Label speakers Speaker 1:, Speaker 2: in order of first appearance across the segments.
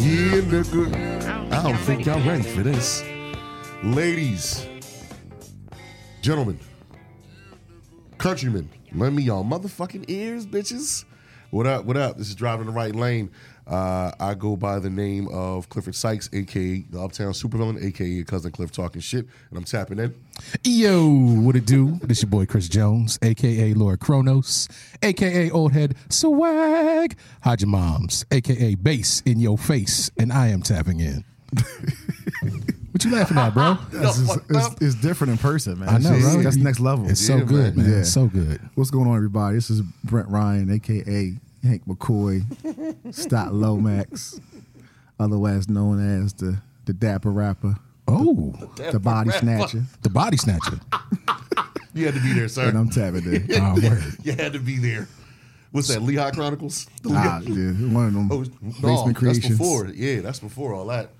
Speaker 1: Yeah, nigga. I don't think y'all ready for this. Ladies, gentlemen, countrymen, lend me y'all motherfucking ears, bitches. What up, what up? This is Driving the Right Lane. Uh, I go by the name of Clifford Sykes, aka the Uptown Supervillain, aka your cousin Cliff talking shit, and I'm tapping in.
Speaker 2: Yo, what it do? This your boy Chris Jones, aka Lord Kronos, aka Old Head Swag. Hide your moms, aka Bass in your face, and I am tapping in. what you laughing at, bro?
Speaker 3: It's, just-
Speaker 1: fucked
Speaker 3: it's-
Speaker 1: up.
Speaker 3: it's different in person, man.
Speaker 2: I know,
Speaker 3: It's just-
Speaker 2: right?
Speaker 3: That's next level.
Speaker 2: It's
Speaker 1: Yeah,
Speaker 2: so good,
Speaker 3: man.
Speaker 2: man.
Speaker 3: Yeah.
Speaker 2: So good.
Speaker 3: What's going on, everybody? This is Brent Ryan, aka Hank McCoy, Stott Lomax, otherwise known as the the Dapper Rapper,
Speaker 2: Oh,
Speaker 3: the Body Snatcher,
Speaker 2: the body snatcher.
Speaker 1: You had to be there, sir.
Speaker 3: and I'm tapping in.
Speaker 2: Oh, word.
Speaker 1: You had to be there. What's that, Lehigh Chronicles? The
Speaker 3: Ah,
Speaker 1: Lehigh-
Speaker 3: yeah, one of them
Speaker 1: Oh,
Speaker 3: basement
Speaker 1: no, that's
Speaker 3: creations.
Speaker 1: before. Yeah, that's before all that.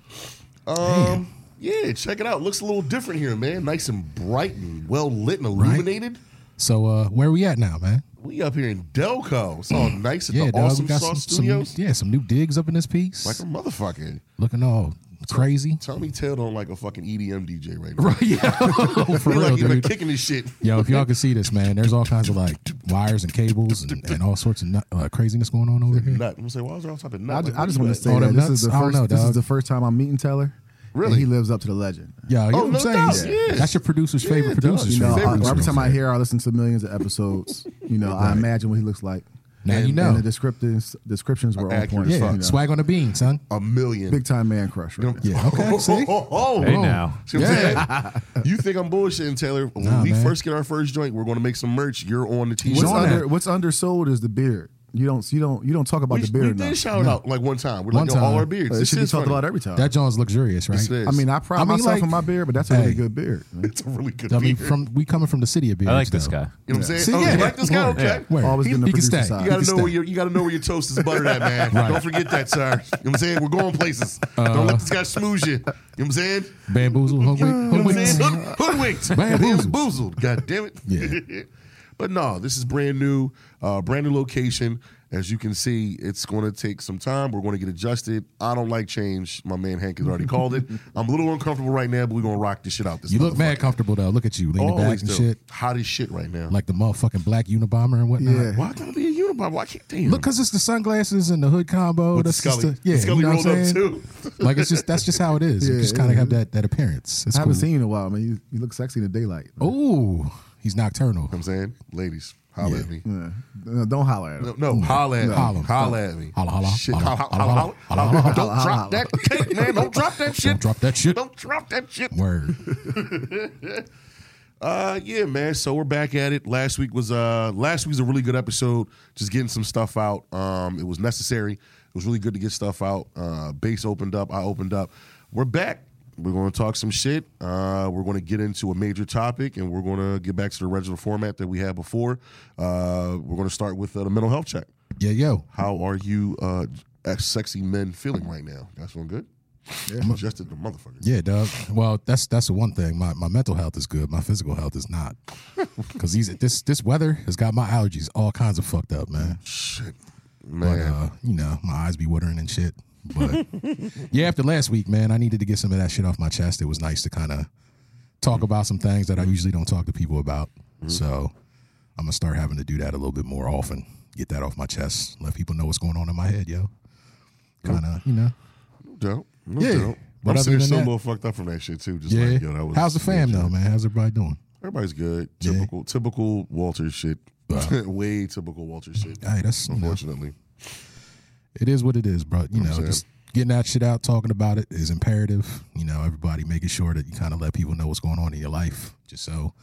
Speaker 1: Um, yeah, check it out. Looks a little different here, man. Nice and bright and well lit and illuminated.
Speaker 2: So, uh, where we at now, man?
Speaker 1: We up here in Delco. It's all nice at
Speaker 2: Yeah,
Speaker 1: the
Speaker 2: dog,
Speaker 1: awesome
Speaker 2: we got some,
Speaker 1: Sauce
Speaker 2: some
Speaker 1: Studios.
Speaker 2: yeah some new digs up in this piece.
Speaker 1: like a motherfucker.
Speaker 2: Looking all crazy.
Speaker 1: Tommy Tail don't like a fucking E EDM DJ right now.
Speaker 2: Right, yeah. For
Speaker 1: He
Speaker 2: real,
Speaker 1: like he been
Speaker 2: dude.
Speaker 1: kicking this shit.
Speaker 2: Yo, if y'all can see this, man, there's all kinds of like wires and cables and, and all sorts of nut, uh, craziness going on over here.
Speaker 1: Nut. I'm gonna say, why was there all type of nut?
Speaker 3: I, ju-
Speaker 1: Like,
Speaker 3: I
Speaker 1: what
Speaker 3: just
Speaker 1: you
Speaker 3: want to
Speaker 1: like?
Speaker 3: say
Speaker 2: All
Speaker 3: that
Speaker 2: them
Speaker 3: this
Speaker 2: nuts?
Speaker 3: is the
Speaker 2: I don't
Speaker 3: first.
Speaker 2: know,
Speaker 3: this
Speaker 2: dog.
Speaker 3: is the first time I'm meeting Taylor. and
Speaker 1: Really?
Speaker 3: he lives up to the legend.
Speaker 2: Yeah, you know
Speaker 1: Oh,
Speaker 2: what
Speaker 1: no
Speaker 2: I'm
Speaker 1: doubt.
Speaker 2: saying?
Speaker 1: Yeah.
Speaker 2: That's your producer's favorite producer's
Speaker 3: You know,
Speaker 2: favorite.
Speaker 3: I,
Speaker 1: Favorite
Speaker 3: every
Speaker 2: producer's
Speaker 3: time I
Speaker 2: favorite.
Speaker 3: hear, I listen to millions of episodes. You know, I imagine what he looks like.
Speaker 2: Now
Speaker 3: and,
Speaker 2: you know.
Speaker 3: and the descriptions descriptions were on
Speaker 1: Accurate
Speaker 3: point.
Speaker 1: as
Speaker 2: yeah,
Speaker 3: you
Speaker 1: fuck.
Speaker 3: know.
Speaker 2: swag on the bean, son.
Speaker 1: a million.
Speaker 3: big time man crush. Right now.
Speaker 2: Yeah, okay, see?
Speaker 1: Oh, oh,
Speaker 4: Hey
Speaker 1: oh.
Speaker 4: now.
Speaker 1: See what I'm saying? you think I'm bullshitting, Taylor? When
Speaker 2: Nah,
Speaker 1: we
Speaker 2: man.
Speaker 1: first get our first joint, we're going to make some merch. You're on the t-shirt.
Speaker 3: What's
Speaker 2: Join
Speaker 3: under
Speaker 2: that.
Speaker 3: What's undersold is the beard. You don't you don't you don't talk about
Speaker 1: we,
Speaker 3: the beard
Speaker 1: we
Speaker 3: enough.
Speaker 1: did shout it out like one time. We're
Speaker 2: One
Speaker 1: like, yo, all
Speaker 2: time. Uh,
Speaker 1: our beards.
Speaker 3: it
Speaker 1: This
Speaker 3: should be
Speaker 1: is
Speaker 3: talked
Speaker 1: funny.
Speaker 3: about every time.
Speaker 2: That John's luxurious, right?
Speaker 1: This is-
Speaker 3: I mean, I pride
Speaker 2: I mean,
Speaker 3: myself
Speaker 2: like-
Speaker 3: on my beard, but that's a
Speaker 2: Hey.
Speaker 3: really good beard. man.
Speaker 1: It's a really good
Speaker 2: I mean,
Speaker 1: beard.
Speaker 2: from we coming from the city of beards.
Speaker 4: I like this
Speaker 2: though.
Speaker 4: guy.
Speaker 1: you know what I'm saying?
Speaker 2: See,
Speaker 1: oh,
Speaker 2: yeah.
Speaker 1: you like this guy?
Speaker 2: Yeah.
Speaker 1: Okay.
Speaker 2: Word.
Speaker 3: Always
Speaker 2: He-
Speaker 3: been the
Speaker 2: he can
Speaker 3: producer
Speaker 2: stay.
Speaker 3: side.
Speaker 1: You gotta
Speaker 2: He can
Speaker 1: know where
Speaker 2: stay.
Speaker 1: your you gotta know where your toast is buttered at, man. Don't forget that, sir. You know what I'm saying? We're going places.
Speaker 2: Uh-huh.
Speaker 1: Don't let this guy smooze you. You know what I'm saying?
Speaker 2: Bamboozled, hoodwinked,
Speaker 1: You know what I'm
Speaker 2: hoodwinked.
Speaker 1: saying? Hood- Hoodwinked.
Speaker 2: Bamboozled.
Speaker 1: Bamboozled. God damn it.
Speaker 2: Yeah.
Speaker 1: but no, this is brand new, uh, brand new location. As you can see, it's going to take some time. We're going to get adjusted. I don't like change. My man Hank has already called it. I'm a little uncomfortable right now, but we're going to rock this shit out. This
Speaker 2: You look
Speaker 1: motherfucker.
Speaker 2: mad comfortable though. Look at you, leaning back
Speaker 1: Always
Speaker 2: and
Speaker 1: do.
Speaker 2: shit,
Speaker 1: Hot as shit right now.
Speaker 2: like the motherfucking black Unabomber and whatnot.
Speaker 3: Yeah.
Speaker 1: why gotta be a unibomber? Why can't damn?
Speaker 2: Look, cause it's the sunglasses and the hood combo.
Speaker 1: With the
Speaker 2: that's just
Speaker 1: Scully.
Speaker 2: the, yeah,
Speaker 1: The Scully
Speaker 2: you know what I'm
Speaker 1: rolled up,
Speaker 2: saying?
Speaker 1: too.
Speaker 2: like it's just that's just how it is. you
Speaker 3: Yeah,
Speaker 2: just kind of
Speaker 3: yeah.
Speaker 2: have that that appearance. It's
Speaker 3: I haven't
Speaker 2: cool.
Speaker 3: seen you in a while, man. You, you look sexy in the daylight. man.
Speaker 2: Oh, he's nocturnal.
Speaker 1: You know what I'm saying, ladies, holler at me.
Speaker 3: Yeah. No, don't holler at him.
Speaker 1: No, no, holler at me.
Speaker 2: Holla.
Speaker 1: Holler at me.
Speaker 2: Holla, holla,
Speaker 1: Shit,
Speaker 2: holla,
Speaker 1: holla,
Speaker 2: holla,
Speaker 1: holla,
Speaker 2: holla,
Speaker 1: holla,
Speaker 2: holla,
Speaker 1: Don't
Speaker 3: holla,
Speaker 1: drop
Speaker 3: holla.
Speaker 1: that cake, man. Don't drop that shit.
Speaker 2: Don't drop that shit.
Speaker 1: Don't drop that shit.
Speaker 2: Word.
Speaker 1: Uh, yeah, man. So we're back at it. Last week was uh last week was a really good episode. Just getting some stuff out. Um, it was necessary. It was really good to get stuff out. Uh, base opened up. I opened up. We're back. We're going to talk some shit. Uh, we're going to get into a major topic, and we're going to get back to the original format that we had before. Uh, we're going to start with uh, the mental health check.
Speaker 2: Yeah, yo.
Speaker 1: How are you, uh, ex- sexy men, feeling right now? That's one good. I'm adjusted the motherfucker.
Speaker 2: Yeah, dog. Well, that's that's the one thing. My my mental health is good. My physical health is not. Cause these this this weather has got my allergies all kinds of fucked up, man.
Speaker 1: Shit,
Speaker 2: But
Speaker 1: man.
Speaker 2: uh, you know, my eyes be watering and shit. But yeah, after last week, man, I needed to get some of that shit off my chest. It was nice to kind of talk about some things that I usually don't talk to people about.
Speaker 1: Mm-hmm.
Speaker 2: So I'm gonna start having to do that a little bit more often. Get that off my chest. Let people know what's going on in my head, yo. Kind of, you know.
Speaker 1: no doubt. No
Speaker 2: yeah.
Speaker 1: doubt.
Speaker 2: But
Speaker 1: I'm
Speaker 2: other than
Speaker 1: serious. Some
Speaker 2: that-
Speaker 1: little fucked up from that shit too. Just
Speaker 2: Yeah.
Speaker 1: like yo, that was.
Speaker 2: How's the fam though, man? How's everybody doing?
Speaker 1: Everybody's good.
Speaker 2: Yeah.
Speaker 1: Typical, typical Walter shit. Way typical Walter shit.
Speaker 2: Hey, that's you know,
Speaker 1: Unfortunately,
Speaker 2: it is what it is, bro. You know,
Speaker 1: saying.
Speaker 2: just getting that shit out, talking about it is imperative. You know, everybody making sure that you kind of let people know what's going on in your life, just so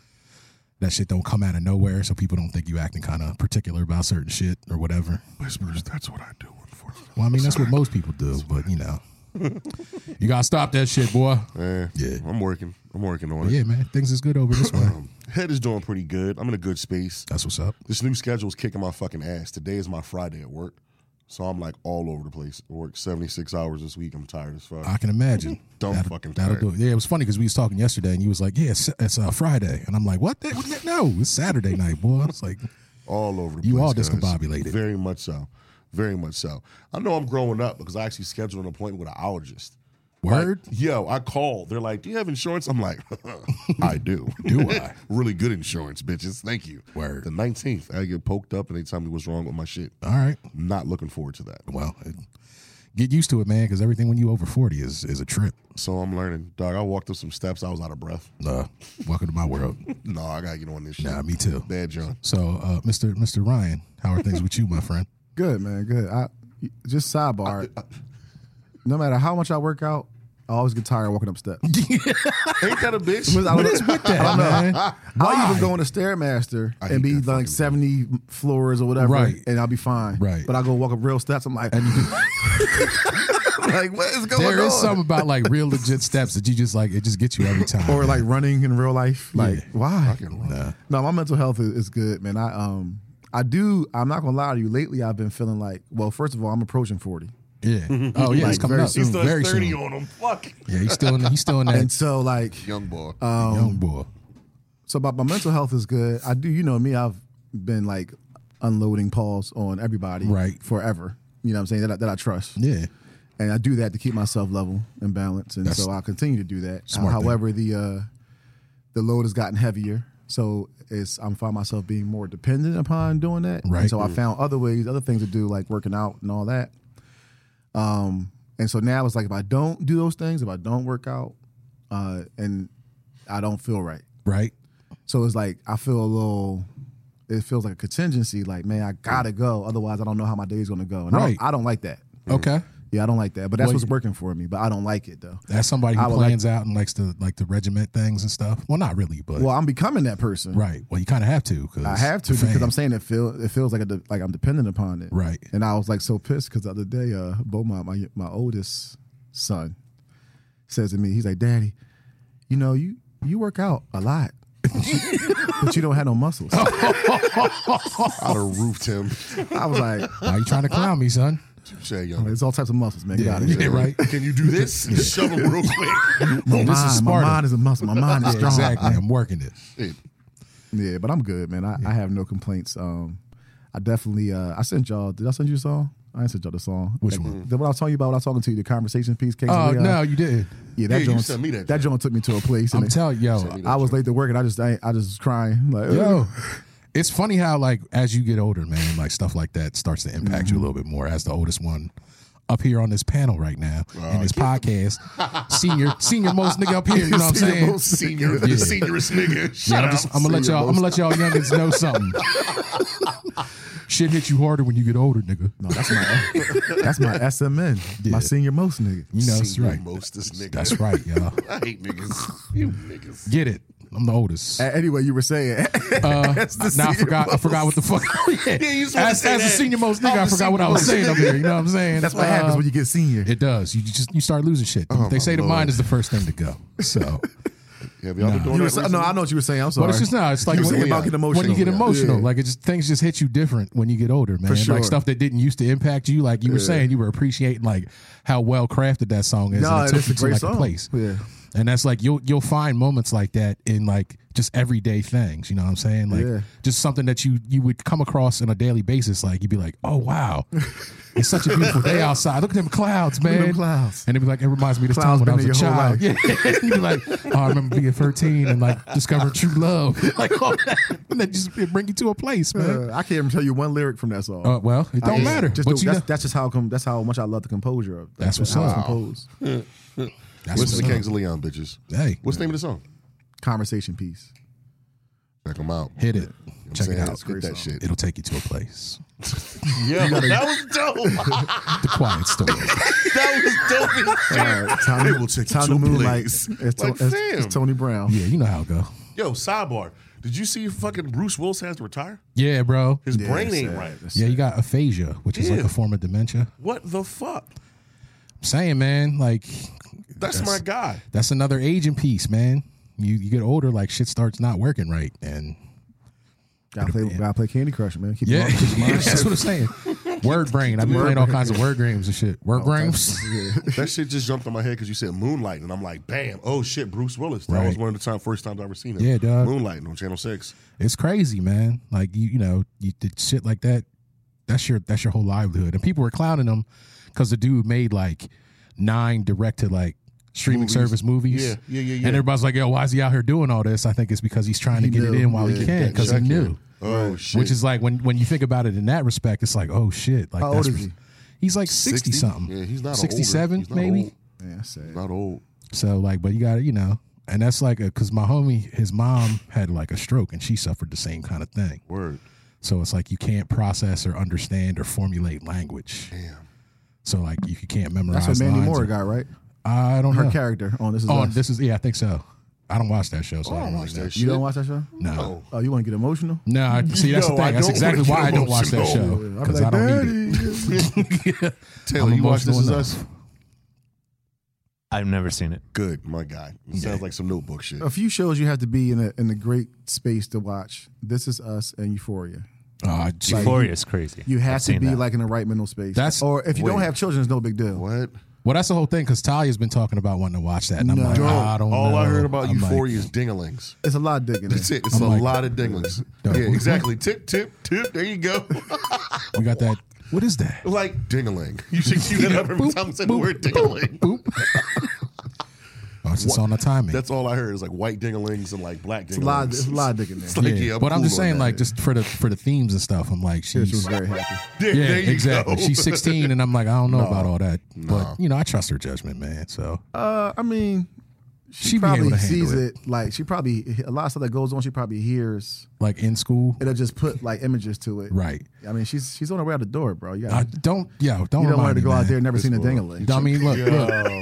Speaker 2: that shit don't come out of nowhere, so people don't think you acting kind of particular about certain shit or whatever.
Speaker 1: whispers. That's what I do. Unfortunately,
Speaker 2: Well, I mean, that's what most people do, but you know, you gotta stop that shit, boy.
Speaker 1: Eh,
Speaker 2: Yeah.
Speaker 1: I'm working. I'm working on
Speaker 2: But
Speaker 1: it.
Speaker 2: yeah, man, things is good over this way.
Speaker 1: Head is doing pretty good. I'm in a good space.
Speaker 2: That's what's up.
Speaker 1: This new schedule is kicking my fucking ass. Today is my Friday at work. So I'm like all over the place. I worked 76 hours this week. I'm tired as fuck.
Speaker 2: I can imagine.
Speaker 1: Dumb
Speaker 2: That'll-
Speaker 1: fucking
Speaker 2: That'll do
Speaker 1: tired.
Speaker 2: it. Yeah, it was funny because we was talking yesterday, and you was like, "Yeah, it's, it's uh, Friday," and I'm like, "What? the- what the- no, it's Saturday night, boy." I was like,
Speaker 1: all over the
Speaker 2: You
Speaker 1: place.
Speaker 2: are
Speaker 1: guys.
Speaker 2: discombobulated.
Speaker 1: Very much so. Very much so. I know I'm growing up because I actually scheduled an appointment with an allergist.
Speaker 2: "Word?
Speaker 1: Like, yo, I called. They're like, "Do you have insurance?" I'm like, "I do.
Speaker 2: Do I?
Speaker 1: really good insurance, bitches. Thank you."
Speaker 2: Word.
Speaker 1: The 19th, I get poked up and they tell me what's wrong with my shit.
Speaker 2: All right.
Speaker 1: Not looking forward to that.
Speaker 2: Well, it- get used to it, man, because everything when you over forty is is a trip."
Speaker 1: So I'm learning, dog. I walked up some steps. I was out of breath.
Speaker 2: Uh, welcome to my world.
Speaker 1: No, I gotta get on this shit.
Speaker 2: Nah, me too.
Speaker 1: Bad John.
Speaker 2: So, uh, Mr. Mr. Ryan, how are things with you, my friend?
Speaker 3: Good man, good. I just sidebar. no matter how much I work out, I always get tired walking up steps.
Speaker 1: Ain't that a bitch?
Speaker 3: what
Speaker 2: is with that, man?
Speaker 3: I'll even go into Stairmaster
Speaker 1: I hate
Speaker 3: and be
Speaker 1: that fucking
Speaker 3: like 70 floors or whatever,
Speaker 2: Right.
Speaker 3: and I'll be fine.
Speaker 2: Right.
Speaker 3: But I go walk up real steps. I'm like, like what is going
Speaker 2: There
Speaker 3: on?
Speaker 2: is something about like real legit steps that you just like it just gets you every time.
Speaker 3: or like running in real life. Like
Speaker 2: Yeah.
Speaker 3: why?
Speaker 2: Nah.
Speaker 3: No, my mental health is, is good, man. I um I do. I'm not gonna lie to you. Lately, I've been feeling like, well, first of all, I'm approaching 40,
Speaker 2: yeah. Oh yeah, it's
Speaker 3: Like,
Speaker 2: coming
Speaker 3: very
Speaker 2: up
Speaker 3: soon.
Speaker 1: He's still
Speaker 2: very
Speaker 1: 30
Speaker 2: soon.
Speaker 1: on him. Fuck.
Speaker 2: Yeah, he's still in, he's still in that
Speaker 3: and so like,
Speaker 1: Young boy.
Speaker 3: um,
Speaker 2: young boy.
Speaker 3: so about my mental health is good. I do. You know me. I've been like unloading pause on everybody,
Speaker 2: Right.
Speaker 3: Forever. You know what I'm saying? That I, that I trust.
Speaker 2: Yeah.
Speaker 3: and I do that to keep myself level and balanced, and
Speaker 2: That's
Speaker 3: so I'll continue to do that.
Speaker 2: smart thing.
Speaker 3: However, the uh, the load has gotten heavier, so it's I'm find myself being more dependent upon doing that. And
Speaker 2: Right.
Speaker 3: so I found other ways, other things to do, like working out and all that. Um, and so now it's like if I don't do those things, if I don't work out, uh, and I don't feel right,
Speaker 2: Right.
Speaker 3: so it's like I feel a little. It feels like a contingency. Like, man, I gotta go. Otherwise, I don't know how my day's gonna go. And
Speaker 2: Right.
Speaker 3: I, don't, I don't like that.
Speaker 2: Okay.
Speaker 3: Yeah, I don't like that, but that's
Speaker 2: Well,
Speaker 3: what's
Speaker 2: you-
Speaker 3: working for me. But I don't like it though.
Speaker 2: That's somebody
Speaker 3: I
Speaker 2: who
Speaker 3: would like-
Speaker 2: plans out and likes to like to regiment things and stuff. Well, not really, but
Speaker 3: Well, I'm becoming that person.
Speaker 2: right. Well, you kind of have to. Cause
Speaker 3: I have to
Speaker 2: the
Speaker 3: because
Speaker 2: fam.
Speaker 3: I'm saying it feel it feels like a de- like I'm dependent upon it.
Speaker 2: Right.
Speaker 3: And I was like so pissed because the other day, uh, Beaumont, my my oldest son, says to me, he's like, "Daddy, you know you you work out a lot, but you don't have no muscles."
Speaker 2: Oh.
Speaker 1: I'd have roofed him.
Speaker 3: I was like,
Speaker 2: Why you trying to clown me, son?
Speaker 1: Say, young.
Speaker 3: "It's all types of muscles, man. Get
Speaker 2: Yeah,
Speaker 3: out of here."
Speaker 2: yeah, right.
Speaker 1: Can you do this? Shove him real quick.
Speaker 2: This
Speaker 3: My
Speaker 2: is
Speaker 3: mind, my
Speaker 2: Sparta.
Speaker 3: mind is a muscle. My mind is
Speaker 2: Yeah,
Speaker 3: strong.
Speaker 2: exactly. I'm working it.
Speaker 1: Shit.
Speaker 3: Yeah, but I'm good, man. I, I have no complaints. Um, I definitely. Uh, I sent y'all. Did I send you a song? I didn't send y'all the song.
Speaker 2: Which one?
Speaker 3: The one I was talking about. When I was talking to you, the conversation piece. Case
Speaker 2: Oh
Speaker 3: Leon.
Speaker 2: no, you didn't.
Speaker 3: Yeah, that
Speaker 1: Yeah, you
Speaker 3: joint.
Speaker 1: sent me that
Speaker 3: that
Speaker 1: joint.
Speaker 3: joint took me uh, to a place. And
Speaker 2: I'm telling yo,
Speaker 3: I was late to work, and I just, I, I just was crying. Like,
Speaker 2: yo. It's funny how like as you get older, man, like stuff like that starts to impact
Speaker 3: Mm-hmm.
Speaker 2: you a little bit more. As the oldest one up here on this panel right now
Speaker 3: Uh,
Speaker 2: in this podcast, senior senior most nigga up here. You know what I'm
Speaker 1: Senior
Speaker 2: saying?
Speaker 1: most Senior, the
Speaker 2: Yeah.
Speaker 1: seniorest nigga. Shut
Speaker 2: Yeah, I'm,
Speaker 1: up.
Speaker 2: just, I'm gonna let
Speaker 1: Senior
Speaker 2: y'all. I'm
Speaker 1: most-
Speaker 2: gonna let y'all youngins know something. Shit hit you harder when you get older, nigga.
Speaker 3: no, that's my, that's my SMN, my senior most nigga.
Speaker 2: You know, that's
Speaker 1: Senior
Speaker 2: right.
Speaker 1: most this nigga.
Speaker 2: That's right, y'all.
Speaker 1: I hate niggas. You niggas.
Speaker 2: Get it? I'm the oldest.
Speaker 3: A- Anyway, you were saying. That's the
Speaker 2: Now Uh, I
Speaker 3: senior
Speaker 2: forgot. I
Speaker 3: most.
Speaker 2: forgot what the fuck. yeah,
Speaker 1: you just wanna
Speaker 2: as,
Speaker 1: say
Speaker 2: as the
Speaker 1: that.
Speaker 2: senior most nigga,
Speaker 1: I'm
Speaker 2: I
Speaker 1: the
Speaker 2: forgot what I was
Speaker 1: senior
Speaker 2: saying up here. You know what I'm saying?
Speaker 3: That's what happens when you get senior.
Speaker 2: It does. You just you start losing shit. they say the mind is the first thing to go. So,
Speaker 1: Have y'all been doing
Speaker 3: You were
Speaker 1: that?
Speaker 3: sa-
Speaker 1: recently?
Speaker 3: no, I know what you were saying. I'm sorry.
Speaker 2: but it's just not. It's like
Speaker 3: You were
Speaker 2: when,
Speaker 3: saying about getting
Speaker 2: when you
Speaker 3: emotional.
Speaker 2: get
Speaker 3: Yeah.
Speaker 2: emotional,
Speaker 3: Yeah.
Speaker 2: like it just things just hit you different when you get older, man.
Speaker 3: sure.
Speaker 2: Like stuff that didn't used to impact you. Like you were saying, you were appreciating like how well crafted that song is.
Speaker 3: No,
Speaker 2: and it took
Speaker 3: it's
Speaker 2: you
Speaker 3: a
Speaker 2: to
Speaker 3: great
Speaker 2: like a
Speaker 3: song.
Speaker 2: place.
Speaker 3: Yeah.
Speaker 2: And that's like you'll you'll find moments like that in like just everyday things. You know what I'm saying? Like
Speaker 3: Yeah.
Speaker 2: just something that you you would come across on a daily basis. Like you'd be like, oh wow, it's such a beautiful day outside. Look at them clouds, man.
Speaker 3: at them clouds.
Speaker 2: And it'd be like it reminds me of this
Speaker 3: Clouds
Speaker 2: time when I was
Speaker 3: been
Speaker 2: a
Speaker 3: there your whole
Speaker 2: child. Yeah. you'd be like, oh, I remember being 13 and like discovering true love. Like all that, and that just it bring you to a place, man.
Speaker 3: Uh, I can't even tell you one lyric from that song.
Speaker 2: Uh, well, it don't
Speaker 3: Just-
Speaker 2: matter.
Speaker 3: Just
Speaker 2: but
Speaker 3: the-
Speaker 2: you
Speaker 3: that's,
Speaker 2: know-
Speaker 3: that's just how come. That's how much I love the composure of.
Speaker 2: That's what's
Speaker 3: how it's
Speaker 2: up.
Speaker 3: composed.
Speaker 2: that's
Speaker 1: Listen to
Speaker 2: what's up.
Speaker 1: Kings of Leon, bitches.
Speaker 2: Hey,
Speaker 1: What's the name of the song?
Speaker 3: Conversation piece.
Speaker 1: Check them out.
Speaker 2: hit it.
Speaker 1: You know what I'm
Speaker 2: Check it
Speaker 1: saying?
Speaker 2: out.
Speaker 1: Get that shit.
Speaker 2: It'll take you to a place.
Speaker 1: Yeah, that was dope.
Speaker 2: The quiet story.
Speaker 1: that was dope.
Speaker 3: All right, Tommy,
Speaker 1: will take you
Speaker 3: Tommy
Speaker 1: to a
Speaker 3: Moonlight.
Speaker 1: place.
Speaker 3: It's, to-
Speaker 1: Like,
Speaker 3: it's-
Speaker 1: fam.
Speaker 3: it's Tony Brown.
Speaker 2: Yeah, you know how it go.
Speaker 1: Yo, sidebar. Did you see fucking Bruce Willis has to retire?
Speaker 2: Yeah, bro.
Speaker 1: His
Speaker 3: Yeah,
Speaker 1: brain
Speaker 3: that's
Speaker 1: ain't
Speaker 3: sad.
Speaker 1: right.
Speaker 3: That's
Speaker 2: Yeah, you got aphasia, which is like
Speaker 1: Yeah.
Speaker 2: a form of dementia.
Speaker 1: What the fuck?
Speaker 2: I'm saying, man, like
Speaker 1: That's, my guy.
Speaker 2: that's another aging piece, man. You you get older, like shit starts not working right, and
Speaker 3: Gotta play, gotta play Candy Crush, man. Keep
Speaker 2: yeah,
Speaker 3: going.
Speaker 2: that's what I'm saying. Word brain. I've been playing all kinds of word games and shit. Word games.
Speaker 1: that shit just jumped on my head because you said Moonlight, and I'm like, bam, oh shit, Bruce Willis. That was
Speaker 2: Right.
Speaker 1: one of the time, first times I ever seen it.
Speaker 2: Yeah, dog.
Speaker 1: Moonlight on Channel Six.
Speaker 2: It's crazy, man. Like you, you know, you did shit like that. That's your that's your whole livelihood. And people were clowning him because the dude made like nine direct to like streaming
Speaker 1: Movies.
Speaker 2: service movies.
Speaker 1: Yeah, yeah, yeah, yeah.
Speaker 2: And everybody's like, "Yo, why is he out here doing all this?" I think it's because he's trying to
Speaker 3: He
Speaker 2: get
Speaker 3: knew.
Speaker 2: it in while
Speaker 3: Yeah,
Speaker 2: he can because he
Speaker 1: Exactly.
Speaker 2: knew.
Speaker 1: Oh shit.
Speaker 2: Which is like when when you think about it in that respect, it's like, oh shit, like
Speaker 3: How
Speaker 2: that's
Speaker 3: old is
Speaker 2: res-
Speaker 3: he?
Speaker 2: He's like sixty, something.
Speaker 1: Yeah, he's not
Speaker 2: sixty
Speaker 1: older.
Speaker 2: seven,
Speaker 1: He's not
Speaker 2: maybe.
Speaker 1: old.
Speaker 3: Man, that's sad.
Speaker 1: Not old.
Speaker 2: So like, but you got to you know, and that's like a because my homie, his mom had like a stroke and she suffered the same kind of thing.
Speaker 1: Word.
Speaker 2: So it's like you can't process or understand or formulate language.
Speaker 1: Damn.
Speaker 2: So like if you can't memorize.
Speaker 3: That's what Mandy
Speaker 2: lines
Speaker 3: Moore
Speaker 2: or-
Speaker 3: got right.
Speaker 2: I don't
Speaker 3: Her
Speaker 2: know.
Speaker 3: character on this is
Speaker 2: Oh,
Speaker 3: Us.
Speaker 2: this is yeah, I think so. I don't watch that show, so
Speaker 3: Oh,
Speaker 1: I
Speaker 2: Oh, I
Speaker 1: don't
Speaker 2: don't
Speaker 1: watch
Speaker 2: really know.
Speaker 1: that shit.
Speaker 3: You don't watch that show?
Speaker 2: No,
Speaker 3: Oh, you want to get emotional?
Speaker 2: no. I- See, that's
Speaker 1: Yo,
Speaker 2: the
Speaker 1: I
Speaker 2: thing. That's
Speaker 1: don't
Speaker 2: exactly
Speaker 1: wanna
Speaker 2: why I
Speaker 1: get
Speaker 2: don't watch that
Speaker 1: emotional.
Speaker 2: show
Speaker 3: I'd be
Speaker 2: because I
Speaker 3: like,
Speaker 2: don't need it.
Speaker 3: "Daddy."
Speaker 1: Taylor,
Speaker 2: I'm
Speaker 1: you watch This
Speaker 2: emotional
Speaker 1: Is
Speaker 2: enough.
Speaker 1: Us?
Speaker 4: I've never seen it.
Speaker 1: Good, my guy. It sounds like some notebook shit.
Speaker 3: A few shows you have to be in a in a great space to watch. This is Us and Euphoria.
Speaker 2: Oh, gee.
Speaker 4: Euphoria is crazy.
Speaker 3: You have
Speaker 4: I've
Speaker 3: to
Speaker 4: seen
Speaker 3: be
Speaker 4: that.
Speaker 3: like in the right mental space.
Speaker 2: That's-
Speaker 3: or if you don't
Speaker 1: wait.
Speaker 3: have children, it's no big deal.
Speaker 1: What?
Speaker 2: Well, that's the whole thing because Talia's been talking about wanting to watch that, and I'm
Speaker 3: No.
Speaker 2: like,
Speaker 3: Don't.
Speaker 2: I don't.
Speaker 1: Oh, All
Speaker 2: know.
Speaker 1: I heard about
Speaker 2: I'm like,
Speaker 1: Euphoria is dinglings.
Speaker 3: It's a lot of digging.
Speaker 1: That's
Speaker 3: in.
Speaker 1: it. It's
Speaker 2: I'm
Speaker 1: a
Speaker 2: like-
Speaker 1: lot of dinglings.
Speaker 2: No.
Speaker 1: Yeah, exactly. Tip, tip, tip. There you go.
Speaker 2: we got that. What is that?
Speaker 1: like dingaling. You should keep that up every time I say the word dingaling.
Speaker 2: Oh, it's just on the timing.
Speaker 1: That's all I heard is like white dingalings and like black
Speaker 3: It's a lot.
Speaker 1: dingalings.
Speaker 3: It's a lot of digging. in.
Speaker 1: It's like, yeah,
Speaker 2: but I'm
Speaker 1: cool
Speaker 2: just
Speaker 1: on
Speaker 2: saying,
Speaker 1: that.
Speaker 2: like, just for the for the themes and stuff. I'm like,
Speaker 3: She was
Speaker 2: she's
Speaker 3: very happy.
Speaker 1: There-
Speaker 2: yeah,
Speaker 1: there you
Speaker 2: exactly.
Speaker 1: go.
Speaker 2: She's 16, and I'm like, I don't know about all that. But you know, I trust her judgment, man. So
Speaker 3: Uh, I mean, she,
Speaker 2: She be able
Speaker 3: probably
Speaker 2: to handle
Speaker 3: sees it. Like she probably a lot of stuff that goes on. She probably hears.
Speaker 2: like in school,
Speaker 3: It'll just put like images to it.
Speaker 2: right?
Speaker 3: I mean, she's she's on her way out the door, bro. You,
Speaker 2: I
Speaker 3: gotta,
Speaker 2: don't, yo, don't
Speaker 3: you don't want her
Speaker 2: remind me,
Speaker 3: to go out there
Speaker 2: man.
Speaker 3: and never seen a
Speaker 1: This
Speaker 3: dingaling.
Speaker 2: I mean, look, look,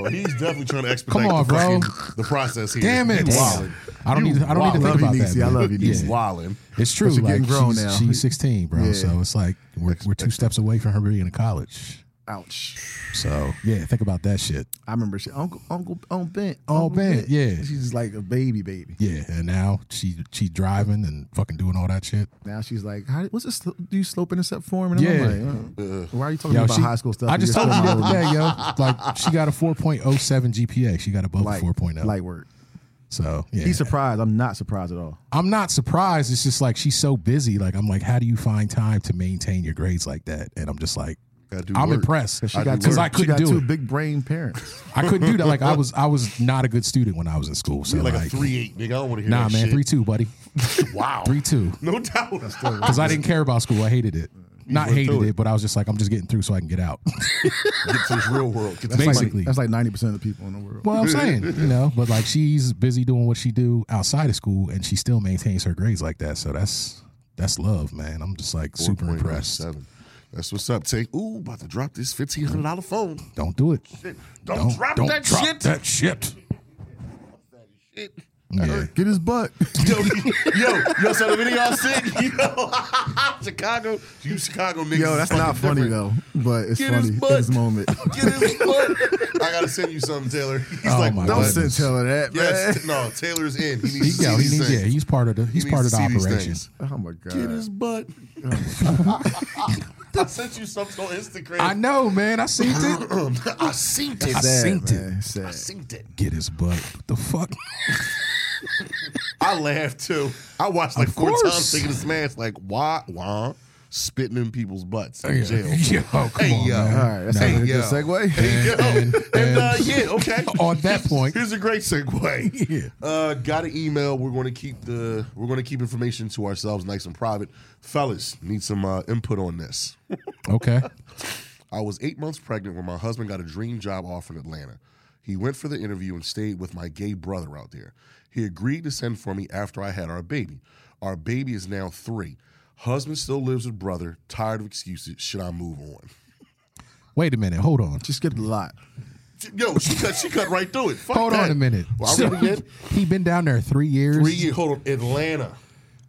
Speaker 1: Yo, he's definitely trying to expedite
Speaker 2: Come on,
Speaker 1: the,
Speaker 2: bro.
Speaker 1: fucking- the process here.
Speaker 2: damn it!
Speaker 1: You wildin'.
Speaker 2: I don't need, to- I don't need to think
Speaker 3: wildin'. Love
Speaker 2: about
Speaker 3: you,
Speaker 2: that.
Speaker 3: Niecy. I
Speaker 2: man.
Speaker 3: love you,
Speaker 1: He's
Speaker 3: Niecy.
Speaker 2: Yeah.
Speaker 1: wildin'.
Speaker 2: It's true.
Speaker 3: you're
Speaker 2: like,
Speaker 3: getting grown
Speaker 2: she's,
Speaker 3: now.
Speaker 2: she's 16, bro.
Speaker 3: Yeah.
Speaker 2: So it's like we're we're two steps away from her being in college.
Speaker 3: Ouch.
Speaker 2: So yeah, think about that shit.
Speaker 3: I remember she Uncle Uncle Uncle Bent.
Speaker 2: Oh, Ben, yeah.
Speaker 3: She's just like a baby, baby.
Speaker 2: Yeah, and now she she driving and fucking doing all that shit.
Speaker 3: Now she's like, How, what's this? Do you slope intercept form? And
Speaker 2: Yeah.
Speaker 3: I'm like, oh, why are you talking
Speaker 2: Yo,
Speaker 3: about
Speaker 2: she-
Speaker 3: high school stuff?
Speaker 2: I
Speaker 3: and
Speaker 2: just
Speaker 3: you're
Speaker 2: told you the
Speaker 3: still
Speaker 2: other
Speaker 3: modeling?
Speaker 2: day, yo. Like she got a 4.07 GPA. She got above
Speaker 3: Light,
Speaker 2: a 4.0.
Speaker 3: light work.
Speaker 2: so oh. yeah,
Speaker 3: He's surprised. I'm not surprised at all.
Speaker 2: I'm not surprised. It's just like she's so busy. Like I'm like, how do you find time to maintain your grades like that? And I'm just like,
Speaker 1: Gotta do
Speaker 2: I'm
Speaker 1: work.
Speaker 2: impressed
Speaker 3: She
Speaker 2: because
Speaker 3: got
Speaker 1: do
Speaker 3: two,
Speaker 2: I
Speaker 3: she
Speaker 2: couldn't
Speaker 3: got
Speaker 2: do
Speaker 3: two
Speaker 2: it.
Speaker 3: big brain parents.
Speaker 2: I couldn't do that. Like I was I was not a good student when I was in school. So
Speaker 1: You're
Speaker 2: like,
Speaker 1: like, a three eight, nigga. I don't want to hear
Speaker 2: nah,
Speaker 1: that
Speaker 2: man,
Speaker 1: shit.
Speaker 2: three two, buddy,
Speaker 1: wow.
Speaker 2: three two.
Speaker 1: No doubt.
Speaker 2: Because I didn't care about school. I hated it. Not
Speaker 1: Mm. went
Speaker 2: hated
Speaker 1: through
Speaker 2: it.
Speaker 1: it.
Speaker 2: but I was just like, I'm just getting through so I can get out.
Speaker 1: Get to this real world. Get to this
Speaker 2: Basically.
Speaker 3: That's like ninety percent of the people in the world.
Speaker 2: Well, I'm saying, you know, but like she's busy doing what she do outside of school, and she still maintains her grades like that. So that's that's love, man. I'm just like super impressed.
Speaker 1: 4.07. That's what's up, Tay. Ooh, about to drop this fifteen hundred dollar phone.
Speaker 2: Don't do it.
Speaker 1: Don't, drop
Speaker 2: don't
Speaker 1: that
Speaker 2: drop
Speaker 1: shit.
Speaker 2: That shit. Yeah.
Speaker 3: Get his butt.
Speaker 1: yo, yo, yo, so the video I sent, yo, Chicago, you Chicago niggas.
Speaker 3: Yo, that's
Speaker 1: is
Speaker 3: not
Speaker 1: fucking
Speaker 3: funny
Speaker 1: different.
Speaker 3: though, but it's
Speaker 1: Get his
Speaker 3: funny
Speaker 1: butt.
Speaker 3: in this moment.
Speaker 1: Get his butt. I gotta send you something, Taylor. He's
Speaker 2: Oh,
Speaker 1: like,
Speaker 2: my
Speaker 1: don't
Speaker 3: Don't
Speaker 2: God.
Speaker 1: send.
Speaker 3: sit tell her that,
Speaker 1: Yes,
Speaker 3: man.
Speaker 1: no, Taylor's in. He
Speaker 2: He,
Speaker 1: needs to
Speaker 2: yo,
Speaker 1: see
Speaker 2: he
Speaker 1: these
Speaker 2: needs, yeah,
Speaker 1: things.
Speaker 2: he's part of the he's
Speaker 1: He
Speaker 2: part of
Speaker 1: needs to
Speaker 2: the
Speaker 1: see these
Speaker 2: operation.
Speaker 1: things.
Speaker 3: Oh my
Speaker 1: Get
Speaker 3: god.
Speaker 1: his butt. I sent you something on Instagram.
Speaker 2: I know, man. I seen it.
Speaker 1: I synced it.
Speaker 2: I seen it.
Speaker 3: Man, sad.
Speaker 1: I synced it.
Speaker 2: Get his butt. What the fuck?
Speaker 1: I laughed too. I watched like
Speaker 2: Of
Speaker 1: four times
Speaker 2: course.
Speaker 1: thinking this man's like, why, why, spitting in people's butts in
Speaker 2: Yeah.
Speaker 1: jail.
Speaker 2: Yo, come
Speaker 1: Hey,
Speaker 2: on,
Speaker 1: yo.
Speaker 2: man.
Speaker 3: All right, that's
Speaker 2: Nah.
Speaker 3: a good
Speaker 1: yo.
Speaker 3: segue.
Speaker 1: Hey, yo. And,
Speaker 2: and- and-
Speaker 1: uh, yeah, okay.
Speaker 2: On that point,
Speaker 1: Here's a great segue.
Speaker 2: Yeah.
Speaker 1: Uh, got an email. We're going to keep the we're going to keep information to ourselves, nice and private. Fellas, need some uh, input on this.
Speaker 2: okay.
Speaker 1: I was eight months pregnant when my husband got a dream job offer in Atlanta. He went for the interview and stayed with my gay brother out there. He agreed to send for me after I had our baby. Our baby is now three. Husband still lives with brother. Tired of excuses. Should I move on?
Speaker 2: Wait a minute. Hold on.
Speaker 3: She skipped a lot.
Speaker 1: Yo, she cut. She cut right through it. Fuck
Speaker 2: Hold on
Speaker 1: that.
Speaker 2: a minute.
Speaker 1: Well, I'll
Speaker 2: So,
Speaker 1: read it again.
Speaker 2: he been down there three years.
Speaker 1: Three years. Hold on. Atlanta.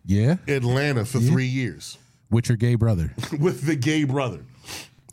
Speaker 2: Yeah,
Speaker 1: Atlanta for three years
Speaker 2: with your gay brother.
Speaker 1: with the gay brother.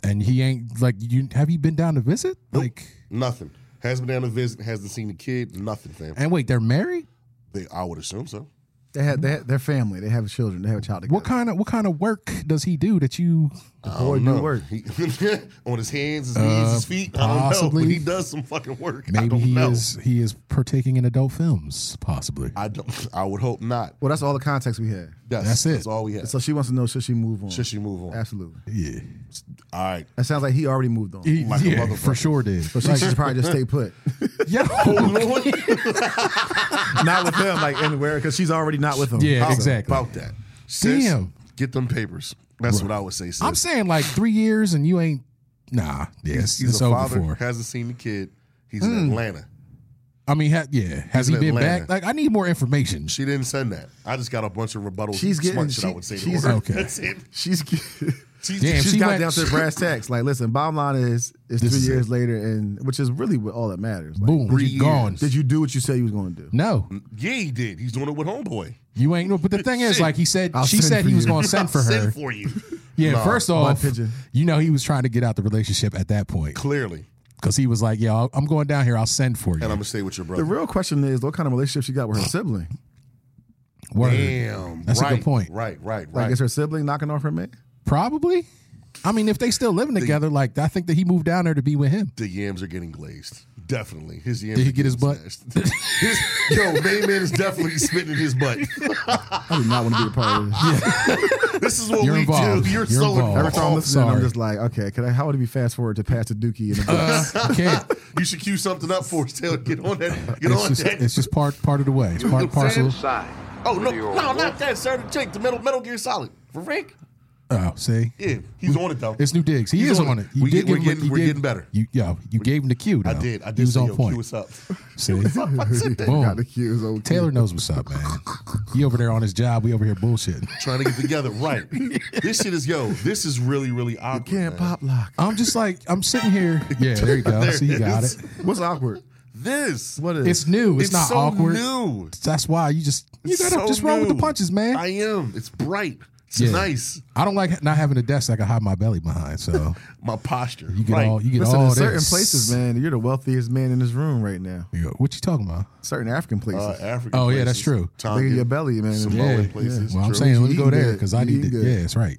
Speaker 2: and he ain't like you have you been down to visit like
Speaker 1: Nothing. Has been down to visit. Hasn't seen the kid. Nothing, fam.
Speaker 2: and wait they're married
Speaker 1: They, I would assume so.
Speaker 3: They had, they had their family. They have children. They have a child together.
Speaker 2: What kind of what kind of work does he do that you?
Speaker 1: I
Speaker 3: boy
Speaker 1: don't
Speaker 3: do
Speaker 1: know.
Speaker 3: work.
Speaker 1: He- on his hands, his knees, his feet. I don't know.
Speaker 2: Uh, possibly.
Speaker 1: But he does some fucking work. I
Speaker 2: Maybe
Speaker 1: don't
Speaker 2: he
Speaker 1: know.
Speaker 2: is he is partaking in adult films, possibly.
Speaker 1: I don't. I would hope not.
Speaker 3: Well, that's all the context we had.
Speaker 1: Yes,
Speaker 2: That's it.
Speaker 1: That's all we have.
Speaker 3: So she wants to know should she move on?
Speaker 1: Should she move on?
Speaker 3: Absolutely.
Speaker 2: yeah,
Speaker 1: All right.
Speaker 3: That sounds like he already moved on.
Speaker 2: He-
Speaker 1: Like a
Speaker 2: yeah
Speaker 1: motherfucker.
Speaker 2: for sure did.
Speaker 3: So she should probably just stay put.
Speaker 2: Yo,
Speaker 3: not with him, like anywhere, because she's already not with him.
Speaker 2: Yeah,
Speaker 3: So-
Speaker 2: exactly.
Speaker 1: About that. Sis,
Speaker 2: Damn.
Speaker 1: Get them papers. That's what I would say. Sis.
Speaker 2: I'm saying like three years and you ain't. Nah, yeah, it's,
Speaker 1: he's
Speaker 2: it's
Speaker 1: a
Speaker 2: over
Speaker 1: father.
Speaker 2: for. Mm.
Speaker 1: Hasn't seen the kid. He's in Atlanta.
Speaker 2: I mean, ha- yeah,
Speaker 1: He's
Speaker 2: has he
Speaker 1: in
Speaker 2: been
Speaker 1: Atlanta.
Speaker 2: back? Like, I need more information.
Speaker 1: She didn't send that. I just got a bunch of rebuttals.
Speaker 3: She's
Speaker 1: smart
Speaker 3: getting-
Speaker 1: shit. I
Speaker 3: she-
Speaker 1: would say. to
Speaker 3: she's-
Speaker 1: her.
Speaker 2: okay.
Speaker 1: That's it.
Speaker 3: She's
Speaker 1: She's
Speaker 2: Damn.
Speaker 3: she's
Speaker 2: she
Speaker 3: got
Speaker 2: went-
Speaker 3: down to the brass tacks. Like, listen, bottom line is it's
Speaker 2: This
Speaker 3: three
Speaker 2: is
Speaker 3: years later, and which is really what all that matters. Like,
Speaker 2: Boom,
Speaker 1: three
Speaker 2: you gone.
Speaker 1: years.
Speaker 3: Did you do what you said you was going to do?
Speaker 2: No,
Speaker 1: Yeah, he did. He's doing it with homeboy.
Speaker 2: you ain't. No, but the thing is,
Speaker 1: Shit.
Speaker 2: like he said,
Speaker 3: I'll
Speaker 2: she
Speaker 3: send
Speaker 2: said
Speaker 3: for
Speaker 2: he was
Speaker 3: you.
Speaker 2: going to send
Speaker 1: I'll
Speaker 2: for her.
Speaker 1: Send for you.
Speaker 2: Yeah,
Speaker 1: Nah,
Speaker 2: first off,
Speaker 3: pigeon.
Speaker 2: you know he was trying to get out the relationship at that point
Speaker 1: Clearly,
Speaker 2: because he was like, "Yo, I'll- I'm going down here. I'll send for
Speaker 1: and I'm
Speaker 2: you."
Speaker 1: gonna stay with your
Speaker 3: The
Speaker 1: brother.
Speaker 3: real question is what kind of relationship she got with her sibling?
Speaker 2: Word.
Speaker 1: Damn,
Speaker 2: That's a
Speaker 1: right,
Speaker 2: good point.
Speaker 1: Right, right,
Speaker 3: Like,
Speaker 1: right.
Speaker 3: is her sibling knocking off her man?
Speaker 2: Probably. I mean, if they still living together, like I think that he moved down there to be with him.
Speaker 1: the yams are getting glazed. Definitely, his yams.
Speaker 2: Did he
Speaker 1: are
Speaker 2: get his
Speaker 1: getting
Speaker 2: butt?
Speaker 1: smashed. His- yo, main man is definitely spitting in his butt.
Speaker 3: I do not want to be a part of this. yeah.
Speaker 1: This is what
Speaker 2: You're
Speaker 1: we
Speaker 2: involved.
Speaker 1: do. You're,
Speaker 2: You're
Speaker 1: so
Speaker 2: involved.
Speaker 1: involved.
Speaker 3: Every time I'm listening, I'm
Speaker 2: Oh, sorry.
Speaker 3: just like, okay, can I, how would it be fast forward to Pastor Dookie in the book?
Speaker 2: Uh, can't.
Speaker 1: you should cue something up for us. Taylor, get on that. Get
Speaker 2: It's
Speaker 1: on
Speaker 2: just,
Speaker 1: that.
Speaker 2: it's just part part of the way. It's part and parcel.
Speaker 1: oh no, no, not that, sir. The chick, the Metal Metal Gear Solid for Rick.
Speaker 2: Oh, see,
Speaker 1: Yeah, he's on it though.
Speaker 2: it's new digs. He
Speaker 1: He's
Speaker 2: is
Speaker 1: on
Speaker 2: on
Speaker 1: it.
Speaker 2: it. You
Speaker 1: We
Speaker 2: did
Speaker 1: get- we're
Speaker 2: give him a-
Speaker 1: getting-
Speaker 2: you
Speaker 1: we're
Speaker 2: did-
Speaker 1: getting better.
Speaker 2: You, yo, you gave him the cue.
Speaker 1: I
Speaker 2: though.
Speaker 1: did. I did.
Speaker 2: He was
Speaker 1: say,
Speaker 2: on
Speaker 1: yo,
Speaker 2: point.
Speaker 1: Cue us up.
Speaker 2: See,
Speaker 1: I said that.
Speaker 2: boom.
Speaker 3: Got the cues, okay.
Speaker 2: Taylor knows what's up, man. He over there on his job. We over here bullshitting.
Speaker 1: Trying to get together. Right. This shit is yo. This is really really awkward.
Speaker 3: Can't
Speaker 1: man.
Speaker 3: pop lock.
Speaker 2: I'm just like I'm sitting here. Yeah, there you go.
Speaker 1: There
Speaker 2: See, you got
Speaker 1: is.
Speaker 2: it.
Speaker 3: What's awkward?
Speaker 1: This.
Speaker 3: What is
Speaker 2: It's new. It's, not
Speaker 1: so
Speaker 2: awkward.
Speaker 1: New.
Speaker 2: That's why you just you
Speaker 1: It's
Speaker 2: gotta
Speaker 1: so
Speaker 2: just roll with the
Speaker 1: new.
Speaker 2: punches, man.
Speaker 1: I am. It's bright. It's
Speaker 2: Yeah.
Speaker 1: nice.
Speaker 2: I don't like not having a desk I can hide my belly behind. So
Speaker 1: My posture.
Speaker 2: you get
Speaker 1: right.
Speaker 2: all you get
Speaker 3: Listen,
Speaker 2: all
Speaker 3: in
Speaker 2: this.
Speaker 3: certain places, man, you're the wealthiest man in this room right now.
Speaker 2: You go, what you talking about?
Speaker 3: Certain African places.
Speaker 1: uh, African.
Speaker 2: Oh, yeah,
Speaker 1: places.
Speaker 2: that's true.
Speaker 1: Tongan,
Speaker 3: Look at your belly, man.
Speaker 1: Samoan
Speaker 2: Yeah,
Speaker 1: places.
Speaker 2: well, I'm
Speaker 1: true.
Speaker 2: saying let me
Speaker 3: You
Speaker 2: go
Speaker 3: eating
Speaker 2: there
Speaker 3: good.
Speaker 2: because I
Speaker 3: You
Speaker 2: need to.
Speaker 3: eating good.
Speaker 2: Yeah, it's right.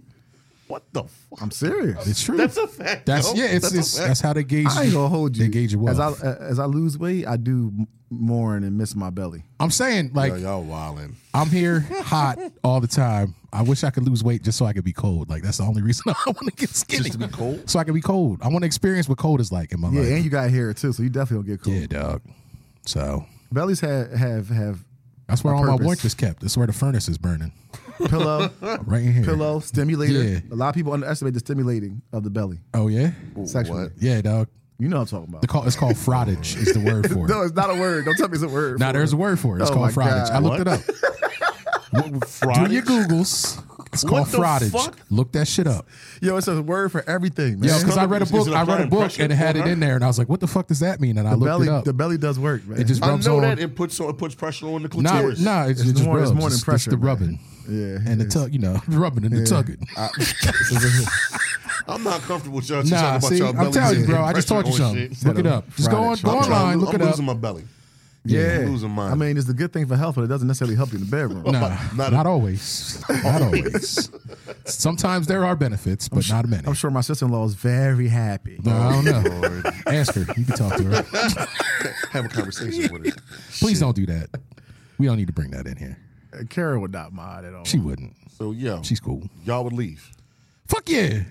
Speaker 1: what the fuck?
Speaker 3: I'm serious.
Speaker 2: It's true.
Speaker 1: That's a fact.
Speaker 2: That's-
Speaker 1: yo.
Speaker 2: yeah. It's
Speaker 1: That's a
Speaker 2: it's,
Speaker 1: fact.
Speaker 2: that's how they gauge.
Speaker 3: I ain't gonna hold you.
Speaker 2: They gauge your
Speaker 3: as
Speaker 2: wealth.
Speaker 3: I as I lose weight, I do m- mourn and miss my belly.
Speaker 2: I'm saying like
Speaker 1: Yo, y'all wildin'.
Speaker 2: I'm here hot all the time. I wish I could lose weight just so I could be cold. Like that's the only reason I want to get skinny.
Speaker 1: to be cold?
Speaker 2: So I can be cold. I want to experience what cold is like in my
Speaker 3: Yeah,
Speaker 2: life.
Speaker 3: and you got hair too, so you definitely don't get cold.
Speaker 2: yeah, dog. So
Speaker 3: Bellies have have have
Speaker 2: that's where
Speaker 3: A
Speaker 2: all my
Speaker 3: purpose.
Speaker 2: warmth is kept. That's where the furnace is burning.
Speaker 3: pillow,
Speaker 2: Right in here.
Speaker 3: pillow, stimulator.
Speaker 2: Yeah.
Speaker 3: A lot of people underestimate the stimulating of the belly.
Speaker 2: Oh yeah,
Speaker 3: Sexually.
Speaker 1: What?
Speaker 2: yeah, dog.
Speaker 3: You know what I'm talking
Speaker 2: The
Speaker 3: about.
Speaker 2: call it's called frottage is the word for it.
Speaker 3: No, it's not a word. Don't tell me it's a word.
Speaker 2: now there's a word for it. It's
Speaker 3: Oh,
Speaker 2: called
Speaker 3: my
Speaker 2: frottage.
Speaker 3: God.
Speaker 2: I looked it up.
Speaker 1: Fried.
Speaker 2: Do your googles. It's
Speaker 1: What
Speaker 2: called
Speaker 1: the
Speaker 2: frottage.
Speaker 1: fuck?
Speaker 2: Look that shit up.
Speaker 3: Yo, it's a word for everything, man.
Speaker 2: Yo, because I read a
Speaker 1: Is it
Speaker 2: book. I read a
Speaker 1: applying
Speaker 2: book
Speaker 1: pressure
Speaker 2: and it had
Speaker 1: on
Speaker 2: it
Speaker 1: her?
Speaker 2: in there, and I was like, "What the fuck does that mean?" And I
Speaker 3: the
Speaker 2: looked
Speaker 3: belly
Speaker 2: it up.
Speaker 3: the belly does work, man.
Speaker 2: it just
Speaker 1: I
Speaker 2: rubs
Speaker 1: know
Speaker 2: on.
Speaker 1: that it puts on, it puts pressure on the
Speaker 2: Nah,
Speaker 1: clitoris.
Speaker 2: nah, it's,
Speaker 3: It's
Speaker 2: it just
Speaker 3: more- it's
Speaker 2: rubs.
Speaker 3: more than
Speaker 2: It's-
Speaker 3: pressure,
Speaker 2: It's the
Speaker 3: man.
Speaker 2: rubbing
Speaker 3: yeah.
Speaker 2: and the tug. You know, rubbing and the tugging.
Speaker 1: I'm not comfortable with y'all. just
Speaker 2: Nah,
Speaker 1: talking about
Speaker 2: see,
Speaker 1: y'all
Speaker 2: I'm
Speaker 1: bellies
Speaker 2: telling you,
Speaker 1: and
Speaker 2: bro. I just
Speaker 1: pressure
Speaker 2: told you
Speaker 1: on
Speaker 2: something.
Speaker 1: shit.
Speaker 2: Look it up. Just go on,
Speaker 3: Frottage.
Speaker 2: go
Speaker 1: I'm trying-
Speaker 2: online, look
Speaker 1: I'm
Speaker 2: it up.
Speaker 1: losing my belly.
Speaker 3: yeah.
Speaker 1: I'm losing mine.
Speaker 3: I mean, it's a good thing for health, but it doesn't necessarily help you in the bedroom.
Speaker 2: Nah,
Speaker 1: not-
Speaker 2: not, always. Not always. Sometimes there are benefits, but not many.
Speaker 3: I'm sure my sister in law is very happy.
Speaker 2: No, I don't know. Ask her. You can talk to her.
Speaker 1: Have a conversation with her.
Speaker 2: Please don't do that. We don't need to bring that in here.
Speaker 3: Uh, Kara would not mind at all.
Speaker 2: She wouldn't.
Speaker 1: So yeah,
Speaker 2: She's cool.
Speaker 1: y'all would leave.
Speaker 2: Fuck yeah.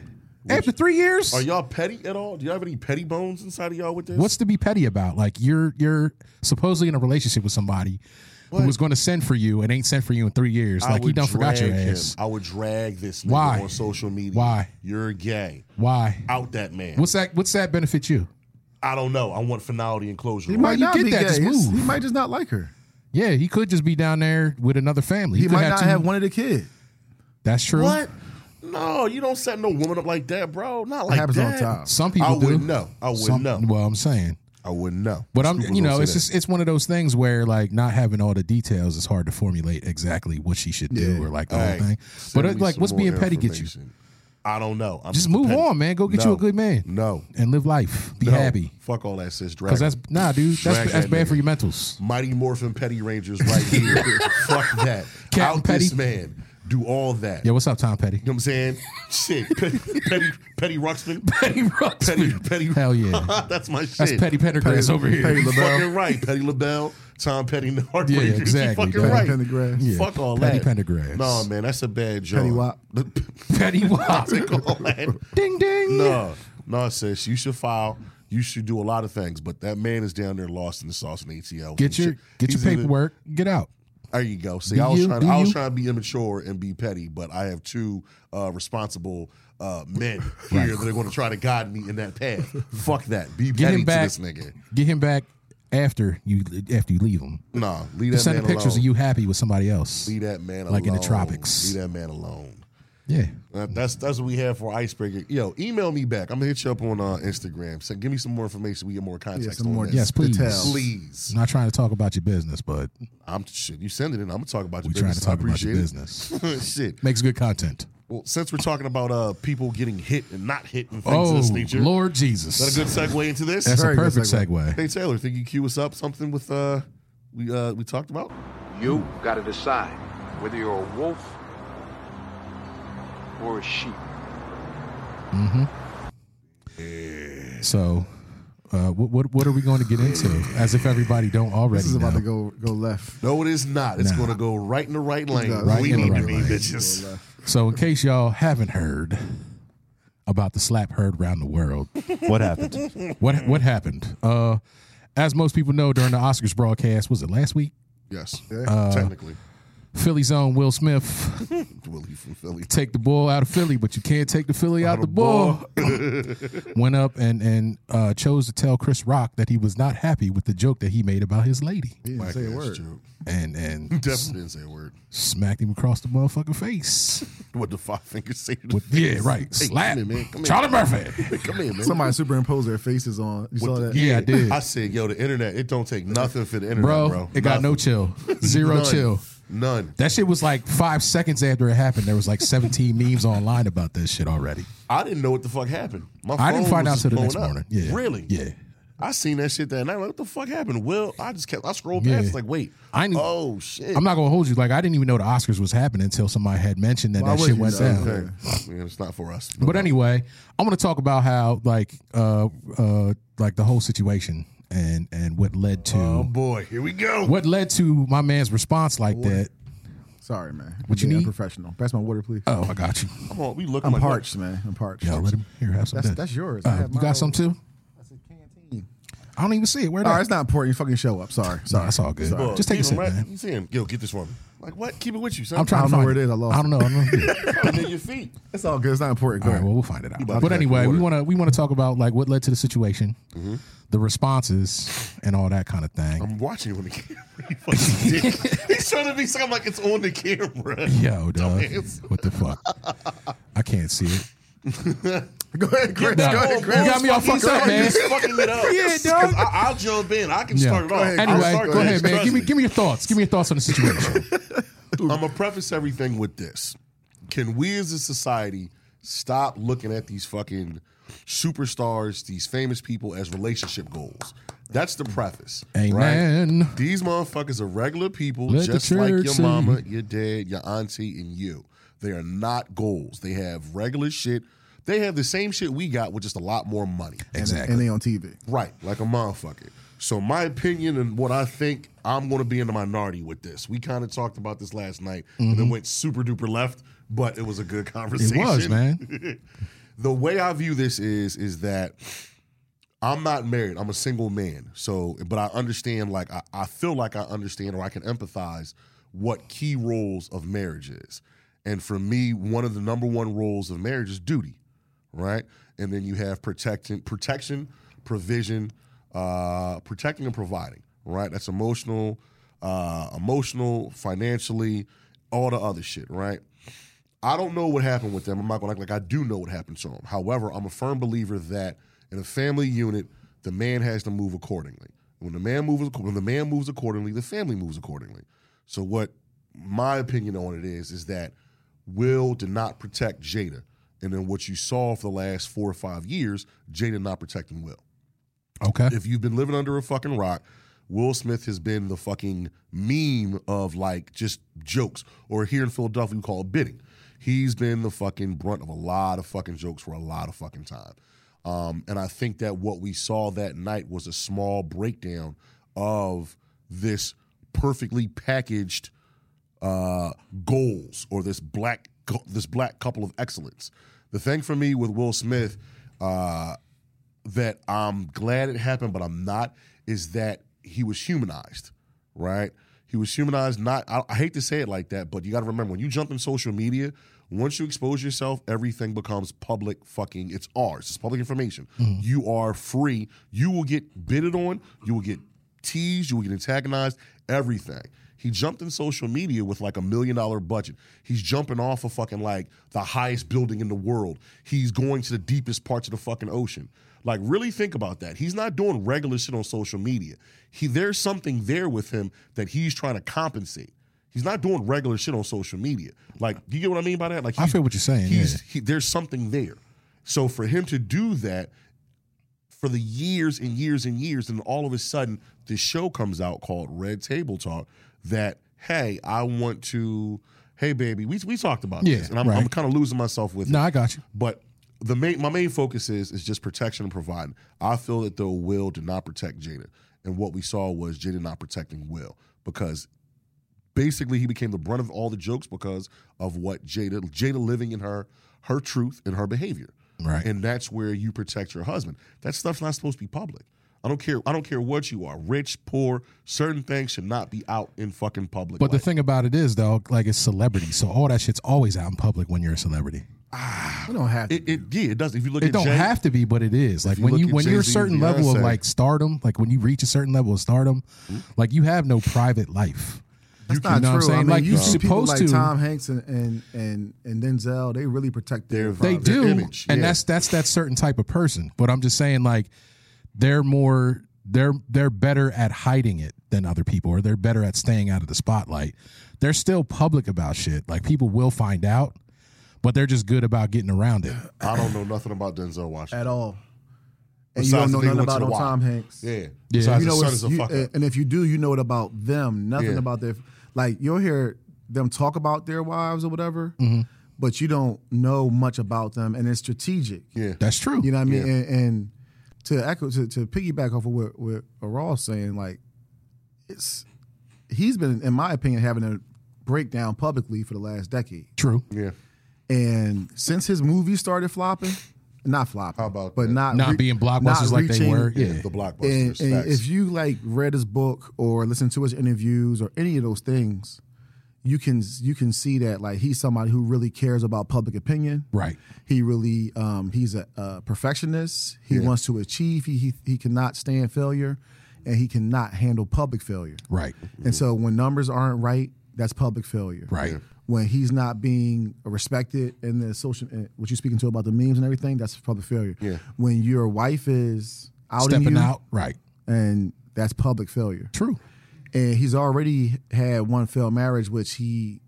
Speaker 2: After three years,
Speaker 1: Are y'all petty at all? Do y'all have any petty bones inside of y'all with this?
Speaker 2: what's to be petty about? Like you're you're supposedly in a relationship with somebody who was going to send for you and ain't sent for you in three years. like you
Speaker 1: would
Speaker 2: done forgot your
Speaker 1: drag him.
Speaker 2: ass.
Speaker 1: I would drag this nigga
Speaker 2: Why?
Speaker 1: on social media.
Speaker 2: Why?
Speaker 1: You're gay.
Speaker 2: Why?
Speaker 1: Out that man.
Speaker 2: What's that? What's that benefit you?
Speaker 1: I don't know. I want finality and closure.
Speaker 3: He
Speaker 1: on
Speaker 3: might
Speaker 1: it.
Speaker 2: you
Speaker 3: not
Speaker 2: get
Speaker 3: be
Speaker 2: that,
Speaker 3: gay.
Speaker 2: just
Speaker 3: It's-
Speaker 2: move.
Speaker 3: He might just not like her.
Speaker 2: Yeah, he could just be down there with another family.
Speaker 3: He,
Speaker 2: could
Speaker 3: might not
Speaker 2: two-
Speaker 3: have one of the kids.
Speaker 2: That's true.
Speaker 1: What? No, you don't set no woman up like that, bro. Not like
Speaker 3: happens all the
Speaker 1: that.
Speaker 3: time.
Speaker 2: Some people
Speaker 1: I
Speaker 2: do.
Speaker 1: wouldn't know. I wouldn't
Speaker 2: Some-
Speaker 1: know.
Speaker 2: Well, I'm saying.
Speaker 1: I wouldn't know.
Speaker 2: But I'm,
Speaker 1: People
Speaker 2: you
Speaker 1: don't
Speaker 2: know,
Speaker 1: say
Speaker 2: it's
Speaker 1: that.
Speaker 2: just it's one of those things where like not having all the details, it's hard to formulate exactly what she should do or like the
Speaker 1: All
Speaker 2: whole
Speaker 1: right.
Speaker 2: thing.
Speaker 1: Send
Speaker 2: But
Speaker 1: me
Speaker 2: it, like,
Speaker 1: some
Speaker 2: what's
Speaker 1: more
Speaker 2: being petty get you?
Speaker 1: information. I don't know. I'm
Speaker 2: Just
Speaker 1: a
Speaker 2: move
Speaker 1: petty-
Speaker 2: on, man. Go get you
Speaker 1: No.
Speaker 2: a good man.
Speaker 1: No.
Speaker 2: and live life. Be
Speaker 1: No.
Speaker 2: happy.
Speaker 1: Fuck all that sis. Drag
Speaker 2: Because that's
Speaker 1: him.
Speaker 2: nah, dude.
Speaker 1: Drag
Speaker 2: That's that's
Speaker 1: that
Speaker 2: bad
Speaker 1: nigga.
Speaker 2: for your mentals.
Speaker 1: Mighty Morphin Petty Rangers right here. Fuck that.
Speaker 2: Captain
Speaker 1: out
Speaker 2: Petty.
Speaker 1: this man, do all that.
Speaker 2: Yo, what's up, Tom Petty?
Speaker 1: You know what I'm saying? Shit, Petty, Petty, Petty Ruxpin.
Speaker 2: Petty Rux.
Speaker 1: Petty, Petty.
Speaker 2: Hell yeah.
Speaker 1: that's my shit.
Speaker 2: That's Petty Pendergrass over here.
Speaker 3: Petty
Speaker 1: You're
Speaker 3: LaBelle.
Speaker 1: fucking right. Petty LaBelle, Tom Petty, and the Heartbreakers.
Speaker 2: Yeah,
Speaker 1: You're
Speaker 2: exactly.
Speaker 1: fucking
Speaker 2: Petty
Speaker 1: right.
Speaker 3: Pendergrass.
Speaker 2: Yeah.
Speaker 1: Fuck all
Speaker 2: Petty
Speaker 1: that.
Speaker 2: Pendergrass.
Speaker 1: No, man, that's a bad joke.
Speaker 3: Petty Wop.
Speaker 2: Petty Wop.
Speaker 1: all that.
Speaker 2: ding ding.
Speaker 1: No, no, sis. You should file. You should do a lot of things, but that man is down there lost in the sauce in ATL.
Speaker 2: Get your
Speaker 1: Shit.
Speaker 2: get your
Speaker 1: He's either-
Speaker 2: paperwork. Get out.
Speaker 1: there you go. See,
Speaker 2: Do
Speaker 1: I was
Speaker 2: you?
Speaker 1: trying.
Speaker 2: Do
Speaker 1: I was
Speaker 2: you?
Speaker 1: trying to be immature and be petty, but I have two uh, responsible uh, men here that are going to try to guide me in that path. Fuck that. Be
Speaker 2: Get
Speaker 1: petty
Speaker 2: him back.
Speaker 1: to this nigga.
Speaker 2: Get him back after you after you leave him.
Speaker 1: Nah, leave that
Speaker 2: Just send him
Speaker 1: man
Speaker 2: pictures
Speaker 1: alone.
Speaker 2: of you happy with somebody else.
Speaker 1: Leave that man alone.
Speaker 2: Like in the tropics.
Speaker 1: Leave that man alone.
Speaker 2: Yeah.
Speaker 1: Uh, That's that's what we have for icebreaker. Yo, email me back. I'm gonna hit you up on uh, Instagram. So give me some more information. We get more context.
Speaker 3: Yeah, some
Speaker 1: on
Speaker 3: more
Speaker 1: this.
Speaker 2: Yes, please.
Speaker 3: details.
Speaker 1: please.
Speaker 2: I'm not trying to talk about your business, but
Speaker 1: I'm shit. You send it in. I'm gonna talk about your
Speaker 2: we're trying to
Speaker 1: business. I
Speaker 2: talk about your
Speaker 1: appreciate
Speaker 2: business.
Speaker 1: it. shit.
Speaker 2: Makes good content.
Speaker 1: Well, since we're talking about uh people getting hit and not hit and things of
Speaker 2: Oh
Speaker 1: this nature,
Speaker 2: Lord
Speaker 1: is
Speaker 2: Jesus.
Speaker 1: that a good segue into this?
Speaker 2: That's a
Speaker 3: Very good
Speaker 2: perfect
Speaker 3: segue.
Speaker 2: segue.
Speaker 1: hey Taylor, think you cue us up something with uh we uh we talked about?
Speaker 5: You got to decide whether you're a wolf or a sheep.
Speaker 2: So uh, what, what what are we going to get into? As if everybody don't already
Speaker 3: This is
Speaker 2: know.
Speaker 3: about to go go left.
Speaker 1: No, it is not. It's
Speaker 2: Nah.
Speaker 1: gonna go right in the right lane.
Speaker 3: No,
Speaker 2: right
Speaker 1: we
Speaker 2: in the
Speaker 1: need
Speaker 2: right
Speaker 1: to be
Speaker 2: lane.
Speaker 1: bitches.
Speaker 2: So, in case y'all haven't heard about the slap heard around the world,
Speaker 4: What happened?
Speaker 2: what what happened? Uh, as most people know, during the Oscars broadcast, was it last week?
Speaker 1: Yes,
Speaker 2: Uh,
Speaker 1: technically,
Speaker 2: Philly's own Will Smith
Speaker 1: Willie from Philly.
Speaker 2: take the ball out of Philly, but you can't take the Philly out, the ball. Went up and and uh, chose to tell Chris Rock that he was not happy with the joke that he made about his lady,
Speaker 3: He didn't
Speaker 1: Black
Speaker 3: say a
Speaker 1: ass
Speaker 3: word.
Speaker 1: joke.
Speaker 2: and and
Speaker 1: Definitely didn't say a word.
Speaker 2: smacked him across the motherfucking face.
Speaker 1: What the five fingers say? to the
Speaker 2: With, yeah,
Speaker 1: face?
Speaker 2: right.
Speaker 1: Hey,
Speaker 2: Slap,
Speaker 1: Come here, man. Come
Speaker 2: Charlie
Speaker 1: here.
Speaker 2: Murphy.
Speaker 1: Come here, man.
Speaker 3: Somebody superimposed their faces on. You saw that?
Speaker 2: Yeah, I did.
Speaker 1: I said, yo, the internet. It don't take nothing for the internet,
Speaker 2: bro,
Speaker 1: bro.
Speaker 2: it got no
Speaker 1: Nothing.
Speaker 2: chill. Zero
Speaker 1: None.
Speaker 2: chill.
Speaker 1: None.
Speaker 2: That shit was like five seconds after it happened. There was like 17 memes online about that shit already.
Speaker 1: I didn't know what the fuck happened. My
Speaker 2: I didn't
Speaker 1: phone
Speaker 2: find
Speaker 1: was
Speaker 2: out
Speaker 1: just
Speaker 2: till the
Speaker 1: blowing
Speaker 2: next
Speaker 1: up.
Speaker 2: morning. Yeah.
Speaker 1: Really?
Speaker 2: Yeah.
Speaker 1: I seen that shit that night. Like, what the fuck happened? Well, I just kept. I scrolled
Speaker 2: Yeah.
Speaker 1: past. Like, wait.
Speaker 2: I knew-
Speaker 1: Oh shit.
Speaker 2: I'm not gonna hold you. Like I didn't even know the Oscars was happening until somebody had mentioned that
Speaker 3: Why
Speaker 2: that
Speaker 3: would
Speaker 2: shit
Speaker 3: you
Speaker 2: went
Speaker 3: know?
Speaker 2: down.
Speaker 1: Okay. Man, it's not for us.
Speaker 2: But anyway, I'm gonna talk about how like uh uh like the whole situation and and what led to
Speaker 1: oh boy, here we go.
Speaker 2: what led to my man's response like that.
Speaker 3: Sorry, man.
Speaker 2: What you
Speaker 3: Being
Speaker 2: need?
Speaker 3: Professional. Pass my water, please.
Speaker 2: Oh, I got you.
Speaker 1: Come on, we looking
Speaker 3: I'm
Speaker 1: like
Speaker 3: parched, man. I'm parched.
Speaker 2: Yo, let him here have some.
Speaker 3: That's
Speaker 2: of this.
Speaker 3: that's yours. I
Speaker 2: Uh,
Speaker 3: have
Speaker 2: you
Speaker 3: my
Speaker 2: got some
Speaker 3: own.
Speaker 2: too?
Speaker 3: That's a canteen.
Speaker 2: I don't even see it. Where
Speaker 3: All right,
Speaker 2: that?
Speaker 3: it's not important. You fucking show up. Sorry, sorry.
Speaker 2: that's all good.
Speaker 1: Look,
Speaker 2: Just take a
Speaker 1: even
Speaker 2: sip,
Speaker 1: right-
Speaker 2: man.
Speaker 1: You see him? Yo, get this one. Like what? Keep it with you, son.
Speaker 2: I'm trying
Speaker 3: I
Speaker 2: to
Speaker 3: don't know
Speaker 2: find
Speaker 3: where it is. I lost
Speaker 2: I don't know. I don't know.
Speaker 1: Put it in your feet.
Speaker 3: It's all good. It's not important. Go
Speaker 2: All right,
Speaker 3: ahead.
Speaker 2: well, we'll find it out.
Speaker 1: about to
Speaker 2: But
Speaker 1: drink
Speaker 2: anyway, we
Speaker 1: water.
Speaker 2: want to we want to talk about like what led to the situation, the responses, and all that kind of thing.
Speaker 1: Mm-hmm. I'm watching you on the camera. You fucking dick. He's trying to be something like it's on the camera.
Speaker 2: Yo, dog,
Speaker 1: Dumbass.
Speaker 2: what the fuck? I can't see it.
Speaker 3: go ahead, Chris. Go
Speaker 2: Nah.
Speaker 3: ahead,
Speaker 2: You
Speaker 3: Chris.
Speaker 2: got me all fucked up, man.
Speaker 1: He's fucking it up.
Speaker 2: Yeah, dog.
Speaker 1: 'Cause I, I'll jump in. I can
Speaker 2: Yeah.
Speaker 1: start it off. I'll
Speaker 2: Anyway,
Speaker 1: start
Speaker 2: go
Speaker 1: this.
Speaker 2: ahead, man.
Speaker 1: Trust
Speaker 2: Give me give me your thoughts. Give me your thoughts on the situation.
Speaker 1: I'm gonna preface everything with this: Can we as a society stop looking at these fucking superstars, these famous people, as relationship goals? That's the preface.
Speaker 2: Amen.
Speaker 1: Right? These motherfuckers are regular people,
Speaker 2: Let the
Speaker 1: just like your
Speaker 2: church
Speaker 1: mama, your dad, your auntie, and you. They are not goals. They have regular shit. They have the same shit we got with just a lot more money.
Speaker 2: exactly.
Speaker 3: And they on TV.
Speaker 1: Right, like a motherfucker. So my opinion and what I think, I'm going to be in the minority with this. We kind of talked about this last night, and it went super duper left, but it was a good
Speaker 2: Mm-hmm. it
Speaker 1: conversation.
Speaker 2: was man.
Speaker 1: The way I view this is, is that I'm not married. I'm a single man. So, but I understand, like, I, I feel like I understand or I can empathize what key roles of marriage is. And for me, one of the number one roles of marriage is duty, right? And then you have protecting, protection, provision, uh, protecting and providing, right? That's emotional, uh, emotional, financially, all the other shit, right? I don't know what happened with them. I'm not going to act like I do know what happened to them. However, I'm a firm believer that in a family unit, the man has to move accordingly. When the man moves, when the man moves accordingly, the family moves accordingly. So what my opinion on it is is that Will did not protect Jada, and then what you saw for the last four or five years, Jada not protecting Will
Speaker 2: Okay.
Speaker 1: if you've been living under a fucking rock, Will Smith has been the fucking meme of like just jokes, or here in Philadelphia, we call it bidding. He's been the fucking brunt of a lot of fucking jokes for a lot of fucking time. Um, and I think that what we saw that night was a small breakdown of this perfectly packaged uh, goals or this black this black couple of excellence. The thing for me with Will Smith uh, that I'm glad it happened, but I'm not, is that he was humanized, right? He was humanized. Not I, I hate to say it like that, but you got to remember when you jump in social media. Once you expose yourself, everything becomes public. Fucking, it's ours. It's public information. You are free. You will get bidded on. You will get teased. You will get antagonized. Everything. He jumped in social media with like a million dollar budget. He's jumping off of fucking like the highest building in the world. He's going to the deepest parts of the fucking ocean. Like, really think about that. He's not doing regular shit on social media. He there's something there with him that he's trying to compensate. He's not doing regular shit on social media. Like, do you get what I mean by that? Like,
Speaker 2: I
Speaker 1: he's-
Speaker 2: feel what you're saying,
Speaker 1: He's
Speaker 2: yeah.
Speaker 1: he, there's something there. So for him to do that for the years and years and years, and all of a sudden this show comes out called Red Table Talk. That hey, I want to. Hey, baby, we we talked about
Speaker 2: Yeah,
Speaker 1: this, and I'm,
Speaker 2: right.
Speaker 1: I'm kind of losing myself with
Speaker 2: No,
Speaker 1: it.
Speaker 2: I got you.
Speaker 1: But the main my main focus is is just protection and providing. I feel that though Will did not protect Jada, and what we saw was Jada not protecting Will because basically he became the brunt of all the jokes because of what Jada Jada living in her her truth and her behavior.
Speaker 2: Right.
Speaker 1: And that's where you protect your husband. That stuff's not supposed to be public. I don't care. I don't care what you are, rich, poor. Certain things should not be out in fucking public.
Speaker 2: But the
Speaker 1: like-
Speaker 2: thing about it is, though, like it's celebrity, so all that shit's always out in public when you're a celebrity.
Speaker 3: We don't have to.
Speaker 1: it, it yeah, it does. If you look
Speaker 2: It
Speaker 1: at
Speaker 2: don't
Speaker 1: Jay-
Speaker 2: have to be, but it is. Like
Speaker 1: you
Speaker 2: when
Speaker 1: look
Speaker 2: you
Speaker 1: at
Speaker 2: when you're a
Speaker 1: Jay-Z and
Speaker 2: certain level of
Speaker 1: Beyonce-
Speaker 2: like stardom, like when you reach a certain level of stardom, like you have no private life.
Speaker 3: Mm-hmm. That's
Speaker 2: you know what I'm saying?
Speaker 3: I mean,
Speaker 2: Like,
Speaker 3: you
Speaker 2: you're
Speaker 3: see people
Speaker 2: supposed
Speaker 3: like
Speaker 2: to-
Speaker 3: Tom Hanks and and and, and Denzel, they really protect their.
Speaker 1: They're-
Speaker 2: They
Speaker 1: Right, their
Speaker 2: do,
Speaker 1: image,
Speaker 2: and
Speaker 1: yeah.
Speaker 2: that's that's that certain type of person. But I'm just saying, like they're more they're they're better at hiding it than other people, or they're better at staying out of the spotlight. They're still public about shit. Like people will find out, but they're just good about getting around it.
Speaker 1: I don't know nothing about Denzel Washington.
Speaker 3: at all. And you
Speaker 1: Besides
Speaker 3: don't
Speaker 1: the
Speaker 3: know
Speaker 1: nigga
Speaker 3: nothing
Speaker 1: went to
Speaker 3: about
Speaker 1: the
Speaker 3: on
Speaker 1: Y.
Speaker 3: Tom Hanks.
Speaker 1: Yeah. Besides
Speaker 3: You know
Speaker 1: his son
Speaker 3: what's
Speaker 1: is a
Speaker 3: you- uh,
Speaker 1: fucker.
Speaker 3: and if you do, you know it about them. Nothing
Speaker 1: Yeah.
Speaker 3: about their like you'll hear them talk about their wives or whatever,
Speaker 2: Mm-hmm.
Speaker 3: but you don't know much about them, and it's strategic.
Speaker 1: yeah.
Speaker 2: That's true.
Speaker 3: You know what I mean? And, and to echo to, to piggyback off of what what Raw's saying, like it's he's been, in my opinion, having a breakdown publicly for the last decade.
Speaker 2: True.
Speaker 1: yeah.
Speaker 3: And since his movie started flopping, not flopping,
Speaker 1: How about
Speaker 3: but
Speaker 1: that?
Speaker 3: not
Speaker 2: Not
Speaker 3: re-
Speaker 2: being blockbusters
Speaker 3: not
Speaker 2: like they
Speaker 3: reaching-
Speaker 2: were. Yeah.
Speaker 1: The blockbusters.
Speaker 3: and, and
Speaker 1: facts.
Speaker 3: if you like read his book or listen to his interviews or any of those things, you can you can see that like he's somebody who really cares about public opinion.
Speaker 2: Right.
Speaker 3: He really um, he's a, a perfectionist. He wants to achieve. He, he he cannot stand failure, and he cannot handle public failure.
Speaker 2: Right.
Speaker 3: And so when numbers aren't right, that's public failure.
Speaker 2: Right. Yeah.
Speaker 3: When he's not being respected in the social, in what you're speaking to about the memes and everything, that's public failure.
Speaker 1: Yeah.
Speaker 3: When your wife is outing
Speaker 2: Stepping
Speaker 3: you,
Speaker 2: out. Right.
Speaker 3: and that's public failure.
Speaker 2: True.
Speaker 3: And he's already had one failed marriage, which he,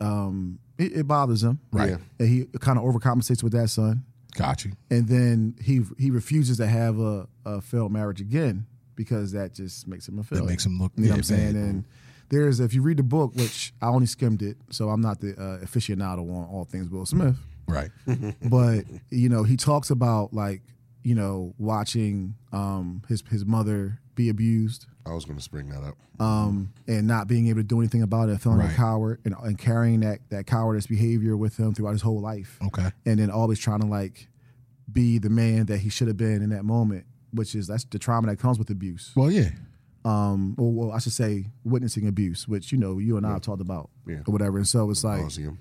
Speaker 3: um, it, it bothers him.
Speaker 2: Right. Yeah.
Speaker 3: And he kind of overcompensates with that son.
Speaker 2: Got you.
Speaker 3: And then he he refuses to have a, a failed marriage again because that just makes him a failure.
Speaker 2: makes him look-
Speaker 3: You know what
Speaker 2: yeah,
Speaker 3: I'm saying?
Speaker 2: bad.
Speaker 3: And there's if you read the book, which I only skimmed it, so I'm not the uh, aficionado on all things Will Smith
Speaker 2: Right.
Speaker 3: Hmm. but you know he talks about like you know watching um his his mother be abused
Speaker 1: I was going to spring that up.
Speaker 3: um and not being able to do anything about it feeling like
Speaker 2: Right.
Speaker 3: a coward and, and carrying that that cowardice behavior with him throughout his whole life
Speaker 2: Okay.
Speaker 3: and then always trying to like be the man that he should have been in that moment which is that's the trauma that comes with abuse
Speaker 2: Well, yeah.
Speaker 3: um or well i should say witnessing abuse which you know you and i have talked about
Speaker 1: Yeah.
Speaker 3: or whatever and so it's like
Speaker 1: I see him.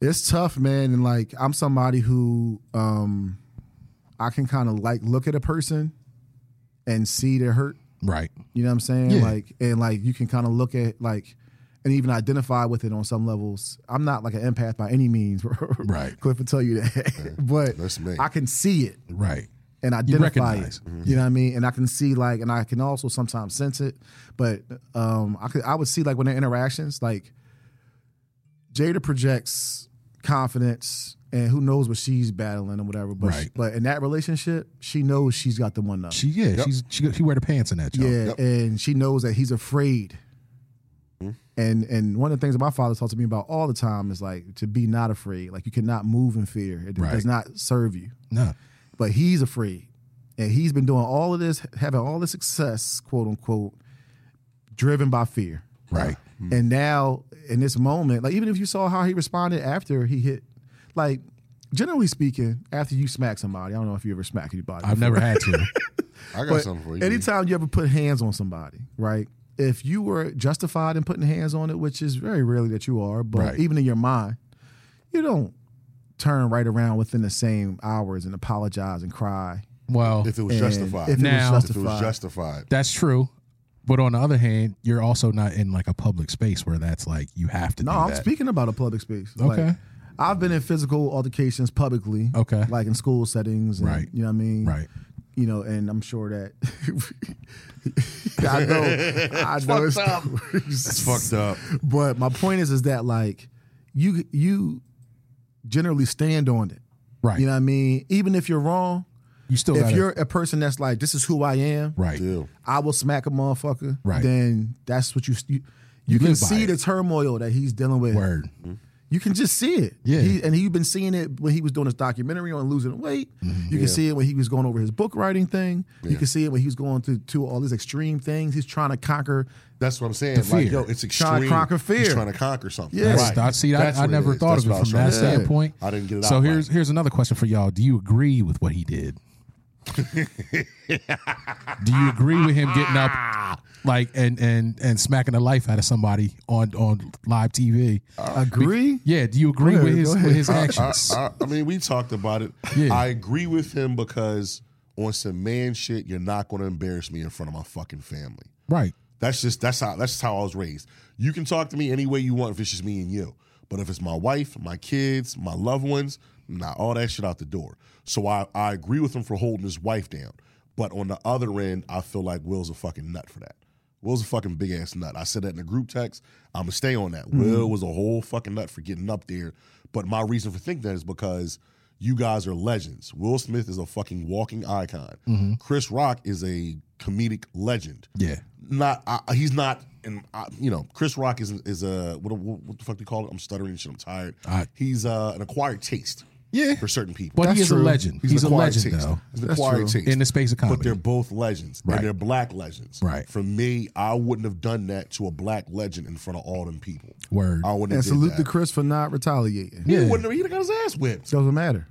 Speaker 3: it's tough, man. And like, I'm somebody who um, I can kind of like look at a person and see their hurt.
Speaker 2: Right.
Speaker 3: You know what I'm saying?
Speaker 2: Yeah.
Speaker 3: Like, and like you can kind of look at like, and even identify with it on some levels. I'm not like an empath by any means,
Speaker 2: Right.
Speaker 3: Cliff will tell you that, but
Speaker 1: That's me.
Speaker 3: I can see it
Speaker 2: Right.
Speaker 3: and identify
Speaker 2: recognize.
Speaker 3: it. You know what I mean? And I can see like, and I can also sometimes sense it. But um, I could, I would see like when their interactions, like Jada projects confidence, and who knows what she's battling and whatever. But
Speaker 2: Right.
Speaker 3: but in that relationship, she knows she's got the one up.
Speaker 2: She yeah, she's she, she wear the pants in that job.
Speaker 3: Yeah, and she knows that he's afraid.
Speaker 2: Hmm?
Speaker 3: And and one of the things that my father taught to me about all the time is like to be not afraid. Like you cannot move in fear. It
Speaker 2: Right.
Speaker 3: does not serve you.
Speaker 2: No.
Speaker 3: But he's afraid, and he's been doing all of this, having all the success, quote unquote, driven by fear.
Speaker 2: Right. Hmm.
Speaker 3: And now in this moment, like even if you saw how he responded after he hit, like generally speaking, after you smack somebody, I don't know if you ever smack anybody.
Speaker 2: I've never had to.
Speaker 1: I got
Speaker 3: But
Speaker 1: something for you.
Speaker 3: anytime you ever put hands on somebody, right? If you were justified in putting hands on it, which is very rarely that you are, but
Speaker 2: Right.
Speaker 3: even in your mind, you don't turn right around within the same hours and apologize and cry.
Speaker 2: Well,
Speaker 1: if it was
Speaker 3: And
Speaker 1: justified.
Speaker 3: If it
Speaker 2: Now-
Speaker 3: was
Speaker 1: If it was
Speaker 3: justified.
Speaker 1: justified.
Speaker 2: that's true. But on the other hand, you're also not in like a public space where that's like you have to
Speaker 3: No,
Speaker 2: do
Speaker 3: I'm
Speaker 2: that.
Speaker 3: speaking about a public space.
Speaker 2: Okay.
Speaker 3: Like, I've been in physical altercations publicly.
Speaker 2: Okay.
Speaker 3: Like in school settings. and,
Speaker 2: Right.
Speaker 3: You know what I mean?
Speaker 2: Right.
Speaker 3: You know, and I'm sure that I know I know it's,
Speaker 1: It's fucked up.
Speaker 3: But my point is, is that like you you generally stand on it.
Speaker 2: Right.
Speaker 3: You know what I mean? Even if you're wrong,
Speaker 2: you still
Speaker 3: if
Speaker 2: gotta-
Speaker 3: you're a person that's like, this is who I am.
Speaker 2: right.
Speaker 1: Ew.
Speaker 3: I will smack a motherfucker.
Speaker 2: Right.
Speaker 3: Then that's what you you, you, can
Speaker 2: live by
Speaker 3: see
Speaker 2: it.
Speaker 3: the turmoil that he's dealing with.
Speaker 2: Word.
Speaker 3: You can just see it.
Speaker 2: Yeah.
Speaker 3: He, and he's been seeing it when he was doing his documentary on losing weight.
Speaker 1: Mm-hmm.
Speaker 3: You can see it when he was going over his book writing thing. You can see it when he was going through to all these extreme things. He's trying to conquer.
Speaker 1: That's what I'm saying.
Speaker 2: The
Speaker 1: Like,
Speaker 2: fear.
Speaker 1: yo, it's extreme.
Speaker 3: Trying to conquer fear.
Speaker 1: He's trying to conquer something.
Speaker 3: Yeah.
Speaker 2: That's- I see. I,
Speaker 1: That's
Speaker 2: I
Speaker 1: what it
Speaker 2: never
Speaker 1: is.
Speaker 2: thought
Speaker 1: That's
Speaker 2: of
Speaker 1: what
Speaker 2: it
Speaker 1: I was
Speaker 2: from
Speaker 1: trying
Speaker 2: that
Speaker 1: to say.
Speaker 2: standpoint.
Speaker 1: I didn't get it
Speaker 2: So
Speaker 1: out,
Speaker 2: here's here's another question for y'all. Do you agree with what he did? Do you agree with him getting up like and and and smacking the life out of somebody on on live TV?
Speaker 1: Uh,
Speaker 3: agree?
Speaker 2: yeah. Do you agree
Speaker 3: ahead,
Speaker 2: with
Speaker 3: go
Speaker 2: his
Speaker 3: ahead.
Speaker 2: with his
Speaker 1: I-
Speaker 2: actions?
Speaker 1: I, I mean, we talked about it.
Speaker 2: Yeah.
Speaker 1: I agree with him because on some man shit, you're not going to embarrass me in front of my fucking family.
Speaker 2: right.
Speaker 1: That's just that's how that's just how I was raised. You can talk to me any way you want if it's just me and you. But if it's my wife, my kids, my loved ones, nah, all that shit out the door. So I, I agree with him for holding his wife down. But on the other end, I feel like Will's a fucking nut for that. Will's a fucking big ass nut. I said that in the group text. I'ma stay on that. Will was a whole fucking nut for getting up there. But my reason for thinking that is because you guys are legends. Will Smith is a fucking walking icon. Chris Rock is a comedic legend
Speaker 2: Yeah.
Speaker 1: not I, he's not and I, you know Chris Rock is is a what, what, what the fuck do you call it? I'm stuttering and shit. I'm tired.
Speaker 2: Alright.
Speaker 1: he's uh, an acquired taste.
Speaker 2: Yeah.
Speaker 1: for certain people.
Speaker 2: But he
Speaker 3: That's
Speaker 2: is a
Speaker 3: true.
Speaker 2: legend. He's,
Speaker 1: an
Speaker 2: a
Speaker 1: acquired
Speaker 2: legend
Speaker 1: taste.
Speaker 2: though.
Speaker 1: He's an acquired taste
Speaker 2: In the space of
Speaker 1: But
Speaker 2: comedy.
Speaker 1: they're both legends,
Speaker 2: Right.
Speaker 1: and they're black legends.
Speaker 2: Right.
Speaker 1: For me, I wouldn't have done that to a black legend in front of all them people.
Speaker 2: Word.
Speaker 1: I wouldn't
Speaker 3: And
Speaker 1: have did
Speaker 3: salute
Speaker 1: that.
Speaker 3: to Chris for not retaliating.
Speaker 1: He
Speaker 2: Yeah.
Speaker 1: wouldn't have. He'd have got his ass whipped.
Speaker 3: Doesn't matter.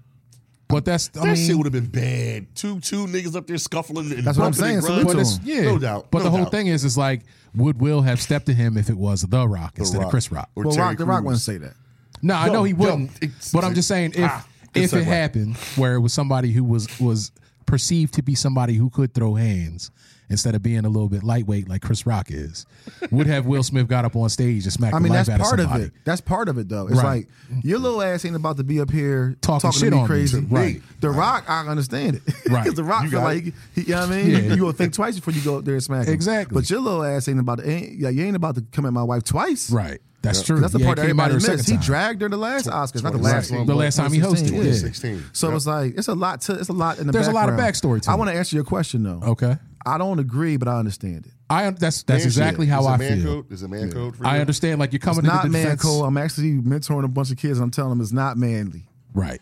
Speaker 2: But that's I
Speaker 1: that
Speaker 2: mean,
Speaker 1: shit would have been bad. Two two niggas up there scuffling. And
Speaker 3: That's what I'm
Speaker 1: bumping
Speaker 3: saying.
Speaker 1: and
Speaker 3: Salute
Speaker 1: grinding.
Speaker 3: to
Speaker 2: But it's,
Speaker 3: him.
Speaker 2: yeah,
Speaker 1: No doubt.
Speaker 2: But
Speaker 1: No
Speaker 2: the whole
Speaker 1: doubt.
Speaker 2: thing is, is like, would Will have stepped to him if it was The Rock instead of
Speaker 1: Rock.
Speaker 2: Chris Rock?
Speaker 1: Or
Speaker 3: Well,
Speaker 1: Terry
Speaker 3: Rock, the Rock
Speaker 1: Crews.
Speaker 3: wouldn't say that.
Speaker 2: No, I
Speaker 1: Yo,
Speaker 2: know he
Speaker 1: yo,
Speaker 2: wouldn't.
Speaker 1: it's-
Speaker 2: but I'm just saying, if
Speaker 1: Ah, good
Speaker 2: if it
Speaker 1: segue.
Speaker 2: happened where it was somebody who was was perceived to be somebody who could throw hands instead of being a little bit lightweight like Chris Rock is, would have Will Smith got up on stage and smacked
Speaker 3: I mean,
Speaker 2: the life
Speaker 3: that's
Speaker 2: out
Speaker 3: part
Speaker 2: of
Speaker 3: of
Speaker 2: somebody?
Speaker 3: it. That's part of it, though. It's
Speaker 2: Right.
Speaker 3: like your little ass ain't about to be up here
Speaker 2: Talking
Speaker 3: talking,
Speaker 2: shit
Speaker 3: to
Speaker 2: on
Speaker 3: me
Speaker 2: me.
Speaker 3: crazy.
Speaker 2: Right.
Speaker 3: The Rock, I understand it.
Speaker 2: Right.
Speaker 3: Because The Rock
Speaker 1: You
Speaker 3: feel
Speaker 1: got
Speaker 3: like,
Speaker 1: it.
Speaker 3: he, you know what I mean?
Speaker 2: Yeah.
Speaker 3: You gonna think twice before you go up there and smack him.
Speaker 2: Exactly.
Speaker 3: But your little ass ain't about to, ain't, yeah, you ain't about to come at my wife twice.
Speaker 2: Right. That's true.
Speaker 3: That's the
Speaker 2: Yeah,
Speaker 3: part
Speaker 2: it
Speaker 3: that
Speaker 2: came out
Speaker 3: everybody
Speaker 2: her second
Speaker 3: missed. He
Speaker 2: time.
Speaker 3: dragged during the last Oscars, not the
Speaker 1: Right.
Speaker 3: last one.
Speaker 2: The
Speaker 3: but
Speaker 2: last time he hosted,
Speaker 3: 2016,
Speaker 2: yeah.
Speaker 1: 2016.
Speaker 3: So it's like it's a lot to it's a lot in the
Speaker 2: There's a lot of
Speaker 3: background.
Speaker 2: backstory to
Speaker 3: I
Speaker 2: it.
Speaker 3: want to answer your question though.
Speaker 2: Okay.
Speaker 3: I don't agree, but I understand it.
Speaker 2: I that's that's exactly how
Speaker 1: Is it
Speaker 2: I
Speaker 1: man
Speaker 2: feel.
Speaker 1: Code? Is it man code? For
Speaker 2: I
Speaker 1: you?
Speaker 2: understand. Like you're coming
Speaker 3: It's
Speaker 2: to
Speaker 3: not
Speaker 2: the
Speaker 3: man
Speaker 2: defense.
Speaker 3: code. I'm actually mentoring a bunch of kids, and I'm telling them it's not manly.
Speaker 2: Right.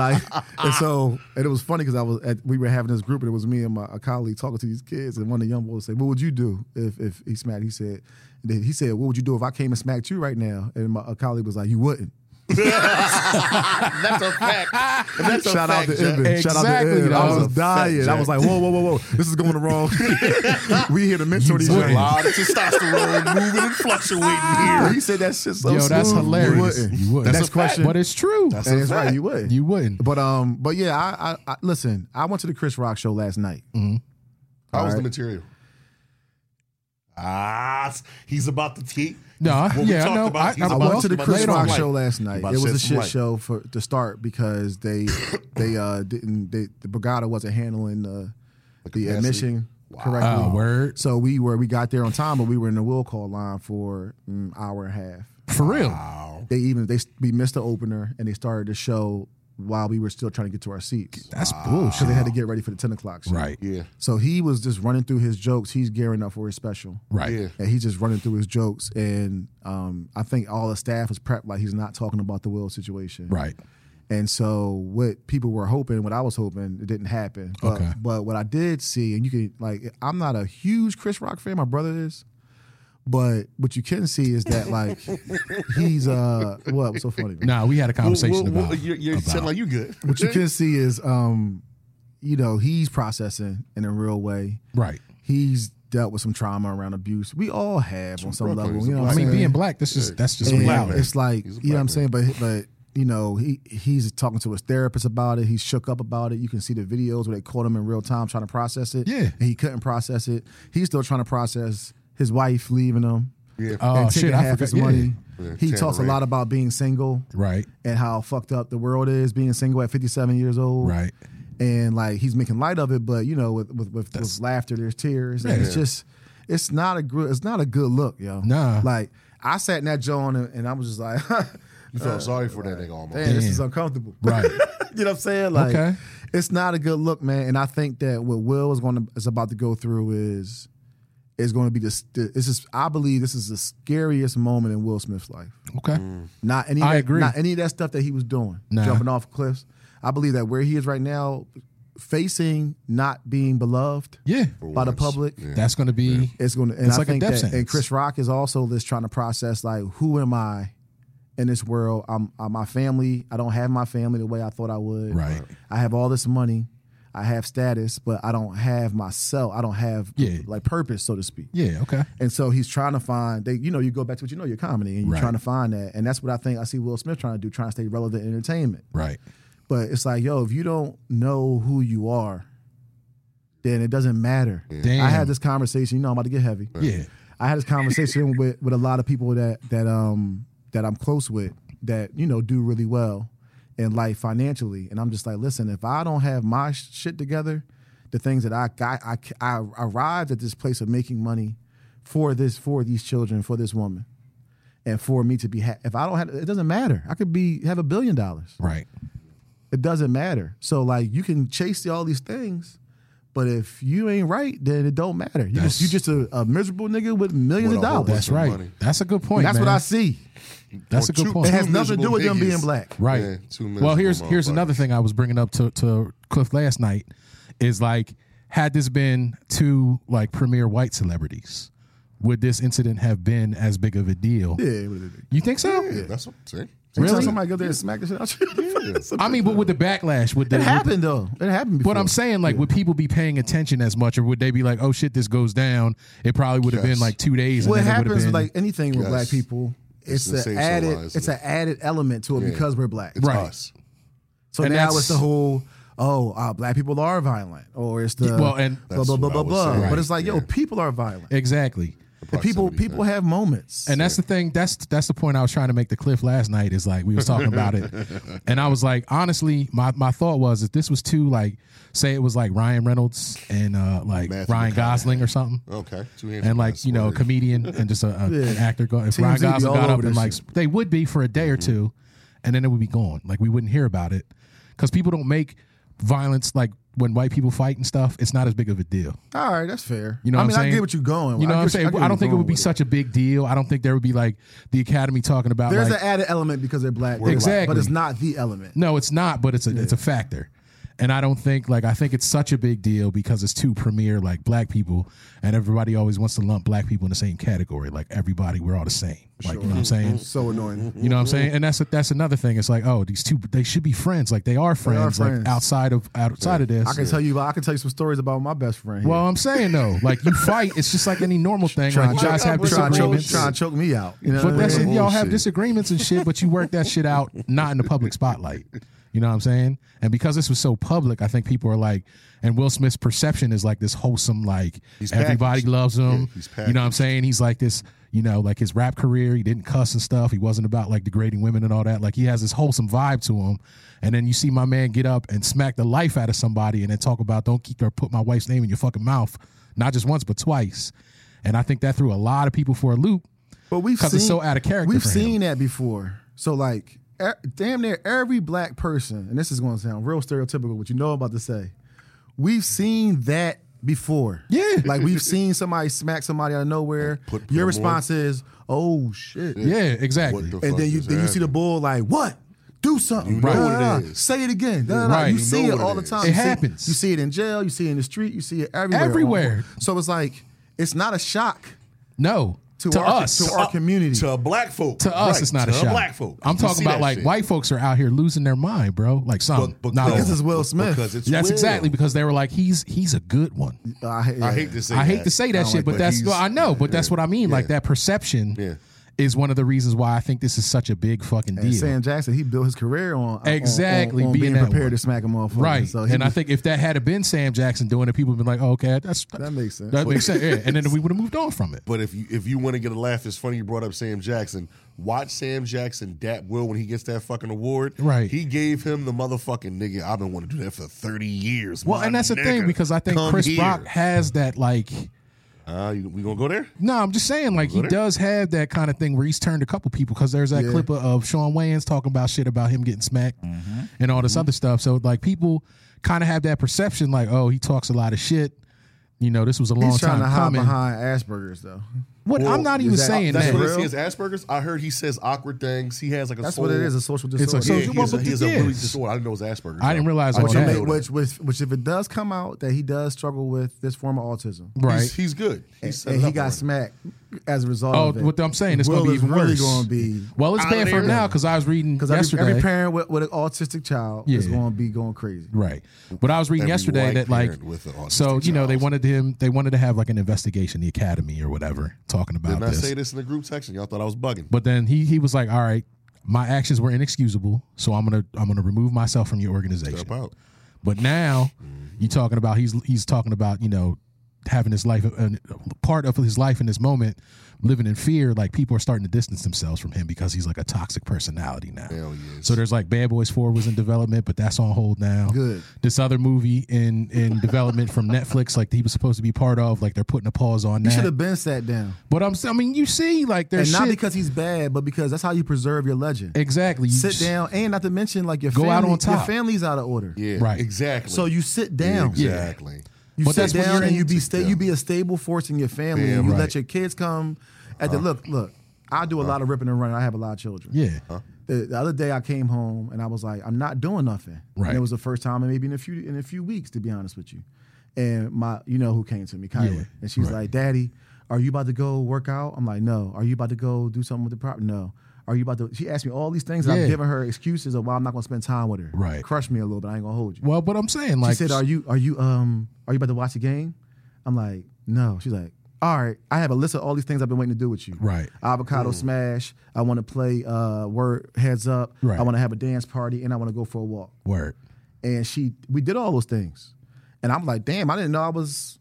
Speaker 3: I and so and it was funny because I was at, we were having this group and it was me and my a colleague talking to these kids and one of the young boys said, "What would you do if if he smacked?" He said, and then he said, "What would you do if I came and smacked you right now?" And my a colleague was like, "You wouldn't."
Speaker 1: That's a fact. That's a
Speaker 3: Shout out
Speaker 1: fact,
Speaker 3: to
Speaker 1: Jack.
Speaker 3: Ibn. Shout out
Speaker 2: Exactly,
Speaker 3: to Ibn.
Speaker 2: that
Speaker 3: I
Speaker 2: was
Speaker 3: was,
Speaker 2: a fact,
Speaker 3: dying. I
Speaker 1: Jack.
Speaker 3: was like, whoa, whoa, whoa, whoa. This is going the wrong. we here to mentor these
Speaker 1: There's
Speaker 3: young
Speaker 1: a lot of testosterone moving and fluctuating
Speaker 3: He
Speaker 1: here.
Speaker 3: said that shit so
Speaker 2: Yo, that's
Speaker 3: smooth,
Speaker 2: hilarious.
Speaker 3: You wouldn't.
Speaker 2: You wouldn't.
Speaker 3: That's
Speaker 2: That's
Speaker 3: a question.
Speaker 2: But it's true.
Speaker 1: That's
Speaker 3: and
Speaker 1: a
Speaker 3: it's right.
Speaker 1: fact.
Speaker 3: You would.
Speaker 2: you wouldn't.
Speaker 3: But um. But yeah. I, I, I listen. I went to the Chris Rock show last night.
Speaker 1: How was the
Speaker 3: Alright.
Speaker 1: material? Ah, s- he's about to tea.
Speaker 2: No, I-
Speaker 1: What we
Speaker 2: yeah, I
Speaker 1: talked
Speaker 2: know.
Speaker 1: about,
Speaker 2: I-
Speaker 1: he's
Speaker 2: I
Speaker 3: I
Speaker 1: about
Speaker 2: Well,
Speaker 3: went to the
Speaker 1: shed
Speaker 2: but
Speaker 3: Chris
Speaker 1: some
Speaker 2: later
Speaker 3: Rock
Speaker 2: on-
Speaker 1: light.
Speaker 3: show last night.
Speaker 1: About
Speaker 3: It was
Speaker 1: shed
Speaker 3: a
Speaker 1: some
Speaker 3: shit
Speaker 1: light.
Speaker 3: show for to start because they they uh didn't they the Brigada wasn't handling the the
Speaker 1: capacity.
Speaker 3: admission correctly.
Speaker 2: Oh, word.
Speaker 3: So we were we got there on time, but we were in the will call line for an hour and a half.
Speaker 2: For real.
Speaker 3: But they even they we missed the opener and they started the show while we were still trying to get to our seats.
Speaker 2: That's
Speaker 3: So
Speaker 2: bullshit.
Speaker 3: they had to get ready for the ten o'clock. Show.
Speaker 2: right.
Speaker 1: Yeah.
Speaker 3: So he was just running through his jokes. He's gearing up for his special.
Speaker 2: Right.
Speaker 1: Yeah.
Speaker 3: And he's just running through his jokes. And um, I think all the staff was prepped like he's not talking about the will situation.
Speaker 2: Right.
Speaker 3: And so what people were hoping, what I was hoping, it didn't happen. But,
Speaker 2: Okay.
Speaker 3: but what I did see, and you can like, I'm not a huge Chris Rock fan. My brother is. But what you can see is that like he's uh what was so funny?
Speaker 2: Nah, we had a
Speaker 1: Well,
Speaker 2: conversation
Speaker 1: well, well,
Speaker 2: about.
Speaker 1: you you
Speaker 2: about-
Speaker 1: sound like you good.
Speaker 3: What you can see is um you know he's processing in a real way.
Speaker 2: right.
Speaker 3: He's dealt with some trauma around abuse. We all have on some
Speaker 1: Brooklyn,
Speaker 3: level.
Speaker 1: he's a
Speaker 3: You know what
Speaker 2: I
Speaker 3: I'm
Speaker 2: mean,
Speaker 3: saying?
Speaker 2: being black, this is that's just
Speaker 3: And
Speaker 2: reality.
Speaker 3: It's like
Speaker 1: He's a
Speaker 3: you know what I'm saying,
Speaker 1: black
Speaker 3: but but you know he he's talking to his therapist about it. He's shook up about it. You can see the videos where they caught him in real time trying to process it.
Speaker 2: Yeah.
Speaker 3: and he couldn't process it. He's still trying to process his wife leaving him.
Speaker 1: Yeah.
Speaker 2: Oh
Speaker 3: and taking
Speaker 2: shit! I
Speaker 3: half
Speaker 2: forgot.
Speaker 3: his
Speaker 2: yeah.
Speaker 3: money.
Speaker 1: Yeah,
Speaker 3: he
Speaker 1: Tara
Speaker 3: talks a
Speaker 1: Reid.
Speaker 3: lot about being single
Speaker 2: Right.
Speaker 3: and how fucked up the world is being single at 57 years old.
Speaker 2: Right.
Speaker 3: And like he's making light of it, but you know, with with, with, with laughter, there's tears. And it's just, it's not a good, it's not a good look, yo.
Speaker 2: Nah.
Speaker 3: Like I sat in that joint and, and I was just like,
Speaker 1: You felt sorry for that nigga almost.
Speaker 3: man, this is
Speaker 2: Damn.
Speaker 3: uncomfortable.
Speaker 2: Right.
Speaker 3: you know what I'm saying? Like,
Speaker 2: Okay.
Speaker 3: it's not a good look, man. And I think that what Will is going to is about to go through is is going to be this. This is, I believe, this is the scariest moment in Will Smith's life.
Speaker 2: Okay.
Speaker 3: Not any.
Speaker 2: I
Speaker 3: of that,
Speaker 2: agree.
Speaker 3: Not any of that stuff that he was doing,
Speaker 2: Nah.
Speaker 3: jumping off cliffs. I believe that where he is right now, facing not being beloved
Speaker 2: Yeah.
Speaker 3: by the public,
Speaker 2: That's gonna be.
Speaker 3: it's going to. And
Speaker 2: It's
Speaker 3: I
Speaker 2: like a
Speaker 3: think
Speaker 2: death
Speaker 3: that, and
Speaker 2: sentence.
Speaker 3: Chris Rock is also just trying to process like, who am I in this world? I'm, I'm my family. I don't have my family the way I thought I would.
Speaker 2: Right.
Speaker 3: I have all this money. I have status, but I don't have myself. I don't have
Speaker 2: Yeah.
Speaker 3: like purpose, so to speak.
Speaker 2: Yeah. Okay.
Speaker 3: And so he's trying to find they, you know, you go back to what you know, your comedy, and you're
Speaker 2: Right.
Speaker 3: trying to find that. And that's what I think I see Will Smith trying to do, trying to stay relevant in entertainment.
Speaker 2: Right.
Speaker 3: But it's like, yo, if you don't know who you are, then it doesn't matter.
Speaker 2: Damn.
Speaker 3: I had this conversation, you know, I'm about to get heavy.
Speaker 2: Yeah.
Speaker 3: I had this conversation with with a lot of people that that um that I'm close with that you know do really well in life financially, and I'm just like, listen, if I don't have my sh- shit together, the things that I got, I, c- I arrived at this place of making money for this for these children for this woman, and for me to be ha- if I don't have it doesn't matter. I could be have a billion dollars.
Speaker 2: Right.
Speaker 3: It doesn't matter. So like you can chase all these things, but if you ain't right, then it don't matter. You
Speaker 2: That's-
Speaker 3: just you just a, a miserable nigga with millions
Speaker 1: With
Speaker 3: of
Speaker 1: a whole
Speaker 3: dollars.
Speaker 1: bunch
Speaker 2: That's right.
Speaker 1: money.
Speaker 2: That's a good point.
Speaker 3: That's what
Speaker 2: man.
Speaker 3: I see.
Speaker 2: That's a
Speaker 1: Or
Speaker 2: good
Speaker 1: two-
Speaker 2: point.
Speaker 3: It has
Speaker 1: Two
Speaker 3: nothing to do with them
Speaker 1: miserable
Speaker 3: being
Speaker 1: niggas.
Speaker 3: black.
Speaker 2: Right.
Speaker 1: Yeah, two
Speaker 2: well, here's
Speaker 1: miserable
Speaker 2: here's
Speaker 1: motherfuckers.
Speaker 2: another thing I was bringing up to to Cliff last night is like had this been two like premier white celebrities, would this incident have been as big of a deal?
Speaker 3: Yeah, what it is.
Speaker 2: You think so?
Speaker 1: Yeah, that's what I'm saying.
Speaker 3: Anytime
Speaker 2: Really?
Speaker 3: Somebody go there and smack the shit out you.
Speaker 2: I mean, but with the backlash, would the,
Speaker 3: it
Speaker 2: would-
Speaker 3: happened though. It happened before.
Speaker 2: But I'm saying, like, would people be paying attention as much, or would they be like, "Oh shit, this goes down"? It probably would have
Speaker 1: Yes.
Speaker 2: been like two days.
Speaker 3: what
Speaker 2: and then it would have
Speaker 3: happens
Speaker 2: been,
Speaker 3: like anything with
Speaker 1: Yes.
Speaker 3: black people. It's,
Speaker 1: It's
Speaker 3: an
Speaker 1: sensationalized.
Speaker 3: added. It's an added element to it because we're black.
Speaker 1: It's
Speaker 2: Right.
Speaker 1: us.
Speaker 3: So
Speaker 2: And
Speaker 3: now
Speaker 2: that's-
Speaker 3: it's the whole. Oh, uh, black people are violent, or it's the
Speaker 2: well, and-
Speaker 3: blah blah
Speaker 1: That's what
Speaker 3: blah
Speaker 1: I
Speaker 3: blah
Speaker 1: was
Speaker 3: blah.
Speaker 1: saying.
Speaker 3: But
Speaker 1: Right.
Speaker 3: it's like, yo,
Speaker 1: Yeah.
Speaker 3: people are violent.
Speaker 2: exactly.
Speaker 3: And people
Speaker 1: Proximity
Speaker 3: people
Speaker 1: thing.
Speaker 3: have moments.
Speaker 2: And that's the thing. That's that's the point I was trying to make to Cliff last night. Is like we was talking about it, and I was like, honestly, my, my thought was if this was two like, say it was like Ryan Reynolds and uh like
Speaker 1: Matthew
Speaker 2: Ryan
Speaker 1: McConaughey.
Speaker 2: Gosling or something,
Speaker 1: Okay. Two hands
Speaker 2: and like
Speaker 1: that's
Speaker 2: you know a
Speaker 1: word.
Speaker 2: comedian and just a, a- an actor. Go, if
Speaker 3: TMZ
Speaker 2: Ryan
Speaker 3: be
Speaker 2: Gosling
Speaker 3: all
Speaker 2: got
Speaker 3: over
Speaker 2: up and
Speaker 3: this
Speaker 2: like
Speaker 3: shit.
Speaker 2: they would be for a day or two, and then it would be gone. Like we wouldn't hear about it because people don't make violence like when white people fight and stuff. It's not as big of a deal.
Speaker 3: all right. That's fair.
Speaker 2: You know,
Speaker 3: I
Speaker 2: what
Speaker 3: mean,
Speaker 2: I'm saying?
Speaker 3: I get what you're going.
Speaker 2: You know,
Speaker 3: I
Speaker 2: what I'm
Speaker 3: get
Speaker 2: saying.
Speaker 3: what
Speaker 2: I
Speaker 3: you- get
Speaker 2: don't
Speaker 3: what
Speaker 2: think it
Speaker 3: you're
Speaker 2: would be
Speaker 3: going with
Speaker 2: such a big deal. I don't think there would be like the Academy talking about.
Speaker 3: There's
Speaker 2: like,
Speaker 3: an added element because they're black.
Speaker 2: We're black.
Speaker 3: but it's not the element.
Speaker 2: No, it's not, but it's a it's a factor. And I don't think like I think it's such a big deal because it's two premier like black people and everybody always wants to lump black people in the same category. Like everybody, we're all the same. Like you know what I'm saying?
Speaker 3: So annoying.
Speaker 2: You know what I'm saying? And that's that's another thing. It's like, oh, these two they should be friends. Like they are friends,
Speaker 3: friends.
Speaker 2: like outside of outside of this.
Speaker 3: I can tell you. I can tell you some stories about my best friend. Here.
Speaker 2: well, I'm saying though, like you fight, it's just like any normal thing.
Speaker 3: trying
Speaker 2: like you guys have
Speaker 1: try-
Speaker 3: to choke,
Speaker 2: disagreements.
Speaker 3: trying to choke me out. You know,
Speaker 2: But
Speaker 3: what I
Speaker 2: that's
Speaker 3: mean?
Speaker 2: it. Y'all have
Speaker 1: Bullshit.
Speaker 2: disagreements and shit, but you work that shit out not in the public spotlight. You know what I'm saying? And because this was so public, I think people are like, and Will Smith's perception is like this wholesome, like
Speaker 1: He's
Speaker 2: everybody
Speaker 1: packaged.
Speaker 2: loves him.
Speaker 1: Yeah, he's
Speaker 2: you know what I'm saying? He's like this, you know, like his rap career, he didn't cuss and stuff. He wasn't about like degrading women and all that. Like he has this wholesome vibe to him. And then you see my man get up and smack the life out of somebody and then talk about don't keep or put my wife's name in your fucking mouth, not just once, but twice. And I think that threw a lot of people for a loop.
Speaker 3: But we've
Speaker 2: 'Cause
Speaker 3: seen
Speaker 2: it's so out of character
Speaker 3: We've
Speaker 2: for him.
Speaker 3: seen that before. So like, e- damn near every black person, and this is going to sound real stereotypical, what you know I'm about to say, we've seen that before.
Speaker 2: Yeah.
Speaker 3: like we've seen somebody smack somebody out of nowhere.
Speaker 1: Put- put
Speaker 3: Your
Speaker 1: them
Speaker 3: response is, "Oh shit!"
Speaker 2: Yeah, exactly.
Speaker 1: What the
Speaker 3: and
Speaker 1: fuck
Speaker 3: then you
Speaker 1: is
Speaker 3: then you see the
Speaker 1: happening?
Speaker 3: bull like what? Do something.
Speaker 1: You know
Speaker 3: Da,
Speaker 1: what it
Speaker 3: da, da.
Speaker 1: is.
Speaker 3: Say it again. Da, da, da.
Speaker 2: Right.
Speaker 3: You
Speaker 2: You
Speaker 3: see
Speaker 1: know
Speaker 3: it
Speaker 1: what
Speaker 3: all
Speaker 1: it
Speaker 3: the
Speaker 1: is.
Speaker 3: time.
Speaker 2: It
Speaker 3: You see-
Speaker 2: happens.
Speaker 3: You see it in jail. You see it in the street. You see it everywhere. at one
Speaker 2: Everywhere.
Speaker 3: point. So it's like it's not a shock
Speaker 2: no, to,
Speaker 3: to, our,
Speaker 2: us,
Speaker 3: to our community.
Speaker 1: Uh, to black folk.
Speaker 2: To us,
Speaker 1: Right,
Speaker 2: it's not
Speaker 1: to
Speaker 2: a shock.
Speaker 1: black folk.
Speaker 2: I'm
Speaker 1: You
Speaker 2: talking
Speaker 1: see
Speaker 2: about
Speaker 1: that
Speaker 2: like
Speaker 1: shit.
Speaker 2: white folks are out here losing their mind, bro. Like some,
Speaker 1: But-
Speaker 2: not
Speaker 1: because-
Speaker 2: all.
Speaker 3: This is Will Smith.
Speaker 1: Because it's
Speaker 2: That's
Speaker 1: Will.
Speaker 2: exactly because they were like, he's he's a good one.
Speaker 3: I, hate-
Speaker 1: I hate to say.
Speaker 2: I hate
Speaker 1: that.
Speaker 2: to say
Speaker 1: I
Speaker 2: that
Speaker 1: don't
Speaker 2: shit,
Speaker 1: like-
Speaker 2: but, that's
Speaker 1: he's-
Speaker 2: well, I know, but that's what I mean. Like
Speaker 1: Yeah.
Speaker 2: that perception
Speaker 1: Yeah.
Speaker 2: is one of the reasons why I think this is such a big fucking deal.
Speaker 3: And Sam Jackson, he built his career on on-
Speaker 2: Exactly,
Speaker 3: on, on
Speaker 2: being
Speaker 3: being,
Speaker 2: that
Speaker 3: prepared
Speaker 2: one.
Speaker 3: to smack him motherfucker.
Speaker 2: Right,
Speaker 3: So he
Speaker 2: and I
Speaker 3: was-
Speaker 2: think if that had been Sam Jackson doing it, people would have been like, oh, "Okay, that's
Speaker 3: That makes sense.
Speaker 2: That makes sense." Yeah. And then we would have moved on from it.
Speaker 1: But if you if you want to get a laugh, it's funny you brought up Sam Jackson. Watch Sam Jackson dap Will when he gets that fucking award.
Speaker 2: Right.
Speaker 1: He gave him the motherfucking nigga. I've been wanting to do that for thirty years.
Speaker 2: Well,
Speaker 1: My
Speaker 2: and that's the thing
Speaker 1: nigga,
Speaker 2: because I think
Speaker 1: come
Speaker 2: Chris
Speaker 1: here.
Speaker 2: Rock has that like.
Speaker 1: Uh, you, we gonna go there?
Speaker 2: No, I'm just saying like he
Speaker 1: Really?
Speaker 2: does have that kind of thing where he's turned a couple people because there's that
Speaker 3: Yeah.
Speaker 2: clip of, of Sean Wayans talking about shit about him getting smacked
Speaker 3: Mm-hmm.
Speaker 2: and all this other stuff. So like people kind of have that perception like, oh, he talks a lot of shit. You know, this was a long
Speaker 3: he's trying
Speaker 2: time
Speaker 3: to hide
Speaker 2: coming.
Speaker 3: behind Asperger's though.
Speaker 2: What
Speaker 1: Well,
Speaker 2: I'm not even
Speaker 3: is that-
Speaker 2: saying
Speaker 1: That's
Speaker 2: that.
Speaker 1: what
Speaker 3: Real?
Speaker 1: it is. Asperger's. I heard he says awkward things. He has like a.
Speaker 3: That's
Speaker 1: soul.
Speaker 3: what it is—a social
Speaker 2: a
Speaker 3: disorder.
Speaker 1: Yeah,
Speaker 2: social-
Speaker 1: he
Speaker 2: well,
Speaker 1: has, a,
Speaker 2: but
Speaker 1: he has
Speaker 2: it
Speaker 1: a really
Speaker 2: is.
Speaker 1: disorder. I didn't know it was Asperger's.
Speaker 2: I didn't realize what
Speaker 1: didn't
Speaker 2: you
Speaker 1: know
Speaker 2: meant.
Speaker 1: that.
Speaker 3: which, which, which, if it does come out that he does struggle with this form of autism,
Speaker 2: Right.
Speaker 1: He's, he's good. He's
Speaker 3: and he got smacked as a result.
Speaker 2: Oh,
Speaker 3: of it,
Speaker 2: what I'm saying, it's
Speaker 3: Will
Speaker 2: gonna be
Speaker 3: is
Speaker 2: even
Speaker 3: really
Speaker 2: worse.
Speaker 3: Going to be
Speaker 2: well, it's
Speaker 1: Out
Speaker 2: bad
Speaker 1: of
Speaker 2: for
Speaker 1: there.
Speaker 2: now because I was reading
Speaker 3: because
Speaker 2: yesterday.
Speaker 3: every, every parent with, with an autistic child is
Speaker 2: Yeah.
Speaker 3: going to be going crazy.
Speaker 2: Right. But I was reading
Speaker 1: Every
Speaker 2: yesterday
Speaker 1: white
Speaker 2: that like
Speaker 1: parent with an autistic
Speaker 2: so you know they
Speaker 1: child.
Speaker 2: wanted him they wanted to have like an investigation the academy or whatever talking about
Speaker 1: Didn't I
Speaker 2: this.
Speaker 1: say this in the group section? Y'all thought I was bugging.
Speaker 2: But then he he was like, "All right, my actions were inexcusable, so I'm gonna I'm gonna remove myself from your organization."
Speaker 1: Step out.
Speaker 2: But now you talking about he's he's talking about you know having his life uh, part of his life in this moment living in fear like people are starting to distance themselves from him because he's like a toxic personality now
Speaker 1: Hell yes.
Speaker 2: so there's like bad boys 4 was in development but that's on hold now
Speaker 3: Good.
Speaker 2: this other movie in in development from netflix like he was supposed to be part of like they're putting a pause on
Speaker 3: He should have
Speaker 2: that
Speaker 3: been sat down,
Speaker 2: but i'm s- i mean you see like
Speaker 3: and
Speaker 2: there's
Speaker 3: not
Speaker 2: shit-
Speaker 3: because he's bad, but because that's how you preserve your legend.
Speaker 2: exactly you
Speaker 3: sit
Speaker 2: just-
Speaker 3: down, and not to mention like your
Speaker 2: Go
Speaker 3: family,
Speaker 2: out on top.
Speaker 3: Your family's out of order.
Speaker 1: Yeah.
Speaker 2: Right.
Speaker 1: Exactly.
Speaker 3: So you sit down.
Speaker 1: Exactly.
Speaker 3: You
Speaker 2: But
Speaker 3: sit
Speaker 2: that's what you're
Speaker 3: down and you be
Speaker 1: into,
Speaker 3: sta-
Speaker 1: yeah.
Speaker 3: you be a stable force in your family.
Speaker 1: Damn
Speaker 3: you
Speaker 2: right. Uh-huh.
Speaker 3: let your kids come. At the look, look, I do a lot of ripping and running. I have a lot of children.
Speaker 2: yeah
Speaker 3: The, the other day I came home and I was like, I'm not doing nothing.
Speaker 2: Right.
Speaker 3: And it was the first time, and maybe in a few in a few weeks, to be honest with you. And my, you know, who came to me, Kyra,
Speaker 2: Yeah,
Speaker 3: and she's
Speaker 2: right.
Speaker 3: like, Daddy, are you about to go work out? I'm like, No. Are you about to go do something with the property? No. Are you about to? She asked me all these things. and
Speaker 2: Yeah.
Speaker 3: I'm giving her excuses of why I'm not going to spend time with her.
Speaker 2: Right.
Speaker 3: Crush me a little bit. I ain't gonna hold you.
Speaker 2: well but i'm saying like
Speaker 3: She said, "Are you are you um are you about to watch the game?" I'm like, "No." She's like, "All right, I have a list of all these things I've been waiting to do with you.
Speaker 2: Right.
Speaker 3: Avocado smash. I want to play uh word heads up.
Speaker 2: Right.
Speaker 3: I want to have a dance party, and I want to go for a walk."
Speaker 2: Word.
Speaker 3: And she, we did all those things, and I'm like, "Damn, I didn't know I was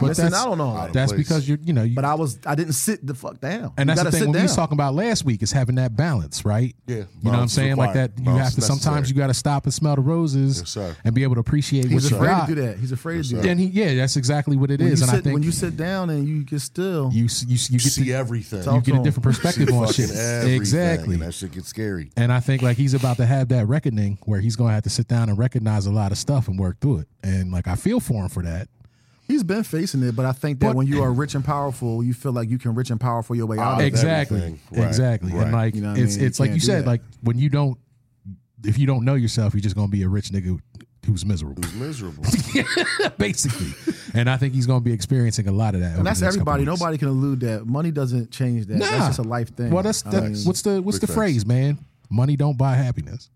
Speaker 3: missing
Speaker 2: that's-
Speaker 3: out on all that."
Speaker 2: That's
Speaker 1: place.
Speaker 2: because you're, you know, you,
Speaker 3: But I was, I didn't sit the fuck down.
Speaker 2: and
Speaker 3: You
Speaker 2: that's the
Speaker 3: gotta
Speaker 2: thing
Speaker 3: sit
Speaker 2: when we
Speaker 3: down.
Speaker 2: was talking about last week is having that balance, right?
Speaker 1: Yeah,
Speaker 2: You know what I'm
Speaker 1: balance is
Speaker 2: saying? Like
Speaker 1: required.
Speaker 2: that, you
Speaker 1: Balance
Speaker 2: have to
Speaker 1: is necessary.
Speaker 2: sometimes you got to stop and smell the roses
Speaker 1: Yes, sir.
Speaker 2: and be able to appreciate what
Speaker 3: He's
Speaker 2: you
Speaker 3: afraid
Speaker 2: got.
Speaker 3: to do that. He's afraid to do that.
Speaker 2: And he, yeah, that's exactly what it is.
Speaker 3: When
Speaker 2: And
Speaker 3: you,
Speaker 2: I
Speaker 3: sit,
Speaker 2: think
Speaker 3: when you sit down and you get still,
Speaker 2: you s- you s- you
Speaker 1: You
Speaker 2: get
Speaker 1: see
Speaker 2: to,
Speaker 1: everything.
Speaker 2: you get a
Speaker 3: Fucking
Speaker 2: different perspective on
Speaker 1: Fucking
Speaker 2: shit.
Speaker 1: everything,
Speaker 2: Exactly.
Speaker 1: And that shit gets scary.
Speaker 2: And I think like he's about to have that reckoning where he's gonna have to sit down and recognize a lot of stuff and work through it. And like I feel for him for that.
Speaker 3: He's been facing it, but I think that
Speaker 2: But-
Speaker 3: when you are rich and powerful, you feel like you can rich and powerful your way out of it.
Speaker 2: exactly
Speaker 1: everything. Right,
Speaker 2: exactly and
Speaker 1: right.
Speaker 2: like
Speaker 3: You know what I
Speaker 2: it's
Speaker 3: mean? You
Speaker 2: it's like
Speaker 3: can't
Speaker 2: you
Speaker 3: do
Speaker 2: said
Speaker 3: that.
Speaker 2: like when you don't if you don't know yourself you're just gonna be a rich nigga who's miserable
Speaker 1: It's miserable.
Speaker 2: basically and i think he's gonna be experiencing a lot of that over
Speaker 3: And that's
Speaker 2: the next couple
Speaker 3: everybody.
Speaker 2: weeks.
Speaker 3: Nobody can elude that. Money doesn't change that.
Speaker 2: Nah.
Speaker 3: That's just a life thing.
Speaker 2: well that's
Speaker 3: I
Speaker 2: that,
Speaker 3: mean,
Speaker 2: what's the what's
Speaker 1: Big
Speaker 2: the
Speaker 1: facts.
Speaker 2: phrase man money don't buy happiness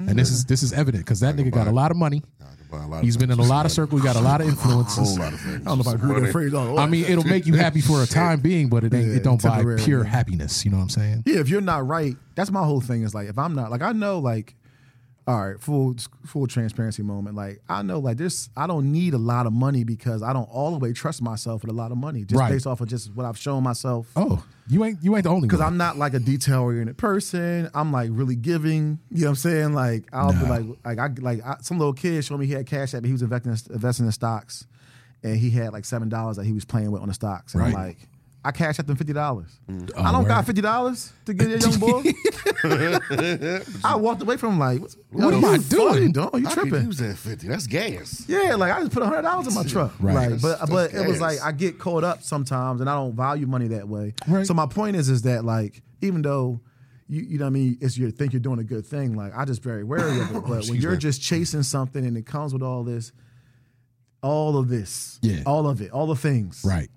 Speaker 2: and this is this is evident because that nigga got a lot of money
Speaker 1: I could buy a lot of
Speaker 2: he's been in a
Speaker 1: things.
Speaker 2: lot of circles got a lot of
Speaker 1: A whole
Speaker 2: influences
Speaker 1: lot of things.
Speaker 3: I don't know if I agree with that phrase. all the
Speaker 2: i
Speaker 3: way.
Speaker 2: mean it'll make you happy for a time being but it ain't
Speaker 3: Yeah,
Speaker 2: it don't buy
Speaker 3: temporary.
Speaker 2: pure happiness you know what i'm saying
Speaker 3: yeah, if you're not right, that's my whole thing. Is like if I'm not like I know like, all right, full full transparency moment. Like I know like this. I don't need a lot of money because I don't all the way trust myself with a lot of money just
Speaker 2: Right.
Speaker 3: based off of just what I've shown myself.
Speaker 2: oh you ain't you ain't the only
Speaker 3: because
Speaker 2: one
Speaker 3: I'm not like a detail oriented person. I'm like really giving. You know what I'm saying? Like I'll be like like I like I, some little kid showed me he had cash app. He was investing investing in stocks, and he had like seven dollars that he was playing with on the stocks. And
Speaker 2: Right.
Speaker 3: I'm
Speaker 2: Mm. Oh,
Speaker 3: like, I cash out them fifty dollars. I don't got
Speaker 2: word.
Speaker 3: fifty dollars to get a young boy. I walked away from him like, what,
Speaker 2: am
Speaker 3: you
Speaker 2: I
Speaker 3: fucking
Speaker 2: doing?
Speaker 3: doing? You
Speaker 1: I
Speaker 3: tripping?
Speaker 1: could use that fifty. That's gas.
Speaker 3: Yeah, like I just put hundred dollars in my truck.
Speaker 2: Right.
Speaker 3: Like,
Speaker 1: That's-
Speaker 3: but but
Speaker 1: that's
Speaker 3: it was
Speaker 1: gas.
Speaker 3: like I get caught up sometimes, and I don't value money that way.
Speaker 2: Right.
Speaker 3: So my point is, is that like even though you you know what I mean, it's you think you're doing a good thing, like I just very wary
Speaker 2: Oh,
Speaker 3: of it. But when
Speaker 1: Excuse
Speaker 3: you're
Speaker 1: me.
Speaker 3: just chasing something and it comes with all this, all of this,
Speaker 2: Yeah.
Speaker 3: all of it, all the things,
Speaker 2: Right.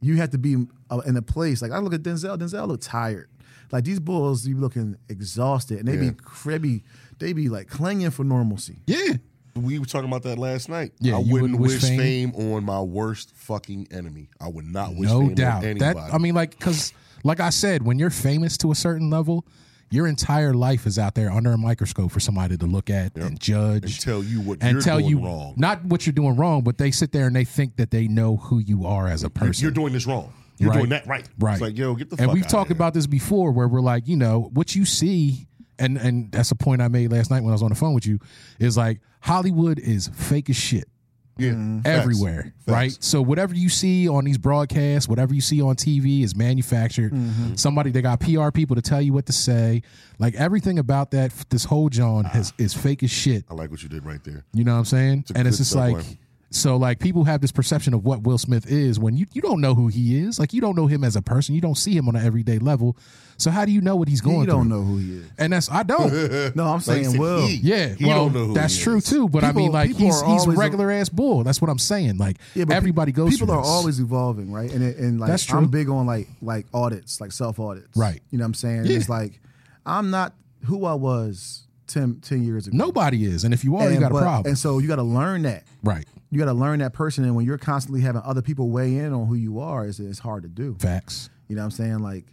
Speaker 3: you have to be uh, in a place. Like I look at Denzel. Denzel look tired. Like these bulls, you looking exhausted, and they
Speaker 1: Yeah.
Speaker 3: be crabby. They be like clinging for normalcy.
Speaker 2: Yeah.
Speaker 1: We were talking about that last night.
Speaker 2: Yeah,
Speaker 1: I
Speaker 2: you
Speaker 1: wouldn't, wish fame. on my worst fucking enemy. I would not wish
Speaker 2: no
Speaker 1: fame
Speaker 2: doubt.
Speaker 1: on anybody.
Speaker 2: That I mean, like, because like I said, when you're famous to a certain level, your entire life is out there under a microscope for somebody to look at and judge
Speaker 1: And tell you what
Speaker 2: and
Speaker 1: you're
Speaker 2: tell
Speaker 1: doing
Speaker 2: you
Speaker 1: wrong.
Speaker 2: Not what you're doing wrong, but they sit there and they think that they know who you are as a person.
Speaker 1: you're doing this wrong. You're
Speaker 2: Right.
Speaker 1: doing that right.
Speaker 2: Right.
Speaker 1: It's like, yo, get the
Speaker 2: and
Speaker 1: fuck
Speaker 2: we've
Speaker 1: outta
Speaker 2: talked
Speaker 1: here.
Speaker 2: about this before where we're like, you know, what you see, and and that's a point I made last night when I was on the phone with you, is like Hollywood is fake as shit
Speaker 1: yeah. facts.
Speaker 2: Mm-hmm. everywhere,
Speaker 1: Facts.
Speaker 2: right? So whatever you see on these broadcasts, whatever you see on TV is manufactured.
Speaker 1: Mm-hmm.
Speaker 2: Somebody they got PR people to tell you what to say. Like everything about that this whole John
Speaker 1: Ah.
Speaker 2: has is fake as shit.
Speaker 1: I like what you did right there.
Speaker 2: You know what I'm saying?
Speaker 1: a
Speaker 2: and it's
Speaker 1: good
Speaker 2: just like
Speaker 1: segue.
Speaker 2: so like people have this perception of what Will Smith is when you you don't know who he is. Like you don't know him as a person. You don't see him on an everyday level. So how do you know what he's going
Speaker 3: You don't
Speaker 2: through?
Speaker 3: know who he is.
Speaker 2: And that's I don't.
Speaker 3: No,
Speaker 1: Like
Speaker 3: I'm
Speaker 1: you
Speaker 3: saying
Speaker 1: said,
Speaker 3: Will.
Speaker 1: he-
Speaker 2: Yeah,
Speaker 1: he
Speaker 2: well,
Speaker 1: don't know who
Speaker 2: that's
Speaker 1: he
Speaker 2: true
Speaker 1: is.
Speaker 2: too. But I
Speaker 3: People-
Speaker 2: mean, like
Speaker 3: people
Speaker 2: he's
Speaker 3: are
Speaker 2: he's
Speaker 3: always-
Speaker 2: regular ass bull. That's what I'm saying. Like
Speaker 3: pe-
Speaker 2: everybody goes.
Speaker 3: People
Speaker 2: through
Speaker 3: are
Speaker 2: this.
Speaker 3: always evolving, right? And it, and like
Speaker 2: That's true.
Speaker 3: I'm big on like like audits, like self audits,
Speaker 2: Right.
Speaker 3: You know what I'm saying?
Speaker 2: Yeah.
Speaker 3: It's like I'm not who I was 10, 10 years ago.
Speaker 2: Nobody is, and if you are,
Speaker 3: and,
Speaker 2: you got a
Speaker 3: but-
Speaker 2: problem,
Speaker 3: And so you got to learn that.
Speaker 2: right?
Speaker 3: You got to learn that person, and when you're constantly having other people weigh in on who you are, it's, it's hard to do.
Speaker 2: Facts.
Speaker 3: You know what I'm saying? Like,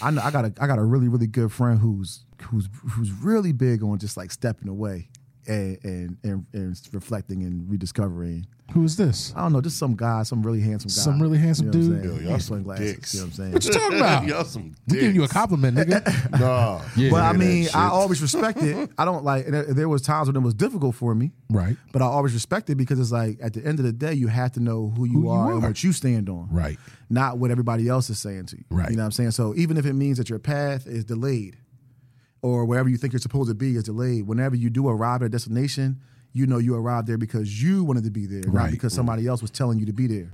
Speaker 3: I know I got a I got a really really good friend who's who's who's really big on just like stepping away and and and, and reflecting and rediscovering.
Speaker 2: Who is this?
Speaker 3: I don't know, just some guy, some really handsome guy,
Speaker 2: Some really handsome
Speaker 3: you know what I'm
Speaker 2: dude.
Speaker 1: Yo,
Speaker 3: saying?
Speaker 1: y'all
Speaker 3: He has
Speaker 1: some
Speaker 3: sunglasses,
Speaker 1: dicks.
Speaker 3: You know what I'm saying?
Speaker 2: What you talking about?
Speaker 1: Y'all some
Speaker 2: I'm giving you a
Speaker 1: dicks.
Speaker 2: compliment, nigga.
Speaker 1: Nah.
Speaker 2: Yeah.
Speaker 3: But I
Speaker 1: Hear that
Speaker 3: mean,
Speaker 1: shit.
Speaker 3: I always respect it. I don't like. and There, there was times when it was difficult for me,
Speaker 2: right.
Speaker 3: but I always respect it because it's like at the end of the day, you have to know who you,
Speaker 2: Who you
Speaker 3: are, and
Speaker 2: are.
Speaker 3: what you stand on,
Speaker 2: Right.
Speaker 3: Not what everybody else is saying to you,
Speaker 2: Right.
Speaker 3: You know what I'm saying? So even if it means that your path is delayed, or wherever you think you're supposed to be is delayed, whenever you do arrive at a destination, you know you arrived there because you wanted to be there,
Speaker 2: Right.
Speaker 3: not because somebody else was telling you to be there.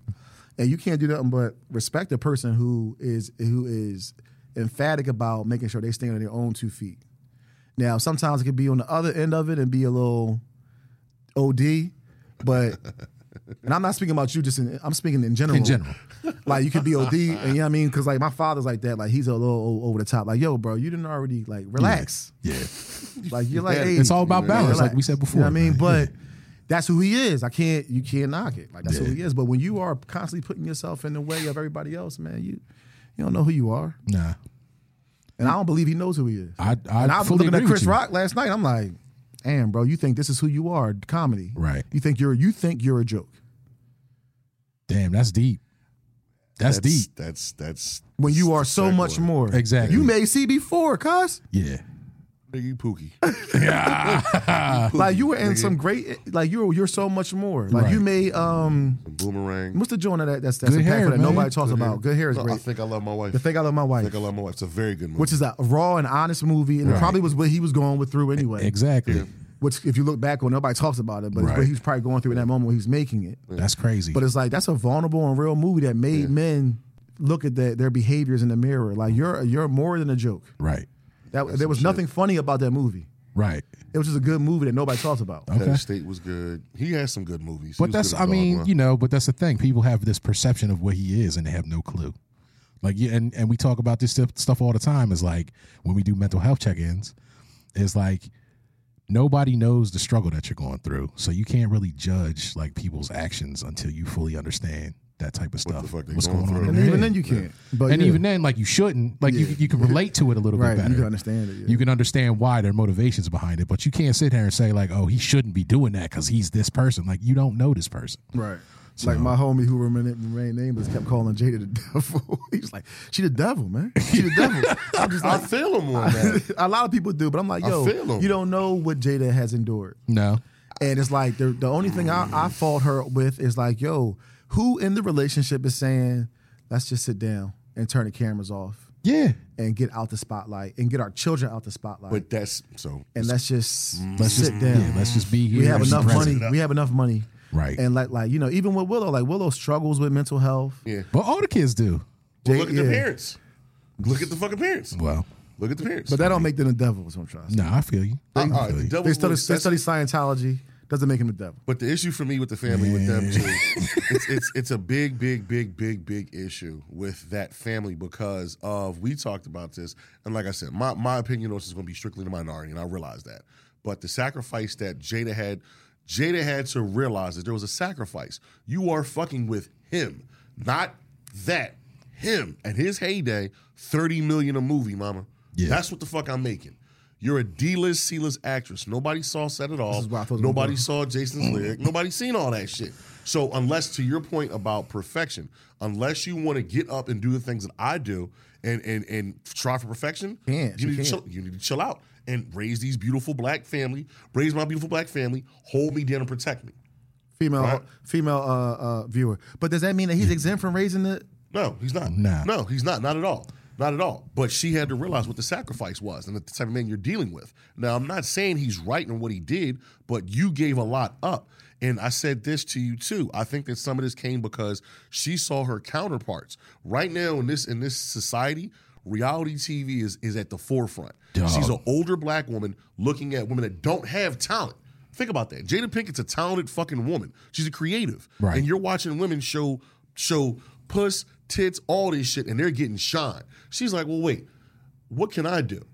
Speaker 3: And you can't do nothing but respect the person who is who is emphatic about making sure they stand on their own two feet. Now, sometimes it can be on the other end of it and be a little OD, but and I'm not speaking about you. Just in, I'm speaking in general.
Speaker 2: In general.
Speaker 3: like you could be OD, and you know what I mean. Because like my father's like that. Like he's a little o- over the top. Like yo, bro, you didn't already like relax.
Speaker 2: Yeah.
Speaker 3: Like you're like,
Speaker 1: Yeah,
Speaker 3: hey,
Speaker 2: It's all about
Speaker 1: Yeah,
Speaker 2: balance, like
Speaker 3: relax.
Speaker 2: we said before.
Speaker 3: You know what I mean,
Speaker 2: man.
Speaker 3: but that's who he is. I can't. You can't knock it. Like that's who he is. But when you are constantly putting yourself in the way of everybody else, man, you you don't know who you are.
Speaker 2: nah,
Speaker 3: And I don't believe he knows who he is.
Speaker 2: I I
Speaker 3: and I was
Speaker 2: fully
Speaker 3: looking
Speaker 2: agree
Speaker 3: at
Speaker 2: with
Speaker 3: Chris
Speaker 2: you.
Speaker 3: Rock last night. I'm like, damn, bro, you think this is who you are? Comedy,
Speaker 2: Right.
Speaker 3: You think you're you think you're a joke.
Speaker 2: Damn, that's deep. That's, deep.
Speaker 1: That's that's
Speaker 3: when you are so
Speaker 1: Exactly.
Speaker 3: much more.
Speaker 2: Exactly.
Speaker 3: You may see before, cuz.
Speaker 2: Yeah.
Speaker 1: nigga, you pookie.
Speaker 3: Like you were in some great like you're you're so much more. Like you
Speaker 2: Right.
Speaker 3: may um
Speaker 1: Boomerang.
Speaker 3: what's the joint of that that's that's
Speaker 2: Good
Speaker 3: a
Speaker 2: hair,
Speaker 3: hair, that
Speaker 2: man.
Speaker 3: nobody talks
Speaker 1: Good hair.
Speaker 3: about. Good hair is
Speaker 1: No, I
Speaker 3: great.
Speaker 1: think I love my wife.
Speaker 3: The thing I love my
Speaker 1: I
Speaker 3: wife.
Speaker 1: think I love my wife. It's a very good movie.
Speaker 3: Which is a raw and honest movie, and it
Speaker 2: Right.
Speaker 3: probably was what he was going with through anyway.
Speaker 2: Exactly.
Speaker 3: Which, if you look back on, nobody talks about it, but it's
Speaker 2: Right.
Speaker 3: what he was probably going through in that moment when he was making it.
Speaker 2: That's crazy.
Speaker 3: But it's like that's a vulnerable and real movie that made men look at their, their behaviors in the mirror. Like you're you're more than a joke.
Speaker 2: right.
Speaker 3: That there was nothing funny about that movie.
Speaker 2: Right.
Speaker 3: It was just a good movie that nobody talks about.
Speaker 1: Head of
Speaker 2: okay.
Speaker 1: State was good. He has some good movies.
Speaker 2: But that's I mean, you know, but that's the thing. People have this perception of what he is and they have no clue. Like yeah, and, and we talk about this stuff, stuff all the time is like when we do mental health check-ins, is like nobody knows the struggle that you're going through. So you can't really judge like people's actions until you fully understand that type of stuff.
Speaker 1: the fuck they
Speaker 2: what's
Speaker 1: going
Speaker 2: going on?
Speaker 1: through.
Speaker 2: in
Speaker 3: And
Speaker 2: their
Speaker 3: even
Speaker 2: head.
Speaker 3: then you can't. But
Speaker 2: and
Speaker 3: Oh, yeah.
Speaker 2: even then, like you shouldn't. Like you, you can relate to it a little
Speaker 3: right,
Speaker 2: bit better.
Speaker 3: you can understand it. Yeah.
Speaker 2: You can understand why their motivations behind it, but you can't sit here and say like, "Oh, he shouldn't be doing that because he's this person." Like you don't know this person.
Speaker 3: right. Like my homie who remained, remained nameless kept calling Jada the devil. he was like, "She the devil, man. She the devil." I'm just
Speaker 1: I
Speaker 3: like,
Speaker 1: feel him on that.
Speaker 3: a lot of people do, but I'm like,
Speaker 1: I
Speaker 3: "Yo,
Speaker 1: feel 'em.
Speaker 3: you don't know what Jada has endured."
Speaker 2: No,
Speaker 3: And it's like the the only thing I, I fault her with is like, "Yo, who in the relationship is saying, let's just sit down, and turn the cameras off
Speaker 2: Yeah.
Speaker 3: and get out the spotlight and get our children out the spotlight.
Speaker 1: But that's so.
Speaker 3: and let's just
Speaker 2: Let's just
Speaker 3: sit down.
Speaker 2: Mm. Yeah, let's just be here.
Speaker 3: we have
Speaker 2: and be
Speaker 3: enough
Speaker 2: present.
Speaker 3: money. We have enough money.
Speaker 2: Right.
Speaker 3: And like like you know, even with Willow, like Willow struggles with mental health.
Speaker 1: yeah.
Speaker 2: But all the kids do.
Speaker 1: Well, look at their
Speaker 3: yeah.
Speaker 1: parents. Look at the fucking parents.
Speaker 2: Well,
Speaker 1: Look at the parents.
Speaker 3: But that don't make them the devil, is what I'm trying to say.
Speaker 2: no, I feel you. I
Speaker 1: All right,
Speaker 2: feel
Speaker 1: the
Speaker 2: you.
Speaker 1: devil
Speaker 3: They study,
Speaker 1: looks-
Speaker 3: they
Speaker 1: that's-
Speaker 3: study Scientology, doesn't make him the devil.
Speaker 1: But the issue for me with the family, with them too, it's, it's it's a big, big, big, big, big issue with that family because of we talked about this, and like I said, my my opinion on this is going to be strictly the minority, and I realize that. But the sacrifice that Jada had, Jada had to realize that there was a sacrifice. You are fucking with him, not that him. At his heyday, thirty million a movie, mama.
Speaker 2: Yeah.
Speaker 1: That's what the fuck I'm making. You're a D-list, C-list actress. Nobody saw set at all.
Speaker 3: This is why I thought it was
Speaker 1: Nobody
Speaker 3: gonna
Speaker 1: saw
Speaker 3: Mm.
Speaker 1: Jason's lyric. Nobody seen all that shit. So unless to your point about perfection, unless you want to get up and do the things that I do and and and try for perfection,
Speaker 3: Can't,
Speaker 1: you
Speaker 3: you
Speaker 1: need to
Speaker 3: can't.
Speaker 1: chill, you need to chill out and raise these beautiful black family, raise my beautiful black family, hold me down and protect me.
Speaker 3: Female
Speaker 1: Right.
Speaker 3: female uh, uh, viewer. But does that mean that he's exempt from raising the
Speaker 1: No, he's not.
Speaker 2: Nah.
Speaker 1: No, he's not. Not at all. Not at all. But she had to realize what the sacrifice was and the type of man you're dealing with. Now, I'm not saying he's right in what he did, but you gave a lot up. And I said this to you too. I think that some of this came because she saw her counterparts. Right now in this in this society, reality TV is is at the forefront.
Speaker 2: Dog.
Speaker 1: She's an older black woman looking at women that don't have talent. Think about that. Jada Pinkett's a talented fucking woman. She's a creative.
Speaker 2: Right.
Speaker 1: And you're watching women show show puss, tits, all this shit, and they're getting shine. She's like, well, wait, what can I do?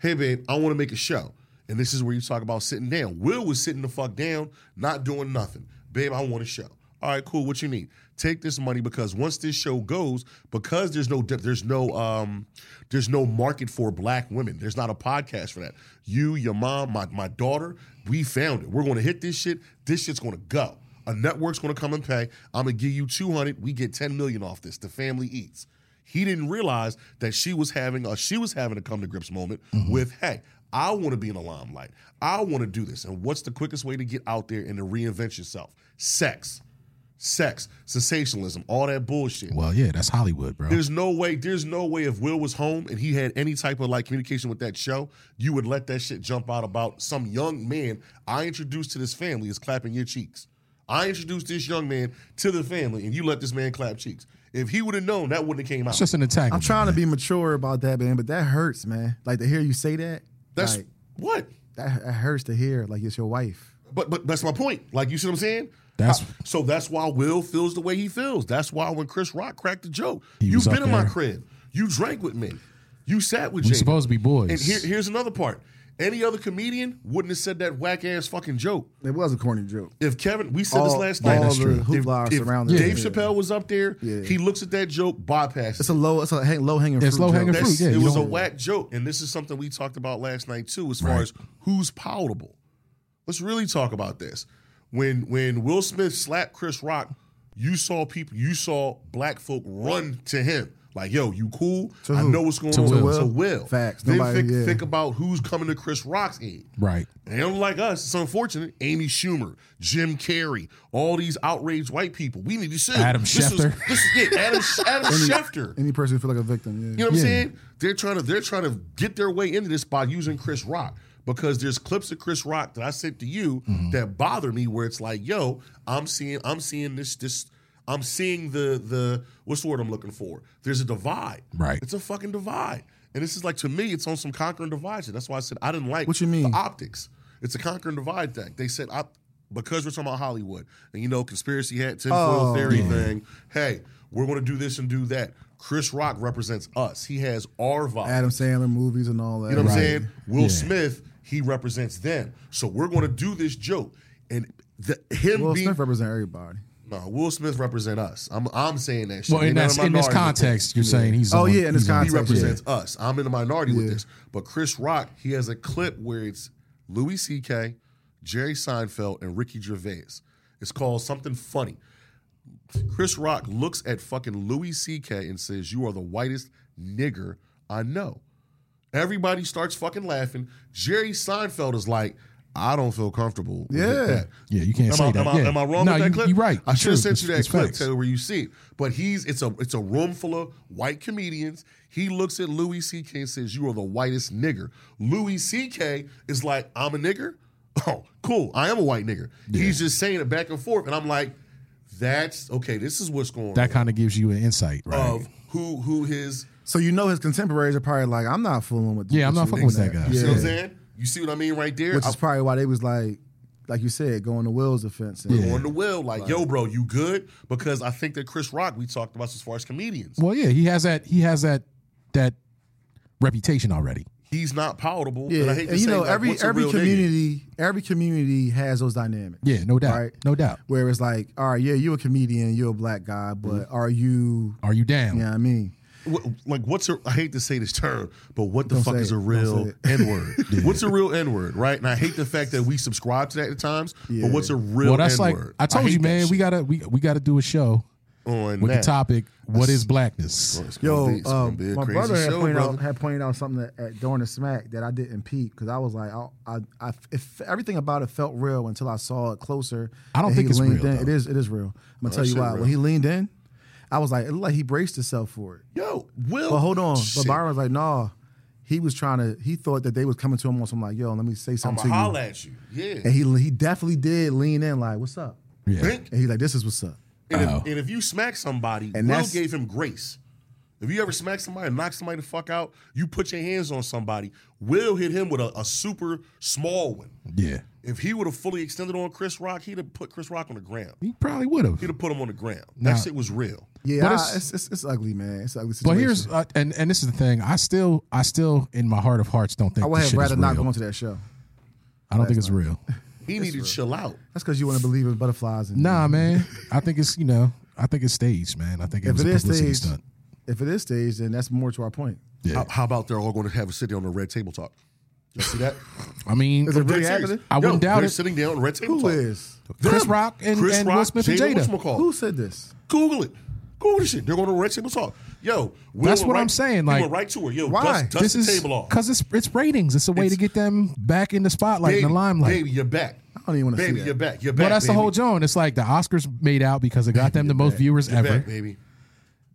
Speaker 1: Hey, babe, I want to make a show. And this is where you talk about sitting down. Will was sitting the fuck down, not doing nothing. Babe, I want a show. All right, cool. What you need? Take this money because once this show goes, because there's no dep- there's no um there's no market for black women. There's not a podcast for that. You, your mom, my my daughter, we found it. We're going to hit this shit. This shit's going to go. A network's going to come and pay. I'm going to give you 200. We get 10 million off this. The family eats. He didn't realize that she was having a she was having a come to grips moment
Speaker 2: Mm-hmm.
Speaker 1: with, hey, I want to be in the limelight. I want to do this. And what's the quickest way to get out there and to reinvent yourself? Sex. Sex, sensationalism, all that bullshit.
Speaker 2: Well, yeah, that's Hollywood, bro.
Speaker 1: There's no way, there's no way if Will was home and he had any type of like communication with that show, you would let that shit jump out about some young man I introduced to this family is clapping your cheeks. I introduced this young man to the family and you let this man clap cheeks. If he would have known, that wouldn't have came out.
Speaker 2: It's just an attack.
Speaker 3: I'm trying to be mature about that, man, but that hurts, man. Like to hear you say that.
Speaker 1: That's
Speaker 3: like,
Speaker 1: what?
Speaker 3: that, that hurts to hear. Like it's your wife.
Speaker 1: But but that's my point. Like you see what I'm saying?
Speaker 2: That's-
Speaker 1: How- so that's why Will feels the way he feels. That's why when Chris Rock cracked the joke,
Speaker 2: He
Speaker 1: you've
Speaker 2: was
Speaker 1: been
Speaker 2: up
Speaker 1: in my
Speaker 2: there.
Speaker 1: crib. You drank with me. You sat with
Speaker 2: We're
Speaker 1: me.
Speaker 2: supposed to be boys.
Speaker 1: And here, here's another part. Any other comedian wouldn't have said that whack ass fucking joke.
Speaker 3: It was a corny joke.
Speaker 1: If Kevin, we said this
Speaker 3: All-
Speaker 1: last
Speaker 3: all
Speaker 1: night.
Speaker 3: the hoopla
Speaker 1: If, if
Speaker 3: surrounding
Speaker 1: Dave
Speaker 3: it.
Speaker 1: Chappelle was up there,
Speaker 3: Yeah.
Speaker 1: he looks at that joke, bypasses.
Speaker 3: It's a low. It's a hang, low hanging.
Speaker 2: It's low-hanging
Speaker 1: That's-
Speaker 2: fruit, yeah,
Speaker 1: it
Speaker 2: you
Speaker 1: was a
Speaker 2: don't-
Speaker 1: whack joke, and this is something we talked about last night too, as far
Speaker 2: Right.
Speaker 1: as who's palatable. Let's really talk about this. When when Will Smith slapped Chris Rock, you saw people, you saw black folk run to him. Like, yo, you cool?
Speaker 3: To
Speaker 1: I
Speaker 3: who?
Speaker 1: know what's going
Speaker 2: To
Speaker 1: on.
Speaker 2: Will.
Speaker 1: To Will.
Speaker 3: Facts.
Speaker 1: Then
Speaker 3: Nobody-
Speaker 1: think,
Speaker 3: yeah.
Speaker 1: think about who's coming to Chris Rock's aid.
Speaker 2: right.
Speaker 1: They don't like us. It's unfortunate. Amy Schumer, Jim Carrey, all these outraged white people. We need to sue.
Speaker 2: Adam
Speaker 1: this Is,
Speaker 2: Schefter.
Speaker 1: this is it. Adam, Adam Schefter.
Speaker 3: Any person who feel like a victim. Yeah.
Speaker 1: You know what I'm
Speaker 2: Yeah.
Speaker 1: saying? They're trying to they're trying to get their way into this by using Chris Rock because there's clips of Chris Rock that I sent to you
Speaker 3: Mm-hmm.
Speaker 1: that bother me where it's like, yo, I'm seeing I'm seeing this this I'm seeing the the what's the word I'm looking for? There's a divide.
Speaker 2: Right.
Speaker 1: It's a fucking divide. And this is like to me, it's on some conquer and divide shit. That's why I said I didn't like
Speaker 3: What you mean?
Speaker 1: the optics. It's a conquer and divide thing. They said I because we're talking about Hollywood and you know conspiracy hat, tinfoil
Speaker 3: Oh,
Speaker 1: theory thing. Hey, we're going to do this and do that. Chris Rock represents us. He has our vibe.
Speaker 3: Adam Sandler movies and all that.
Speaker 1: you know what I'm
Speaker 2: Right.
Speaker 1: saying? Will
Speaker 2: Yeah.
Speaker 1: Smith, he represents them. So we're going to do this joke and the, him
Speaker 3: Will
Speaker 1: being
Speaker 3: Smith represent everybody.
Speaker 1: no, Will Smith represent us. I'm I'm saying that shit.
Speaker 2: Well, in,
Speaker 1: Ain't none
Speaker 2: that's,
Speaker 1: of my
Speaker 2: in this
Speaker 1: minority with that.
Speaker 2: context, you're saying he's.
Speaker 3: Oh,
Speaker 2: on-
Speaker 3: yeah, in this
Speaker 2: he's on-
Speaker 1: He
Speaker 3: context,
Speaker 1: represents us. I'm in the minority with this. But Chris Rock, he has a clip where it's Louis C.K., Jerry Seinfeld, and Ricky Gervais. It's called Something Funny. Chris Rock looks at fucking Louis C.K. and says, You are the whitest nigger I know. Everybody starts fucking laughing. Jerry Seinfeld is like, I don't feel comfortable. with
Speaker 3: Yeah.
Speaker 1: that.
Speaker 2: Yeah, you can't
Speaker 1: am
Speaker 2: say
Speaker 1: I,
Speaker 2: that.
Speaker 1: Am I,
Speaker 2: Yeah.
Speaker 1: am I wrong
Speaker 2: No,
Speaker 1: with that
Speaker 2: you-
Speaker 1: clip?
Speaker 2: You're right.
Speaker 1: I should have
Speaker 2: True.
Speaker 1: sent you that
Speaker 2: It's- it's
Speaker 1: clip
Speaker 2: facts.
Speaker 1: to where you see it. But he's it's a it's a room full of white comedians. He looks at Louis C.K. and says, "You are the whitest nigger." Louis C.K. is like, "I'm a nigger." Oh, cool. I am a white nigger. He's just saying it back and forth, and I'm like, "That's okay. This is what's going
Speaker 2: That
Speaker 1: on."
Speaker 2: kind of gives you an insight,
Speaker 3: Oh,
Speaker 2: right?
Speaker 1: of who who his
Speaker 3: So you know his contemporaries are probably like, I'm not fooling with.
Speaker 2: Yeah, I'm
Speaker 3: with
Speaker 2: not
Speaker 3: you
Speaker 2: fucking with that
Speaker 3: niggas.
Speaker 2: guy.
Speaker 1: You see what I'm
Speaker 2: Yeah.
Speaker 1: saying? You see what I mean right there?
Speaker 3: Which is
Speaker 1: I'm
Speaker 3: probably why they was like, like you said, going to Will's defense. And
Speaker 1: on the will, like, yo, bro, you good? Because I think that Chris Rock, we talked about as far as comedians,
Speaker 2: Well, yeah, he has that. He has that. That reputation already.
Speaker 1: he's not palatable.
Speaker 3: Yeah,
Speaker 1: and
Speaker 3: and,
Speaker 1: I hate to
Speaker 3: you
Speaker 1: say,
Speaker 3: know
Speaker 1: like,
Speaker 3: every
Speaker 1: what's a
Speaker 3: every
Speaker 1: real nigga?
Speaker 3: community, every community has those dynamics.
Speaker 2: Yeah, no doubt.
Speaker 3: Right?
Speaker 2: No doubt.
Speaker 3: Where it's like, all right, yeah, you a comedian, you're a black guy, but
Speaker 2: Mm-hmm.
Speaker 3: are you?
Speaker 2: Are you
Speaker 3: You
Speaker 2: down?
Speaker 3: know what I mean?
Speaker 1: What- like what's a, I hate to say this term, but what the
Speaker 3: Don't
Speaker 1: fuck
Speaker 3: say
Speaker 1: is
Speaker 3: it.
Speaker 1: a
Speaker 3: Don't
Speaker 1: real
Speaker 3: say
Speaker 1: N word? What's a real N word, right? And I hate the fact that we subscribe to that at times.
Speaker 3: Yeah.
Speaker 1: But what's a real
Speaker 2: Well, that's like
Speaker 1: N-word?
Speaker 2: I told you,
Speaker 1: hate that
Speaker 2: man. We
Speaker 1: shit
Speaker 2: gotta we, we gotta do a show
Speaker 1: on
Speaker 2: with
Speaker 1: that.
Speaker 2: the topic. What is blackness?
Speaker 1: It's gonna
Speaker 3: Yo,
Speaker 1: be- it's
Speaker 3: uh,
Speaker 1: gonna be a
Speaker 3: my
Speaker 1: crazy
Speaker 3: brother had
Speaker 1: show,
Speaker 3: pointed
Speaker 1: brother.
Speaker 3: out had pointed out something that, at, during the smack that I didn't peep because I was like, I, I, I if everything about it felt real until I saw it closer.
Speaker 2: I don't
Speaker 3: and he
Speaker 2: think it's
Speaker 3: leaned
Speaker 2: real,
Speaker 3: in.
Speaker 2: though. Oh,
Speaker 3: It is, it is real. I'm gonna tell
Speaker 1: that
Speaker 3: you
Speaker 1: shit
Speaker 3: why.
Speaker 1: real.
Speaker 3: When he leaned in, I was like, it looked like he braced himself for it.
Speaker 1: Yo, Will.
Speaker 3: But hold on,
Speaker 1: Shit.
Speaker 3: but Byron was like, nah. He was trying to. He thought that they was coming to him on something like, yo, let me say
Speaker 1: I'ma
Speaker 3: something to you.
Speaker 1: holla at you. Yeah.
Speaker 3: And he he definitely did lean in like, what's up?
Speaker 2: Yeah.
Speaker 1: Think-
Speaker 3: And he's like, this is what's up.
Speaker 1: And,
Speaker 2: Oh.
Speaker 1: if, and if you smack somebody,
Speaker 3: And
Speaker 1: Will
Speaker 3: that's-
Speaker 1: gave him grace. If you ever smack somebody and knock somebody the fuck out, you put your hands on somebody. Will hit him with a, a super small one.
Speaker 2: Yeah.
Speaker 1: If he would have fully extended on Chris Rock, he'd have put Chris Rock on the ground.
Speaker 2: He probably would have.
Speaker 1: He'd have put him on the ground.
Speaker 2: Nah.
Speaker 1: That shit was real.
Speaker 3: Yeah,
Speaker 2: But
Speaker 3: I-
Speaker 2: it's-
Speaker 3: it's, it's, it's ugly, man. It's an ugly
Speaker 2: But
Speaker 3: situation.
Speaker 2: here's uh, and and this is the thing. I still I still in my heart of hearts don't think
Speaker 3: I would
Speaker 2: this
Speaker 3: have
Speaker 2: shit is
Speaker 3: rather not
Speaker 2: real.
Speaker 3: gone to that show.
Speaker 2: I don't think it's real.
Speaker 1: He needed to chill out.
Speaker 3: That's because you want to believe in butterflies. And,
Speaker 2: Nah, man. I think it's you know I think it's staged, man. I think it
Speaker 3: if
Speaker 2: was
Speaker 3: it
Speaker 2: a
Speaker 3: is
Speaker 2: publicity
Speaker 3: staged,
Speaker 2: stunt.
Speaker 3: if it is staged, then that's more to our point.
Speaker 2: Yeah.
Speaker 1: How, how about they're all going to have a sit down on a red table talk? You see that?
Speaker 2: I mean,
Speaker 3: Is it
Speaker 1: Dead
Speaker 3: really
Speaker 1: serious.
Speaker 3: happening?
Speaker 2: I wouldn't
Speaker 1: Yo,
Speaker 2: doubt
Speaker 1: they're
Speaker 2: it.
Speaker 1: sitting down on a red table
Speaker 3: Who
Speaker 1: talk.
Speaker 3: is?
Speaker 2: Chris
Speaker 1: Them.
Speaker 2: Rock and-
Speaker 1: Chris
Speaker 2: and
Speaker 1: Rock,
Speaker 2: Will Smith and Jada.
Speaker 1: whatchamacallit.
Speaker 3: Who said this?
Speaker 1: Google it. Google shit. They're going to red table talk. Yo, Will
Speaker 2: That's
Speaker 1: went
Speaker 2: what
Speaker 1: right-
Speaker 2: I'm saying,
Speaker 1: he
Speaker 2: like,
Speaker 1: went right to her. Yo,
Speaker 3: why?
Speaker 1: dust, dust
Speaker 2: this
Speaker 1: the
Speaker 2: is
Speaker 1: table off.
Speaker 2: because it's it's ratings. It's a way to
Speaker 1: It's-
Speaker 2: get them back in the spotlight, in the limelight.
Speaker 1: Baby, you're back. I
Speaker 3: don't even wanna see
Speaker 1: Baby,
Speaker 3: that.
Speaker 1: you're back. You're back.
Speaker 2: Well, that's
Speaker 1: baby.
Speaker 2: the whole joint. It's like the Oscars made out because it got them the most viewers
Speaker 1: You're
Speaker 2: ever.
Speaker 1: back, baby.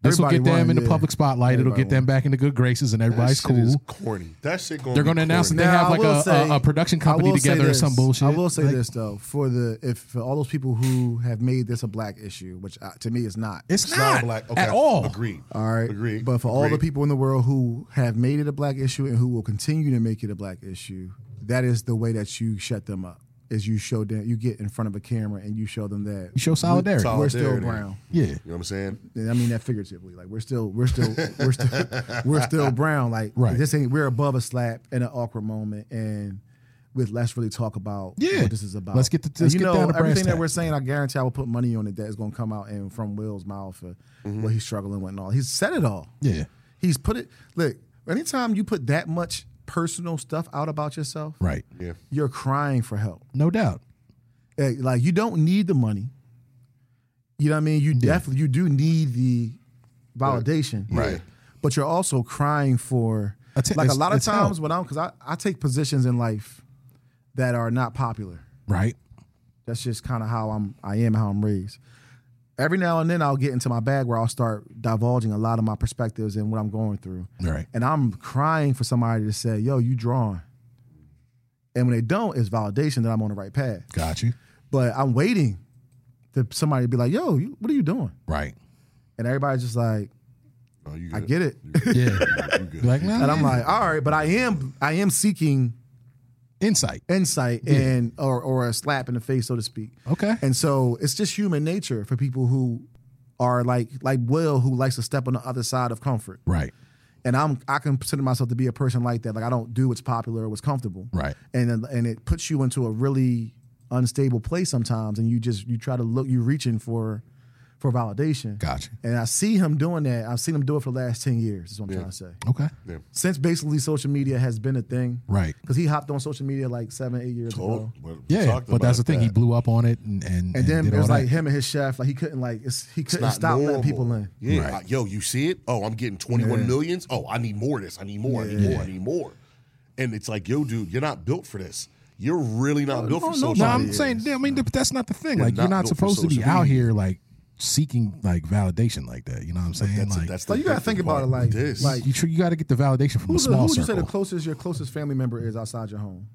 Speaker 2: This will
Speaker 3: Everybody
Speaker 2: get them
Speaker 3: won,
Speaker 2: in the
Speaker 3: yeah.
Speaker 2: public spotlight. It'll
Speaker 3: Everybody
Speaker 2: get them back in the good graces, and
Speaker 1: That
Speaker 2: everybody's
Speaker 1: shit is
Speaker 2: cool.
Speaker 1: corny. That shit going.
Speaker 2: They're going to announce that they have
Speaker 3: I
Speaker 2: like
Speaker 3: will
Speaker 2: a,
Speaker 3: say-
Speaker 2: a, a production company
Speaker 3: I will say
Speaker 2: together or
Speaker 3: this.
Speaker 2: some bullshit.
Speaker 3: I will say
Speaker 2: Like,
Speaker 3: this though, for the if for all those people who have made this a black issue, which uh, to me is not.
Speaker 2: It's
Speaker 1: It's not
Speaker 2: not
Speaker 1: black okay.
Speaker 2: at all.
Speaker 1: Agreed.
Speaker 3: all right,
Speaker 1: Agreed.
Speaker 3: but for all the
Speaker 1: Agreed.
Speaker 3: people in the world who have made it a black issue and who will continue to make it a black issue, that is the way that you shut them up. Is you show them, you get in front of a camera and you show them that
Speaker 2: You show solidarity.
Speaker 1: Solid-
Speaker 3: we're still
Speaker 1: Solidarity.
Speaker 3: brown.
Speaker 2: Yeah,
Speaker 1: you know what I'm saying?
Speaker 3: And I mean that figuratively. Like we're still, we're still, we're still, we're still brown. Like
Speaker 2: Right.
Speaker 3: this ain't. We're above a slap in an awkward moment, and with let's really talk about
Speaker 2: Yeah.
Speaker 3: what this is about.
Speaker 2: Let's get to-
Speaker 3: And
Speaker 2: let's
Speaker 3: you
Speaker 2: get
Speaker 3: know
Speaker 2: down to brass
Speaker 3: everything that
Speaker 2: tacks.
Speaker 3: we're saying. I guarantee I will put money on it that is going to come out and from Will's mouth for what he's struggling with and all. He's said it all.
Speaker 2: Mm-hmm. Yeah.
Speaker 3: He's put it. Look, anytime you put that much personal stuff out about yourself,
Speaker 2: right.
Speaker 1: Yeah.
Speaker 3: you're crying for help.
Speaker 2: No doubt.
Speaker 3: Eh, like you don't need the money. You know what I mean? You definitely you do need the validation,
Speaker 1: Right.
Speaker 3: But you're also crying for
Speaker 2: Atten-
Speaker 3: like a
Speaker 2: it's-
Speaker 3: lot of
Speaker 2: it's
Speaker 3: times
Speaker 2: help.
Speaker 3: when I'm because I, I take positions in life that are not popular.
Speaker 2: Right.
Speaker 3: That's just kind of how I'm I am how I'm raised. Every now and then I'll get into my bag where I'll start divulging a lot of my perspectives and what I'm going through.
Speaker 2: Right.
Speaker 3: And I'm crying for somebody to say, yo, you drawing. And when they don't, it's validation that I'm on the right path
Speaker 2: Got you.
Speaker 3: but I'm waiting to somebody to be like, "Yo, you, what are you doing?"
Speaker 2: Right.
Speaker 3: And everybody's just like,
Speaker 1: No, Oh, you
Speaker 3: "I
Speaker 1: good.
Speaker 3: get it,"
Speaker 2: Yeah.
Speaker 1: You good.
Speaker 2: like, nah,
Speaker 3: and I'm
Speaker 2: man.
Speaker 3: like, "All right," but I am I am seeking
Speaker 2: insight.
Speaker 3: insight and or or a slap in the face, so to speak.
Speaker 2: Okay.
Speaker 3: And so it's just human nature for people who are like like Will, who likes to step on the other side of comfort.
Speaker 2: Right.
Speaker 3: And I'm I consider myself to be a person like that. Like I don't do what's popular or what's comfortable.
Speaker 2: Right.
Speaker 3: And then- and it puts you into a really unstable place sometimes, and you just you try to look you reaching for for validation.
Speaker 2: Gotcha.
Speaker 3: And I see him doing that. I've seen him do it for the last 10 years, is what I'm trying to say.
Speaker 2: Okay.
Speaker 3: Since basically social media has been a thing.
Speaker 2: Right.
Speaker 3: Because he hopped on social media like seven, eight years
Speaker 1: Oh,
Speaker 3: ago.
Speaker 1: well, we
Speaker 2: Yeah.
Speaker 1: talked
Speaker 2: But that's the
Speaker 1: about
Speaker 2: thing.
Speaker 1: that.
Speaker 2: He blew up on it, and and,
Speaker 3: And then
Speaker 2: did
Speaker 3: it was
Speaker 2: all
Speaker 3: like
Speaker 2: that.
Speaker 3: him and his chef, like he couldn't like it's, he couldn't
Speaker 1: not
Speaker 3: stop letting
Speaker 1: normal.
Speaker 3: people in.
Speaker 1: Yeah.
Speaker 2: Right.
Speaker 1: I- yo, you see it? Oh, I'm getting 21 millions. Oh, I need more of this. I need more. I need more. I need more. And it's like, yo, dude, you're not built for this. You're really not built for social
Speaker 2: Oh, No,
Speaker 1: media.
Speaker 2: I'm saying, I mean, th- that's not the thing. like,
Speaker 1: not
Speaker 2: you're not
Speaker 1: built for
Speaker 2: supposed to be
Speaker 1: social
Speaker 2: out
Speaker 1: media.
Speaker 2: here like seeking like validation like that. You know what I'm saying?
Speaker 1: that's,
Speaker 2: like,
Speaker 1: that's the
Speaker 3: Like you gotta
Speaker 1: different
Speaker 3: think about
Speaker 1: part
Speaker 3: it like
Speaker 1: with this.
Speaker 3: like
Speaker 2: you, tr- you got to get the validation from a
Speaker 3: who's the, who
Speaker 2: small
Speaker 3: would you say
Speaker 2: circle.
Speaker 3: the closest your closest family member is outside your home?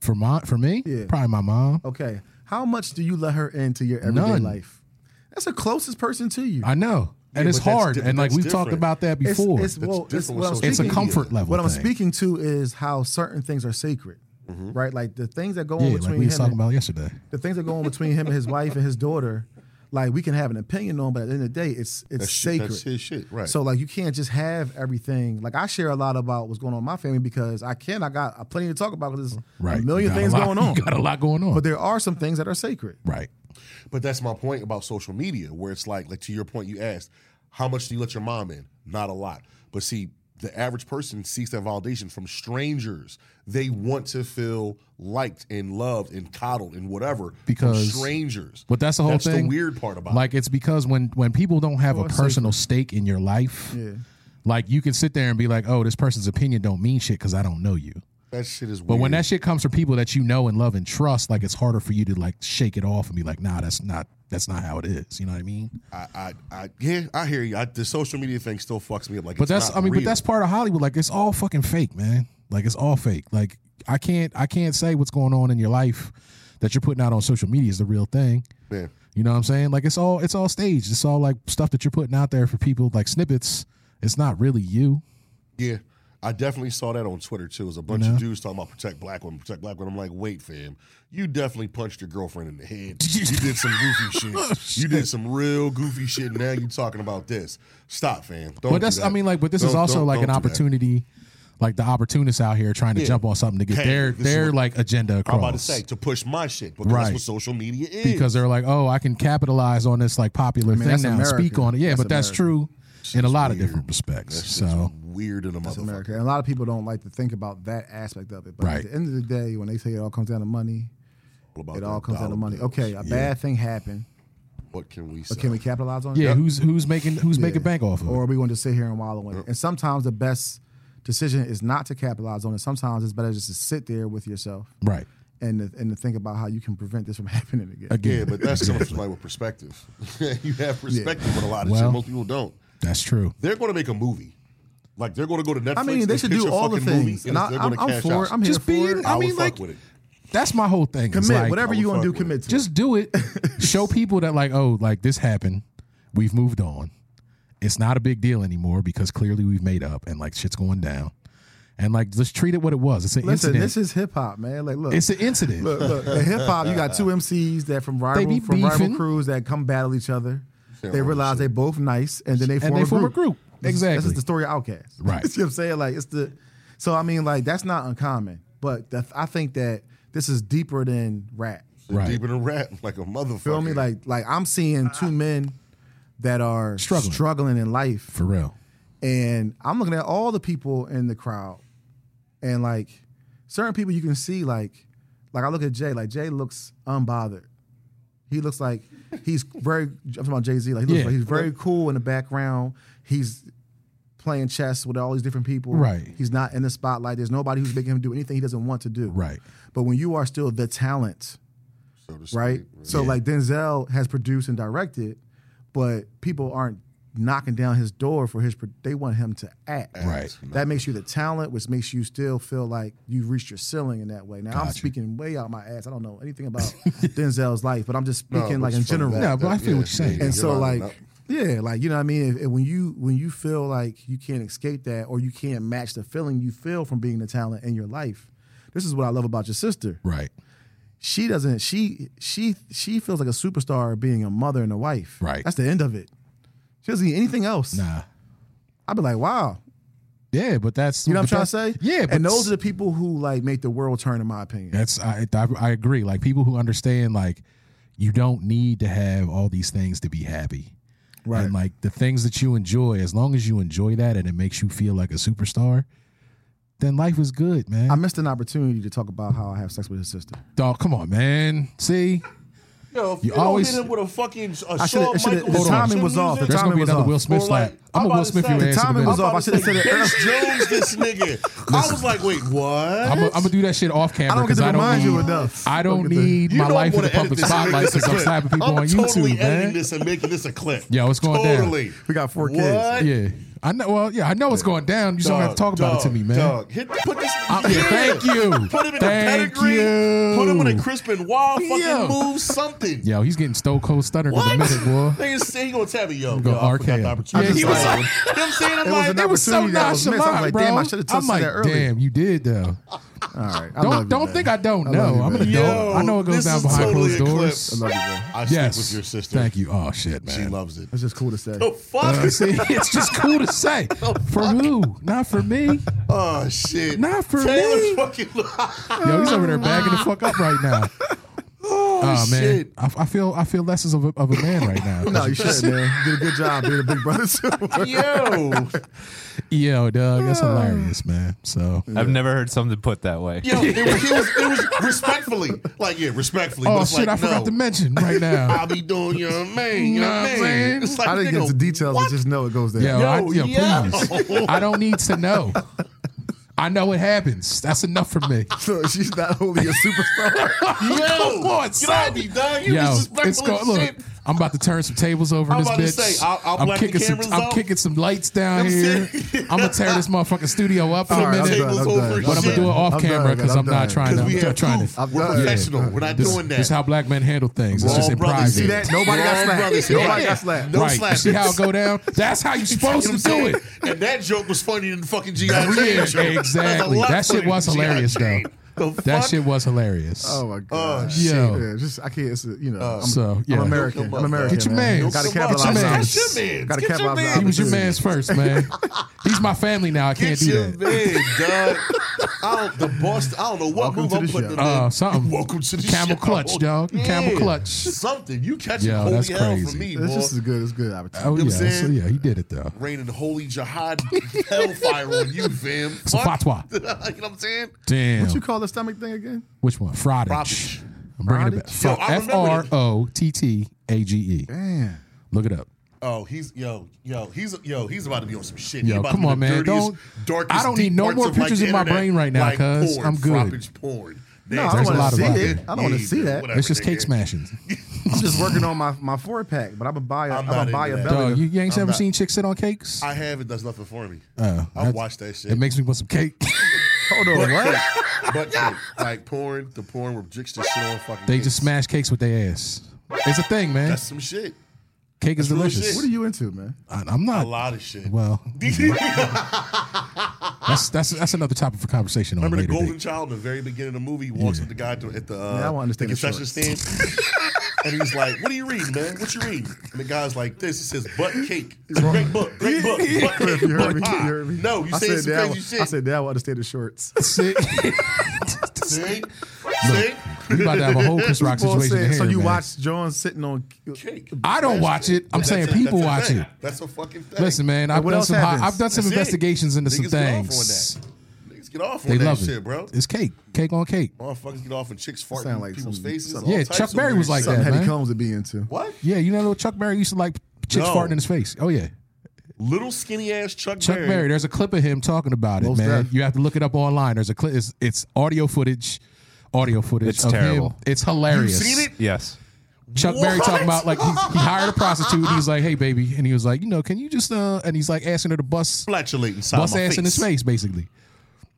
Speaker 2: for my, for me,
Speaker 3: Yeah.
Speaker 2: probably my mom.
Speaker 3: Okay, how much do you let her into your everyday
Speaker 2: None.
Speaker 3: life? That's the closest person to you.
Speaker 2: I know, and
Speaker 1: Yeah,
Speaker 2: it's
Speaker 1: but that's
Speaker 2: hard.
Speaker 1: di-
Speaker 2: and like
Speaker 1: that's
Speaker 2: we've talked
Speaker 1: different.
Speaker 2: about that
Speaker 3: It's-
Speaker 2: before.
Speaker 3: It's, well,
Speaker 1: different
Speaker 3: it's, what I'm
Speaker 1: with social
Speaker 2: It's a
Speaker 3: speaking-
Speaker 2: comfort level.
Speaker 3: What I'm
Speaker 2: thing.
Speaker 3: speaking to is how certain things are sacred,
Speaker 1: Mm-hmm.
Speaker 3: right? Like the things that go
Speaker 2: Yeah,
Speaker 3: on
Speaker 2: like
Speaker 3: between
Speaker 2: we was
Speaker 3: him,
Speaker 2: talking
Speaker 3: and,
Speaker 2: about yesterday.
Speaker 3: the things that go on between him and his wife and his daughter. Like we can have an opinion on, but at the end of the day, it's it's
Speaker 1: That's shit-
Speaker 3: sacred.
Speaker 1: that's his shit, right.
Speaker 3: So like you can't just have everything. Like I share a lot about what's going on in my family because I can. I got plenty to talk about because there's
Speaker 2: Right,
Speaker 3: a
Speaker 2: You
Speaker 3: million
Speaker 2: got
Speaker 3: things
Speaker 2: lot-
Speaker 3: going on.
Speaker 2: You got a lot going on.
Speaker 3: But there are some things that are sacred.
Speaker 2: right.
Speaker 1: But that's my point about social media, where it's like, like to your point, you asked, how much do you let your mom in? Not a lot. But see, the average person seeks that validation from strangers. They want to feel liked and loved and coddled and whatever from
Speaker 2: Because-
Speaker 1: strangers.
Speaker 2: But that's the whole thing.
Speaker 1: the weird part about
Speaker 2: Like it's because when when people don't have a
Speaker 3: it's
Speaker 2: personal stake in your life, like you can sit there and be like, "Oh, this person's opinion don't mean shit because I don't know you."
Speaker 1: it. That shit is weird.
Speaker 2: But when that shit comes from people that you know and love and trust, like it's harder for you to like shake it off and be like, "Nah, that's not that's not how it is." You know what I mean?
Speaker 1: I, I, I, yeah, I hear you. I, the social media thing still fucks me up. Like,
Speaker 2: But
Speaker 1: it's
Speaker 2: that's
Speaker 1: not
Speaker 2: I mean,
Speaker 1: real.
Speaker 2: but that's part of Hollywood. Like it's all fucking fake, man. Like it's all fake. Like I can't I can't say what's going on in your life that you're putting out on social media is the real thing.
Speaker 1: Yeah.
Speaker 2: You know what I'm saying? Like it's all it's all staged. It's all like stuff that you're putting out there for people like snippets. It's not really you.
Speaker 1: Yeah. I definitely saw that on Twitter too. It was a bunch of dudes talking about protect black women, protect black women. I'm like, wait, fam, you definitely punched your girlfriend in the head. You did some
Speaker 2: Oh,
Speaker 1: goofy shit. You did some real goofy shit. Now you talking about this. Stop, fam. Don't do
Speaker 2: but that's
Speaker 1: that.
Speaker 2: I mean like but this is
Speaker 1: Don't-
Speaker 2: also
Speaker 1: don't-
Speaker 2: like
Speaker 1: don't
Speaker 2: an
Speaker 1: do that.
Speaker 2: opportunity like the opportunists out here trying to jump on something to get
Speaker 1: Hey,
Speaker 2: their
Speaker 1: this is
Speaker 2: their
Speaker 1: what-
Speaker 2: like agenda across.
Speaker 1: I'm about to say to push my shit because
Speaker 2: Right.
Speaker 1: that's what social media is.
Speaker 2: because they're like, oh, I can capitalize on this like popular thing
Speaker 3: that's
Speaker 2: now, and speak
Speaker 3: America.
Speaker 2: on it. Yeah,
Speaker 3: That's
Speaker 2: but that's
Speaker 3: America.
Speaker 2: true in a lot of different respects.
Speaker 1: Shit's
Speaker 2: So
Speaker 1: weird in a
Speaker 3: That's
Speaker 1: motherfucker.
Speaker 3: America. And a lot of people don't like to think about that aspect of it. But
Speaker 2: Right.
Speaker 3: at the end of the day, when they say it all comes down to money,
Speaker 1: All about
Speaker 3: it
Speaker 1: Oh, the
Speaker 3: all comes down to
Speaker 1: dollar
Speaker 3: money.
Speaker 1: bill.
Speaker 3: Okay, a bad thing happened,
Speaker 1: What can we say?
Speaker 3: but can we capitalize on it?
Speaker 2: yeah, who's who's making who's making
Speaker 3: Yeah.
Speaker 2: bank off of
Speaker 3: Or
Speaker 2: it?
Speaker 3: are we going to sit here and wallow in it? And sometimes the best decision is not to capitalize on it. Sometimes it's better just to sit there with yourself
Speaker 2: Right.
Speaker 3: and to, and to think about how you can prevent this from happening again.
Speaker 2: Again,
Speaker 1: yeah, but that's coming from like with perspective. you have perspective with a lot of
Speaker 2: Well-
Speaker 1: shit. Most people don't.
Speaker 2: that's true.
Speaker 1: they're going to make a movie. Like they're going to go to Netflix.
Speaker 3: I mean, they
Speaker 1: and
Speaker 3: should
Speaker 1: pitch
Speaker 3: do
Speaker 1: a
Speaker 3: all the
Speaker 1: fucking movie,
Speaker 3: things, and
Speaker 1: it's-
Speaker 3: I-
Speaker 1: they're gonna
Speaker 3: I'm- I'm
Speaker 1: cash
Speaker 3: for
Speaker 1: out.
Speaker 3: it. I'm here
Speaker 2: Just
Speaker 3: for
Speaker 2: be
Speaker 3: it.
Speaker 2: in-
Speaker 1: I,
Speaker 2: I
Speaker 1: would
Speaker 2: mean,
Speaker 1: fuck
Speaker 2: like
Speaker 1: with it.
Speaker 2: that's my whole thing. It's
Speaker 3: commit,
Speaker 2: like,
Speaker 3: whatever
Speaker 1: I
Speaker 3: you
Speaker 1: would
Speaker 3: want to do,
Speaker 1: fuck with
Speaker 3: commit
Speaker 1: it.
Speaker 3: to.
Speaker 2: Just do it. Show people that like, oh, like this happened. We've moved on. It's not a big deal anymore because clearly we've made up and like shit's going down. And like, just treat it what it was. It's an
Speaker 3: listen.
Speaker 2: incident.
Speaker 3: This is hip hop, man. Like, look,
Speaker 2: it's an incident.
Speaker 3: look, look. In hip hop, you got two MCs that from rival
Speaker 2: be
Speaker 3: from rival
Speaker 2: beefing.
Speaker 3: crews that come battle each other. They
Speaker 1: well,
Speaker 3: realize they both nice, and then they form,
Speaker 2: they
Speaker 3: a,
Speaker 2: form a
Speaker 3: group.
Speaker 2: group.
Speaker 3: This is- This
Speaker 2: Exactly.
Speaker 3: is the story of Outcast.
Speaker 2: Right.
Speaker 3: you know what I'm saying? Like it's the. So I mean, like that's not uncommon, but that, I think that this is deeper than rap.
Speaker 2: Right.
Speaker 1: Deep in a rap, like a motherfucker.
Speaker 3: Feel me? Like like I'm seeing two men that are
Speaker 2: Struggling.
Speaker 3: struggling in life,
Speaker 2: For real.
Speaker 3: and I'm looking at all the people in the crowd, and like certain people you can see, like like I look at Jay, like Jay looks unbothered. He looks like he's very. I'm talking about Jay Z. Like he looks
Speaker 2: Yeah.
Speaker 3: like he's very cool in the background. He's playing chess with all these different people.
Speaker 2: Right.
Speaker 3: He's not in the spotlight. There's nobody who's making him do anything he doesn't want to do.
Speaker 2: Right.
Speaker 3: But when you are still the talent,
Speaker 1: so to speak.
Speaker 3: right? So like Denzel has produced and directed, but people aren't knocking down his door for his. pro- They want him to act.
Speaker 2: Right.
Speaker 3: That makes you the talent, which makes you still feel like you've reached your ceiling in that way. Now I'm speaking way out my ass. I don't know anything about Denzel's life, but I'm just
Speaker 1: No,
Speaker 3: speaking
Speaker 1: but
Speaker 3: like in
Speaker 1: it's from
Speaker 3: general.
Speaker 1: that-
Speaker 2: Yeah, but I
Speaker 1: that-
Speaker 2: feel what you're saying.
Speaker 1: you're
Speaker 3: And so
Speaker 1: not-
Speaker 3: like.
Speaker 1: not-
Speaker 3: Yeah, like you know what I mean. If, if when you when you feel like you can't escape that, or you can't match the feeling you feel from being the talent in your life, this is what I love about your sister
Speaker 2: Right.
Speaker 3: she doesn't she she she feels like a superstar being a mother and a wife
Speaker 2: Right.
Speaker 3: that's the end of it she doesn't need anything else
Speaker 2: Nah.
Speaker 3: i'd be like wow
Speaker 2: Yeah, but that's
Speaker 3: you know what
Speaker 2: but
Speaker 3: i'm trying to
Speaker 2: that's-
Speaker 3: say
Speaker 2: Yeah, but
Speaker 3: and those are the people who like make the world turn in my opinion
Speaker 2: that's I, I I agree. Like people who understand like you don't need to have all these things to be happy.
Speaker 3: Right.
Speaker 2: And like the things that you enjoy, as long as you enjoy that and it makes you feel like a superstar, then life is good, man.
Speaker 3: i missed an opportunity to talk about how i have sex with his sister
Speaker 2: Dog, come on, man. See?
Speaker 1: Yo, if
Speaker 2: You
Speaker 1: you,
Speaker 2: always-
Speaker 1: always hit him with a fucking a
Speaker 3: I shoulda-
Speaker 1: Shawn
Speaker 3: it shoulda-
Speaker 1: Michaels.
Speaker 3: the
Speaker 1: or
Speaker 2: timing
Speaker 1: some
Speaker 3: was
Speaker 1: music,
Speaker 3: off. The
Speaker 1: or
Speaker 2: There's gonna be
Speaker 3: timing was
Speaker 2: another
Speaker 3: off.
Speaker 2: Will Smith slap.
Speaker 1: like-
Speaker 2: I'm
Speaker 1: about
Speaker 2: gonna Will
Speaker 1: to
Speaker 2: Smith
Speaker 1: say-
Speaker 2: your ass. in a
Speaker 3: timing
Speaker 2: minute.
Speaker 3: was
Speaker 1: I'm
Speaker 3: off.
Speaker 1: about
Speaker 3: I
Speaker 1: to
Speaker 3: shoulda
Speaker 1: say,
Speaker 3: said it
Speaker 1: Vince Jones, this nigga. I was like, wait, what?
Speaker 2: I'm gonna do that shit off camera.
Speaker 3: I don't get
Speaker 2: 'cause
Speaker 3: to remind
Speaker 2: need,
Speaker 3: you enough.
Speaker 2: I don't
Speaker 3: Look at the-
Speaker 2: need
Speaker 1: You
Speaker 2: my
Speaker 1: know
Speaker 2: life in
Speaker 1: I'm
Speaker 2: the
Speaker 1: gonna edit
Speaker 2: public
Speaker 1: this and make
Speaker 2: spotlight
Speaker 1: this a
Speaker 2: since I'm
Speaker 1: clip.
Speaker 2: slapping people
Speaker 1: I'm
Speaker 2: on
Speaker 1: totally
Speaker 2: YouTube,
Speaker 1: editing
Speaker 2: man.
Speaker 1: this and making this a clip.
Speaker 2: Yo, it's going down.
Speaker 1: totally.
Speaker 3: We got four
Speaker 1: what?
Speaker 3: kids.
Speaker 2: Yeah, I know. Well, yeah, I know it's going down. You just don't have to talk about it to
Speaker 1: dog,
Speaker 2: me, man.
Speaker 1: dog. Hit, put this.
Speaker 2: I- yeah, thank you.
Speaker 1: Put him in
Speaker 2: Thank
Speaker 1: a pedigree.
Speaker 2: you.
Speaker 1: Put him in a crisp and wild fucking
Speaker 2: Yo.
Speaker 1: move. Something.
Speaker 2: Yo, he's getting stone cold stuttered
Speaker 1: What?
Speaker 2: in the minute, boy.
Speaker 1: They just say he gonna tap me, yo.
Speaker 2: Go
Speaker 1: yo I
Speaker 2: RKO.
Speaker 1: forgot the
Speaker 2: Yeah,
Speaker 1: opportunity.
Speaker 2: he was like-
Speaker 1: you know what I'm saying? I'm
Speaker 3: It was
Speaker 1: like,
Speaker 3: an
Speaker 2: It was so
Speaker 3: opportunity that was missed. I was
Speaker 2: nonchalant,
Speaker 3: like,
Speaker 2: bro.
Speaker 3: damn, I shoulda
Speaker 2: I'm
Speaker 3: told you
Speaker 2: like,
Speaker 3: that early.
Speaker 2: damn, you did though.
Speaker 3: All right. I love
Speaker 2: Don't
Speaker 3: you,
Speaker 2: don't
Speaker 3: man.
Speaker 2: think I don't
Speaker 3: I
Speaker 2: know.
Speaker 3: love you,
Speaker 2: I'm an
Speaker 3: man.
Speaker 2: adult. I know it goes
Speaker 1: this
Speaker 2: down
Speaker 1: is
Speaker 2: behind
Speaker 1: totally
Speaker 2: closed
Speaker 1: a clip.
Speaker 2: doors.
Speaker 3: I love you, man.
Speaker 1: I
Speaker 2: Yes,
Speaker 1: stick with your sister.
Speaker 2: Thank you. Oh shit, man. Uh,
Speaker 1: She loves it.
Speaker 3: It's just cool to say.
Speaker 1: The fuck?
Speaker 2: See, it's just cool to say. for who? Not for me.
Speaker 1: oh shit!
Speaker 2: Not for
Speaker 1: Taylor
Speaker 2: me.
Speaker 1: Fucking
Speaker 2: Yo, he's over there bagging the fuck up right now.
Speaker 1: oh,
Speaker 2: Oh man,
Speaker 1: shit!
Speaker 2: I, I feel I feel less of a, of a man right now.
Speaker 3: No, you should, man. You did a good job being a big brother. too.
Speaker 1: Yo,
Speaker 2: Yo, Doug, that's hilarious, man. So
Speaker 4: I've never heard something put that way.
Speaker 1: yo, it was, it was, it was respectfully, like yeah, respectfully. but
Speaker 2: Oh
Speaker 1: it's
Speaker 2: shit,
Speaker 1: like,
Speaker 2: I forgot
Speaker 1: no,
Speaker 2: to mention right now.
Speaker 1: I'll be doing your man, your
Speaker 2: Know what I'm saying?
Speaker 1: man. It's like,
Speaker 3: I didn't get
Speaker 1: nigga,
Speaker 3: into details, but just know it goes there.
Speaker 2: Yo,
Speaker 1: Yo,
Speaker 2: I, yo,
Speaker 1: yeah.
Speaker 2: please. I don't need to know. I know it happens. That's enough for me.
Speaker 3: So she's not only a superstar.
Speaker 1: Yo,
Speaker 2: Come on,
Speaker 1: get out
Speaker 2: son.
Speaker 1: of me, dog. You
Speaker 2: Yo, it's
Speaker 1: disrespectful
Speaker 2: go,
Speaker 1: as
Speaker 2: look.
Speaker 1: shit.
Speaker 2: I'm about to turn some tables over in
Speaker 1: I'm
Speaker 2: this
Speaker 1: about to
Speaker 2: bitch.
Speaker 1: say, I'll- I'll black the
Speaker 2: kicking some,
Speaker 1: cameras
Speaker 2: I'm
Speaker 1: off.
Speaker 2: kicking some lights down
Speaker 1: I'm
Speaker 2: here.
Speaker 1: saying-
Speaker 2: I'm gonna tear this motherfucking studio up in
Speaker 3: All
Speaker 2: a
Speaker 3: right, I'm
Speaker 2: minute.
Speaker 3: done, I'm done.
Speaker 2: But I'm gonna
Speaker 1: Shit.
Speaker 2: do it off
Speaker 3: I'm done,
Speaker 2: camera
Speaker 3: man,
Speaker 2: because I'm,
Speaker 3: done.
Speaker 2: not trying to.
Speaker 1: Because
Speaker 2: I'm
Speaker 1: we have
Speaker 2: not trying
Speaker 1: proof.
Speaker 2: to.
Speaker 3: I'm
Speaker 1: We're
Speaker 3: done.
Speaker 1: professional. We're not
Speaker 2: This,
Speaker 1: doing that.
Speaker 2: this is how black men handle things. It's
Speaker 1: We're
Speaker 2: just
Speaker 1: all
Speaker 2: in
Speaker 1: brothers.
Speaker 2: private.
Speaker 1: See
Speaker 3: that? Nobody got
Speaker 1: We're all
Speaker 3: slapped.
Speaker 1: brothers here.
Speaker 3: Nobody got slapped.
Speaker 1: No
Speaker 2: right. You
Speaker 1: slapping.
Speaker 2: see how it go down? That's how you're supposed
Speaker 1: You know
Speaker 2: to
Speaker 1: what I'm
Speaker 2: do
Speaker 1: saying?
Speaker 2: it.
Speaker 1: And that joke was funnier than the fucking GI
Speaker 2: Yeah,
Speaker 1: Jane joke. That's
Speaker 2: exactly.
Speaker 1: a lot
Speaker 2: That shit
Speaker 1: funnier
Speaker 2: was
Speaker 1: than G.I.
Speaker 2: hilarious, though.
Speaker 1: Jane. The
Speaker 2: That
Speaker 1: fuck?
Speaker 2: shit was hilarious.
Speaker 3: Oh my god.
Speaker 1: Oh,
Speaker 2: shit. Yo.
Speaker 3: Yeah, just I can't. It's, uh, you know, I'm,
Speaker 2: So,
Speaker 3: I'm
Speaker 2: yeah.
Speaker 3: American.
Speaker 1: Don't come
Speaker 3: I'm
Speaker 1: up,
Speaker 3: American.
Speaker 2: Get your mans.
Speaker 3: Got to
Speaker 1: Don't come up.
Speaker 3: capitalize on
Speaker 2: That's
Speaker 3: this.
Speaker 1: your mans.
Speaker 3: Gotta
Speaker 1: Get your
Speaker 3: capitalize
Speaker 1: mans.
Speaker 3: on
Speaker 2: he was your
Speaker 3: this.
Speaker 2: man's first, man. He's my family now. I
Speaker 1: Get
Speaker 2: can't do
Speaker 1: your
Speaker 2: that.
Speaker 1: man, dog. I don't, the boss, I don't know what
Speaker 3: Welcome
Speaker 1: move
Speaker 3: to
Speaker 1: I'm
Speaker 3: the
Speaker 1: putting
Speaker 3: show.
Speaker 1: in.
Speaker 2: Uh, something.
Speaker 1: Welcome to the
Speaker 2: Camel
Speaker 1: show.
Speaker 2: clutch, dog. Camel clutch.
Speaker 1: Something. You catching
Speaker 2: Yo,
Speaker 1: holy
Speaker 2: that's
Speaker 1: hell
Speaker 2: crazy.
Speaker 1: from me, boy.
Speaker 3: It's just as good. It's good opportunity.
Speaker 2: Oh
Speaker 1: You know
Speaker 2: yeah,
Speaker 1: what I'm
Speaker 2: so
Speaker 1: saying?
Speaker 2: yeah, he did it though.
Speaker 1: Raining holy jihad hellfire on you, fam.
Speaker 2: It's a
Speaker 1: Fuck.
Speaker 2: fatwa.
Speaker 1: you know what I'm saying?
Speaker 2: Damn.
Speaker 3: What you call the stomach thing again?
Speaker 2: Which one? Frottage.
Speaker 1: Frottage.
Speaker 2: I'm bringing it back.
Speaker 1: Frottage? Yo, I
Speaker 2: F
Speaker 1: remember
Speaker 2: R
Speaker 1: that.
Speaker 2: O T T A G E.
Speaker 3: Man,
Speaker 2: Look it up.
Speaker 1: Oh, he's yo, yo, he's yo, he's about to be on some shit. He
Speaker 2: Yo,
Speaker 1: about
Speaker 2: come
Speaker 1: to be
Speaker 2: on,
Speaker 1: the
Speaker 2: man.
Speaker 1: dirtiest,
Speaker 2: Don't-
Speaker 1: darkest,
Speaker 2: I don't need
Speaker 1: deep
Speaker 2: no
Speaker 1: parts
Speaker 2: more
Speaker 1: of, like,
Speaker 2: pictures in my
Speaker 1: internet,
Speaker 2: brain right now,
Speaker 1: like
Speaker 2: cuz
Speaker 1: porn,
Speaker 2: I'm good.
Speaker 1: froppage porn.
Speaker 3: No, I
Speaker 1: Nasty
Speaker 2: don't wanna
Speaker 1: shit.
Speaker 2: see
Speaker 1: Yeah,
Speaker 2: it.
Speaker 3: I don't wanna
Speaker 1: yeah,
Speaker 3: see that.
Speaker 1: whatever,
Speaker 2: It's just cake
Speaker 1: nigga.
Speaker 2: smashings.
Speaker 3: I'm just working on my my four pack, but I'm gonna buy a,
Speaker 1: I'm
Speaker 3: I'm
Speaker 1: not
Speaker 3: gonna
Speaker 1: into
Speaker 3: buy a
Speaker 1: that.
Speaker 3: belly.
Speaker 2: Dog, you, you ain't
Speaker 1: I'm
Speaker 2: ever
Speaker 1: not-
Speaker 2: seen chicks sit on cakes?
Speaker 1: I have it does nothing for me.
Speaker 2: Uh,
Speaker 1: I've watched that shit.
Speaker 2: It makes me want some cake.
Speaker 3: Hold on, what?
Speaker 1: But like porn, the porn where chicks just shit on fucking.
Speaker 2: they
Speaker 1: cakes.
Speaker 2: just smash cakes with their ass. It's a thing, man.
Speaker 1: That's some shit.
Speaker 2: Cake is
Speaker 1: real
Speaker 2: delicious.
Speaker 1: shit.
Speaker 3: What are you into, man?
Speaker 2: I, I'm
Speaker 1: A
Speaker 2: not.
Speaker 1: lot of shit.
Speaker 2: Well,
Speaker 1: Remember
Speaker 2: that's that's that's another topic for conversation on
Speaker 1: the
Speaker 2: later.
Speaker 1: golden
Speaker 2: date.
Speaker 1: child in the very beginning of the movie he walks with the guy to, at the, uh,
Speaker 3: Yeah, I wanna
Speaker 1: the
Speaker 3: understand the
Speaker 1: concession stand, and he's like, "What are you reading, man? What you reading?" And the guy's like, "This." It says butt cake. It's a great book. Great book. Butt cake.
Speaker 3: You heard
Speaker 1: butt
Speaker 3: me? You
Speaker 1: pie.
Speaker 3: heard me?
Speaker 1: No, you
Speaker 3: I
Speaker 1: saying
Speaker 3: said
Speaker 1: some
Speaker 3: that.
Speaker 1: crazy
Speaker 3: I
Speaker 1: shit.
Speaker 3: said that. I understand the shorts.
Speaker 2: See,
Speaker 1: See, see.
Speaker 2: we about to have a whole Chris Rock
Speaker 3: Paul
Speaker 2: situation
Speaker 3: said,
Speaker 2: here.
Speaker 3: so you
Speaker 2: man.
Speaker 3: watch John sitting on
Speaker 1: Cake.
Speaker 2: I don't watch it. I'm
Speaker 1: That's
Speaker 2: saying
Speaker 1: a-
Speaker 2: people
Speaker 1: that's
Speaker 2: watch
Speaker 1: a
Speaker 2: it.
Speaker 1: thing. That's a fucking thing.
Speaker 2: Listen, man, I've
Speaker 3: what
Speaker 2: done
Speaker 3: else
Speaker 2: some high,
Speaker 3: happens?
Speaker 2: I've done some
Speaker 1: That's it.
Speaker 2: investigations into some
Speaker 1: Niggas get off on
Speaker 2: things.
Speaker 1: Niggas get off on
Speaker 2: They
Speaker 1: that
Speaker 2: love
Speaker 1: shit,
Speaker 2: it.
Speaker 1: bro.
Speaker 2: It's cake, cake on cake.
Speaker 1: Motherfuckers get off and chicks fart
Speaker 3: Sound
Speaker 1: in
Speaker 3: like
Speaker 1: people's
Speaker 3: some-
Speaker 1: faces.
Speaker 3: some-
Speaker 1: all
Speaker 2: Yeah,
Speaker 1: types
Speaker 2: Chuck
Speaker 1: of
Speaker 2: Berry
Speaker 1: weird
Speaker 2: was like
Speaker 1: shit.
Speaker 3: something
Speaker 2: that,
Speaker 3: Hetty
Speaker 2: man.
Speaker 3: Combs would be into.
Speaker 1: What?
Speaker 2: Yeah, you know Chuck Berry used to like chicks
Speaker 1: No.
Speaker 2: farting in his face. Oh yeah.
Speaker 1: Little skinny ass Chuck,
Speaker 2: Chuck
Speaker 1: Berry.
Speaker 2: Berry, there's a clip of him talking about it,
Speaker 3: Most
Speaker 2: man.
Speaker 3: def.
Speaker 2: You have to look it up online. There's a clip. It's, it's audio footage, audio footage.
Speaker 4: It's
Speaker 2: of Him.
Speaker 4: terrible.
Speaker 2: It's hilarious.
Speaker 1: Seen it?
Speaker 4: Yes.
Speaker 2: Chuck Berry
Speaker 1: What?
Speaker 2: talking about like he, he hired a prostitute. And he's like, "Hey, baby," and he was like, "You know, can you just?" uh And he's like asking her to bust
Speaker 1: Flatulating inside
Speaker 2: bust
Speaker 1: my
Speaker 2: ass
Speaker 1: face.
Speaker 2: in his face, basically.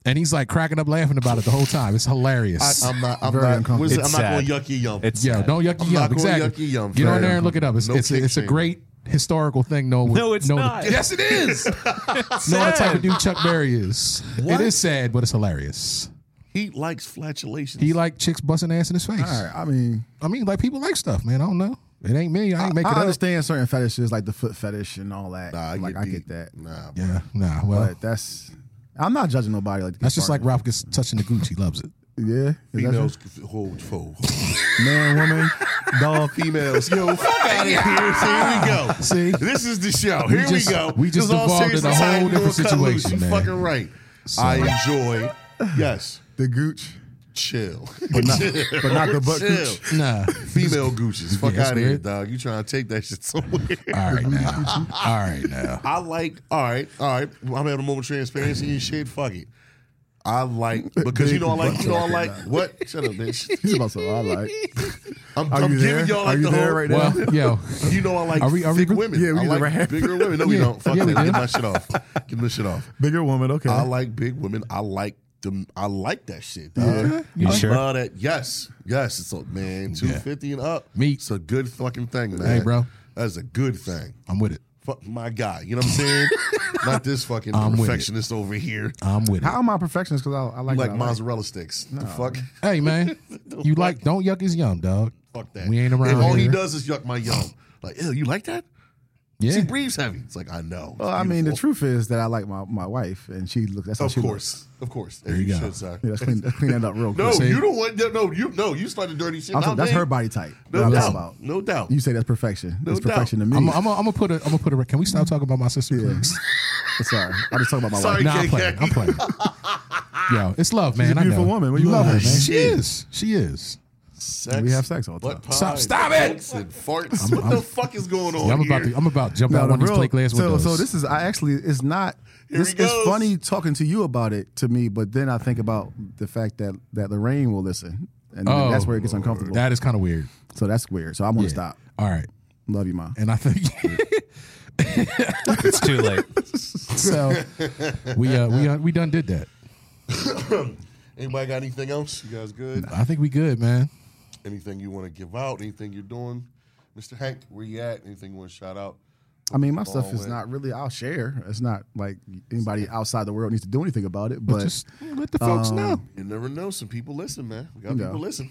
Speaker 2: And he's like cracking up, laughing about it the whole time. It's hilarious.
Speaker 1: I'm not. I'm
Speaker 3: Very
Speaker 1: not.
Speaker 3: uncomfortable.
Speaker 1: what is it?
Speaker 4: It's
Speaker 1: I'm not going
Speaker 4: sad.
Speaker 1: yucky yum.
Speaker 4: It's uh,
Speaker 2: yeah,
Speaker 4: sad.
Speaker 2: don't yucky
Speaker 1: I'm
Speaker 2: yum.
Speaker 1: not going
Speaker 2: Exactly.
Speaker 1: yucky yum.
Speaker 2: Get on
Speaker 1: Very
Speaker 2: there and look it up. It's
Speaker 1: uncomfortable.
Speaker 2: it's,
Speaker 1: No
Speaker 2: a, it's a
Speaker 1: kick
Speaker 2: great historical thing. No, one would-
Speaker 4: No, it's
Speaker 2: one-
Speaker 4: not.
Speaker 2: Yes, it is. no, the type of dude Chuck Berry is. It is sad, but it's hilarious.
Speaker 1: He likes flatulations.
Speaker 2: He like chicks busting ass in his face.
Speaker 3: All right, I mean,
Speaker 2: I mean, like people like stuff, man. I don't know. It ain't me. I ain't making
Speaker 3: I
Speaker 2: it up.
Speaker 3: understand certain fetishes like the foot fetish and all that.
Speaker 1: Nah,
Speaker 3: like I get
Speaker 1: beat.
Speaker 3: that,
Speaker 1: Nah, bro.
Speaker 2: Yeah, nah. Well,
Speaker 3: but that's I'm not judging nobody like
Speaker 2: that's just like Ralph gets touching the Gucci. Loves it.
Speaker 3: yeah, Is that
Speaker 1: females could hold fold.
Speaker 3: true? man, woman, dog.
Speaker 1: females, yo, fuck out of here. See, here we
Speaker 2: See?
Speaker 1: go. This is the show.
Speaker 2: We
Speaker 1: Here
Speaker 2: just-
Speaker 1: we go.
Speaker 2: we just
Speaker 1: This is all
Speaker 2: evolved
Speaker 1: serious
Speaker 2: in a
Speaker 1: society.
Speaker 2: whole
Speaker 1: We gonna
Speaker 2: different
Speaker 1: cut loose.
Speaker 2: situation,
Speaker 1: You
Speaker 2: man.
Speaker 1: fucking right. I enjoy. Yes.
Speaker 3: The gooch.
Speaker 1: Chill.
Speaker 3: But not- but not the butt
Speaker 1: Chill.
Speaker 2: Nah.
Speaker 1: Female Gucci's. Fuck
Speaker 2: Yeah, it's
Speaker 1: out of here,
Speaker 2: weird.
Speaker 1: dog. You trying to take that shit somewhere.
Speaker 2: All right now. All right now.
Speaker 1: I like, all right, all right. I'm having a moment of transparency and shit. Fuck it. I like because you know I like you know I like what? Shut up, bitch.
Speaker 3: He's about to say, I like.
Speaker 1: I'm,
Speaker 3: Are
Speaker 1: I'm
Speaker 3: you there?
Speaker 1: giving y'all
Speaker 3: Are
Speaker 1: like
Speaker 3: you
Speaker 1: the
Speaker 3: there
Speaker 1: whole
Speaker 3: right now?
Speaker 2: Well, yo.
Speaker 1: You know I like
Speaker 2: Are we- are we
Speaker 1: thick
Speaker 2: good?
Speaker 1: women.
Speaker 3: Yeah, we
Speaker 1: I
Speaker 3: did the
Speaker 1: like
Speaker 3: right-
Speaker 1: bigger women. No, we
Speaker 2: Yeah.
Speaker 1: don't. Fuck
Speaker 2: Yeah, we
Speaker 1: that. Get
Speaker 2: did.
Speaker 1: my shit off. Get my shit off.
Speaker 3: Bigger woman, okay.
Speaker 1: I like big women. I like them. I like that shit. dog.
Speaker 4: You
Speaker 1: I
Speaker 4: sure?
Speaker 1: love that. Yes, yes. It's a man two fifty and up.
Speaker 2: Me.
Speaker 1: It's a good fucking thing, man.
Speaker 2: Hey, bro.
Speaker 1: That's a good thing.
Speaker 2: I'm with it.
Speaker 1: Fuck my guy. You know what I'm saying? Not this fucking
Speaker 2: I'm with it.
Speaker 1: perfectionist over here.
Speaker 2: I'm with it.
Speaker 3: How am I a perfectionist? Because I, I like,
Speaker 1: like
Speaker 3: what I
Speaker 1: mozzarella sticks. The fuck.
Speaker 2: Hey man, you like don't yuck his yum, dog.
Speaker 1: Fuck that.
Speaker 2: We ain't
Speaker 1: If
Speaker 2: around
Speaker 1: all he
Speaker 2: here.
Speaker 1: does is yuck my yum. Like, ew, you like that? She
Speaker 2: Yeah. Oh,
Speaker 1: breathes heavy. It's like I know. It's
Speaker 3: Well, I mean, the
Speaker 1: beautiful.
Speaker 3: truth is that I like my, my wife, and she looks. That's how
Speaker 1: Of
Speaker 3: she
Speaker 1: course, of course. There
Speaker 2: you
Speaker 1: you,
Speaker 2: go.
Speaker 1: should, sir.
Speaker 3: Looks. Yeah, let's clean, let's clean that up real
Speaker 1: No,
Speaker 3: quick.
Speaker 2: See?
Speaker 1: you don't want. No, you no. You started dirty shit.
Speaker 3: I'm
Speaker 1: not
Speaker 3: saying, that's
Speaker 1: me.
Speaker 3: her body type.
Speaker 1: No
Speaker 3: that I'm
Speaker 1: doubt.
Speaker 3: talking about.
Speaker 1: No doubt.
Speaker 3: You say that's perfection.
Speaker 1: No
Speaker 3: that's perfection
Speaker 1: doubt.
Speaker 3: to
Speaker 2: I'm
Speaker 3: me.
Speaker 2: I'm gonna put a I'm gonna put a can we stop talking about my sister please?
Speaker 3: sorry. I just talk about my
Speaker 1: Sorry,
Speaker 3: wife.
Speaker 2: Nah, I'm
Speaker 1: KK.
Speaker 2: playing. I'm playing. Yo, it's love, man.
Speaker 3: a beautiful
Speaker 2: I know.
Speaker 3: woman. What you
Speaker 2: love her,
Speaker 3: laughing
Speaker 2: man.
Speaker 3: at?
Speaker 2: She
Speaker 1: Shit.
Speaker 2: is. She is.
Speaker 1: Sex,
Speaker 3: We have sex all the
Speaker 1: butt
Speaker 3: time.
Speaker 2: Stop-
Speaker 1: pies,
Speaker 2: stop it!
Speaker 1: dicks And farts. what
Speaker 2: I'm-
Speaker 1: the fuck is going on
Speaker 2: Yeah, I'm about
Speaker 1: here?
Speaker 2: to I'm about to jump out
Speaker 3: the
Speaker 2: one of these
Speaker 3: real-
Speaker 2: plate glass
Speaker 3: so,
Speaker 2: windows.
Speaker 3: so this is I actually it's not
Speaker 1: Here
Speaker 3: it's,
Speaker 1: he
Speaker 3: it's
Speaker 1: goes.
Speaker 3: funny talking to you about it to me, but then I think about the fact that that Lorraine will listen. And then
Speaker 2: Oh,
Speaker 3: that's where it gets uncomfortable.
Speaker 2: that is kind of weird.
Speaker 3: so that's weird. So I'm gonna stop.
Speaker 2: All right.
Speaker 3: Love you, mom.
Speaker 2: And I think
Speaker 4: It's too late.
Speaker 2: so we uh we uh, we done did that.
Speaker 1: Anybody got anything else? You guys good?
Speaker 2: I think we good, man.
Speaker 1: Anything you want to give out? Anything you're doing, Mr. Hank? Where you at? Anything you want to shout out?
Speaker 3: I mean, my stuff
Speaker 1: Ball
Speaker 3: is
Speaker 1: wet.
Speaker 3: not really. I'll share. It's not like anybody outside the world needs to do anything about it. But um,
Speaker 2: Just let the folks know.
Speaker 1: You never know. Some people listen, man. We got
Speaker 3: Yeah.
Speaker 1: people listen.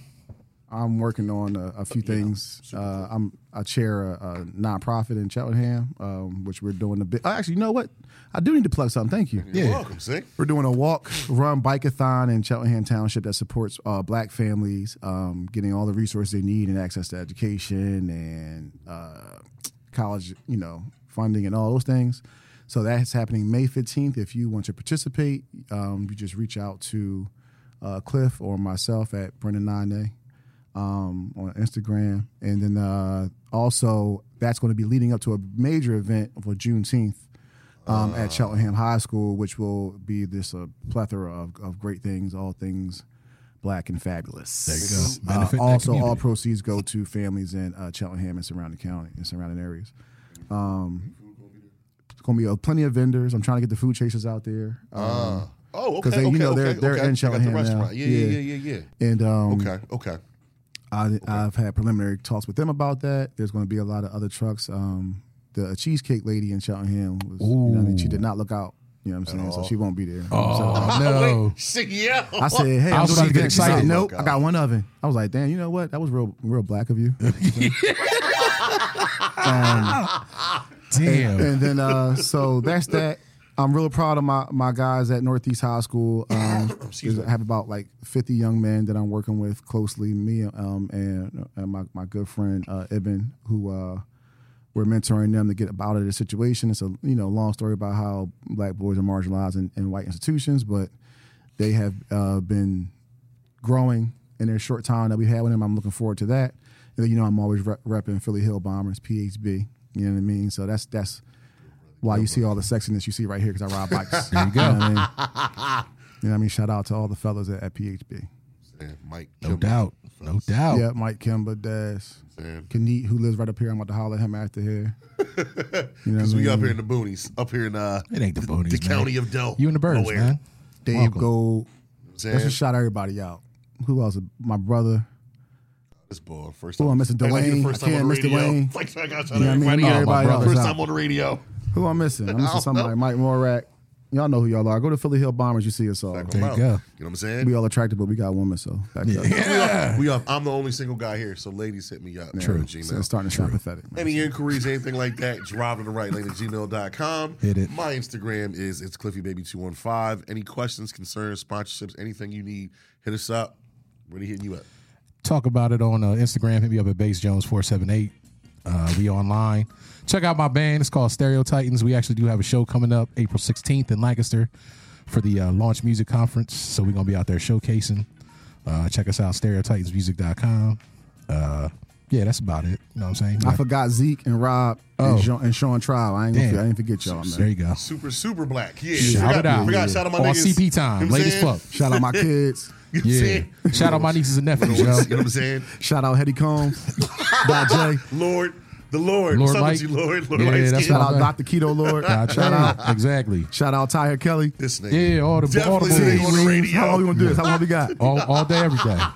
Speaker 3: I'm working on a, a few things. Uh, I'm I chair a, a nonprofit in Cheltenham, um, which we're doing a bit. oh, Actually, you know what? I do need to plug something. Thank you.
Speaker 1: You're
Speaker 2: Yeah.
Speaker 1: welcome. See,
Speaker 3: We're doing a walk, run, bikeathon in Cheltenham Township that supports uh, Black families um, getting all the resources they need and access to education and uh, college, you know, funding and all those things. So that's happening May 15th. If you want to participate, um, you just reach out to uh, Cliff or myself at Brendan Nine um, on Instagram, and then uh, also that's going to be leading up to a major event for Juneteenth um,
Speaker 2: Ah.
Speaker 3: at Cheltenham High School, which will be this uh, plethora of, of great things, all things black and fabulous. There
Speaker 2: you go. Benefit that
Speaker 3: also, all
Speaker 2: community.
Speaker 3: proceeds go to families in uh, Cheltenham and surrounding county and surrounding areas. Um, it's going to be uh, plenty of vendors. I'm trying to get the food chasers out there. Um,
Speaker 2: Ah.
Speaker 1: Oh, okay.
Speaker 3: 'Cause they- you
Speaker 1: okay,
Speaker 3: know, they're-
Speaker 1: okay,
Speaker 3: they're
Speaker 1: okay.
Speaker 3: in
Speaker 1: You got the
Speaker 3: Cheltenham now.
Speaker 1: restaurant. Yeah, yeah, yeah, yeah, yeah.
Speaker 3: and um,
Speaker 1: Okay, okay.
Speaker 3: I, I've had preliminary talks with them about that. There's going to be a lot of other trucks. Um, the cheesecake lady in Cheltenham was, you know what I mean? she did not look out. You know what I'm saying? So she won't be there.
Speaker 2: Oh no.
Speaker 1: See, yeah.
Speaker 3: So I said, hey,
Speaker 2: I
Speaker 3: I'm
Speaker 2: was
Speaker 3: doing
Speaker 2: about to get
Speaker 3: event." She said,
Speaker 2: excited.
Speaker 3: Nope, I got one oven. I was like, damn, you know what? That was real, real black of you.
Speaker 2: Damn.
Speaker 3: and then uh, so that's that. I'm really proud of my my guys at Northeast High School. Um, I have about like 50 young men that I'm working with closely. Me um, and, and my my good friend uh, Ibn, who uh, we're mentoring them to get out of the situation. It's a you know long story about how black boys are marginalized in, in white institutions, but they have uh, been growing in their short time that we had with them. I'm looking forward to that. And then, you know, I'm always rep- repping Philly Hill Bombers, PHB. You know what I mean? So that's that's why you see all the sexiness you see right here because I ride bikes. there you go. You know, what I mean? You know what I mean? Shout out to all the fellas at, at PHB.
Speaker 1: Yeah, Mike.
Speaker 2: no doubt. No doubt.
Speaker 3: Yeah, Mike Kimba, Dash,
Speaker 1: Man.
Speaker 3: Kaneet, who lives right up here. I'm about to holler at him after here. You know what I
Speaker 1: Because we
Speaker 3: mean?
Speaker 1: up here in the boonies, up here in uh,
Speaker 2: It ain't the boonies,
Speaker 1: the
Speaker 2: man.
Speaker 1: county of Doe.
Speaker 2: You and the birds,
Speaker 1: Nowhere.
Speaker 2: man.
Speaker 3: Dave
Speaker 2: Welcome.
Speaker 3: Gold.
Speaker 1: Sam,
Speaker 3: Let's just shout everybody out. Who else? My brother.
Speaker 1: this boy, first
Speaker 3: Oh,
Speaker 1: time.
Speaker 3: I missed
Speaker 1: Act like you're the
Speaker 3: Dwayne.
Speaker 1: first
Speaker 3: I
Speaker 1: time on the
Speaker 3: can't miss
Speaker 1: radio.
Speaker 3: Dwayne.
Speaker 1: It's Like I got to
Speaker 3: You know what I mean?
Speaker 1: everybody
Speaker 3: Get
Speaker 1: out.
Speaker 3: everybody
Speaker 2: my
Speaker 3: else
Speaker 1: First
Speaker 3: out.
Speaker 1: time on the radio.
Speaker 3: Who I'm missing? I'm
Speaker 1: I
Speaker 3: missing
Speaker 1: don't
Speaker 3: somebody.
Speaker 1: know.
Speaker 3: Mike Morak. Y'all know who y'all are. Go to Philly Hill Bombers. You see us all.
Speaker 1: Check
Speaker 2: you
Speaker 1: 'em out.
Speaker 2: go.
Speaker 1: know what I'm saying?
Speaker 3: We all attractive, but we got women. So back up.
Speaker 1: We up. I'm the only single guy here, so ladies hit me up. True.
Speaker 3: So it's starting to sound pathetic. Man.
Speaker 1: Any inquiries, anything like that, drive to the right lane at gmail.com.
Speaker 2: Hit it.
Speaker 1: My Instagram is it's CliffyBaby215. Any questions, concerns, sponsorships, anything you need, hit us up. Ready hitting you up.
Speaker 2: talk about it on uh, Instagram. Hit me up at Base Jones four seven eight. Uh, we online. Check out my band. It's called Stereo Titans. We actually do have a show coming up April sixteenth in Lancaster for the uh, Launch Music Conference. So we're gonna be out there showcasing. Uh, check us out, stereotypesmusic.com. Uh, yeah, that's about it. You know what I'm saying?
Speaker 3: I forgot Zeke and Rob
Speaker 2: Oh.
Speaker 3: and, Sean, and Sean Trial. I ain't gonna,
Speaker 2: Damn.
Speaker 3: forget- I didn't forget y'all,
Speaker 2: There
Speaker 3: man.
Speaker 2: you go.
Speaker 1: Super, super black. Yeah.
Speaker 2: Shout
Speaker 1: forgot,
Speaker 2: it out.
Speaker 1: Forgot. Shout out my
Speaker 2: On
Speaker 1: niggas.
Speaker 2: CP time,
Speaker 1: You know what
Speaker 2: late
Speaker 1: I'm
Speaker 2: as fuck.
Speaker 1: saying?
Speaker 3: Shout out my kids.
Speaker 1: You know what I'm
Speaker 2: Yeah.
Speaker 1: saying?
Speaker 2: Shout out my nieces and nephews,
Speaker 1: You know
Speaker 2: yo.
Speaker 1: what I'm saying?
Speaker 3: Shout out Hetty Combs, Dot J.
Speaker 1: Lord, the Lord.
Speaker 2: Lord
Speaker 1: What's up
Speaker 2: Mike.
Speaker 1: with you, Lord? Lord
Speaker 2: Yeah,
Speaker 1: Light
Speaker 2: that's
Speaker 1: Skin.
Speaker 3: Shout
Speaker 2: my bad.
Speaker 3: out Dr. Keto Lord.
Speaker 2: Nah,
Speaker 3: Shout out,
Speaker 2: Exactly.
Speaker 3: shout out Tyre Kelly.
Speaker 1: This nigga.
Speaker 2: Yeah, all the all
Speaker 1: Definitely
Speaker 2: the
Speaker 1: the nigga
Speaker 2: boys.
Speaker 1: on the radio.
Speaker 3: How long we gonna do this? How long we got?
Speaker 2: all, all day, every day.
Speaker 3: know what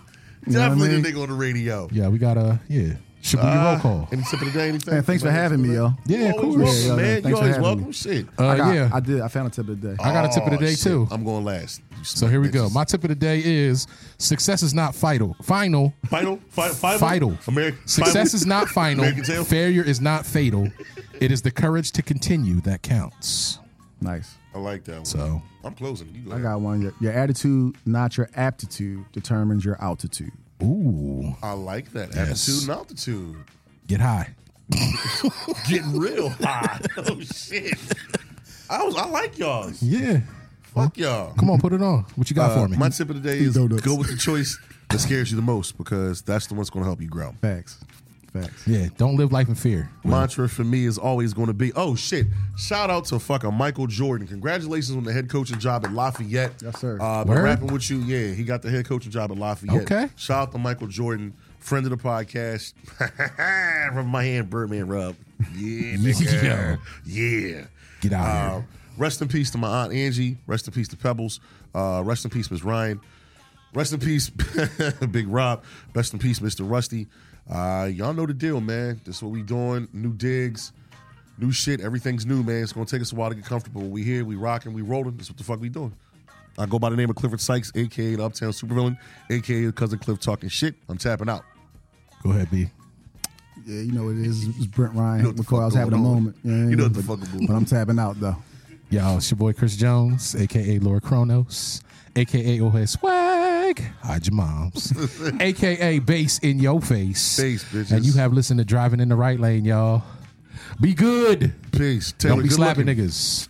Speaker 3: I
Speaker 1: Definitely the
Speaker 3: mean?
Speaker 1: nigga on the radio.
Speaker 2: Yeah, we got a yeah. Should we
Speaker 1: Ah.
Speaker 2: roll call?
Speaker 1: Any tip of the day? Anything?
Speaker 3: Man, thanks for having me, yo.
Speaker 2: Yeah, of
Speaker 1: always welcome,
Speaker 2: course.
Speaker 3: Yeah, yeah,
Speaker 1: man.
Speaker 3: thanks
Speaker 1: you
Speaker 3: for
Speaker 1: always
Speaker 3: having
Speaker 1: welcome.
Speaker 3: me.
Speaker 1: Shit.
Speaker 2: Uh,
Speaker 3: I got,
Speaker 2: yeah,
Speaker 3: I did. I found a tip of the day.
Speaker 2: I got a tip of the
Speaker 1: Oh,
Speaker 2: day,
Speaker 1: shit.
Speaker 2: too.
Speaker 1: I'm going last. You
Speaker 2: So here we go.
Speaker 1: bitches.
Speaker 2: My tip of the day is success is not final. Final.
Speaker 1: Final, fi- final,
Speaker 2: Final.
Speaker 1: American
Speaker 2: Success
Speaker 1: final.
Speaker 2: is not final.
Speaker 1: American Tail.
Speaker 2: Failure is not fatal. It is the courage to continue that counts.
Speaker 3: Nice.
Speaker 1: I like that one.
Speaker 2: So
Speaker 1: I'm closing. You go
Speaker 3: I
Speaker 1: ahead.
Speaker 3: got one. Your, your attitude, not your aptitude, determines your altitude.
Speaker 2: ooh,
Speaker 1: I like that.
Speaker 2: Yes.
Speaker 1: Attitude and altitude.
Speaker 2: get high.
Speaker 1: Getting real high. oh shit. I was I like y'all.
Speaker 2: Yeah.
Speaker 1: Fuck y'all.
Speaker 2: Come on, put it on. What you got for me?
Speaker 1: Uh, My tip of the day is
Speaker 3: Donuts.
Speaker 1: go with the choice that scares you the most because that's the one that's going to help you grow.
Speaker 3: Facts. Facts.
Speaker 2: yeah, don't live life in fear.
Speaker 1: Mantra for me is always going to be oh shit. Shout out to fucking Michael Jordan. Congratulations on the head coaching job at Lafayette.
Speaker 3: Yes, sir.
Speaker 1: Uh, been
Speaker 2: Word.
Speaker 1: rapping with you. Yeah, he got the head coaching job at Lafayette.
Speaker 2: Okay.
Speaker 1: Shout out to Michael Jordan, friend of the podcast. From my hand, Birdman Rub. Yeah, nigga. yeah.
Speaker 2: Get out of
Speaker 1: Uh,
Speaker 2: here.
Speaker 1: rest in peace to my aunt Angie. Rest in peace to Pebbles. Uh, rest in peace, Miss Ryan. Rest in peace, Big Rob. Rest in peace, Mr. Rusty. Uh, y'all know the deal, man. This is what we doing. New digs, new shit. Everything's new, man. It's gonna take us a while to get comfortable. But we here, we rocking, we rolling. That's what the fuck we doing. I go by the name of Clifford Sykes, aka the Uptown Supervillain, aka cousin Cliff talking shit. I'm tapping out.
Speaker 2: Go ahead, B.
Speaker 3: Yeah, you know what it is. It's Brent
Speaker 1: You know
Speaker 3: Ryan.
Speaker 1: what the
Speaker 3: McCoy, I was
Speaker 1: fuck
Speaker 3: having a
Speaker 1: going on.
Speaker 3: moment. Yeah,
Speaker 1: You know what
Speaker 3: but,
Speaker 1: the fuck going on.
Speaker 3: But I'm tapping out though.
Speaker 2: Yo, it's your boy Chris Jones, aka Laura Kronos, aka Ohead Swag. Hide your moms. aka Bass in Your Face.
Speaker 1: Bass, bitches.
Speaker 2: And you have listened to Driving in the Right Lane, y'all. Be good.
Speaker 1: Peace. Taylor,
Speaker 2: Don't be
Speaker 1: good
Speaker 2: slapping
Speaker 1: looking.
Speaker 2: niggas.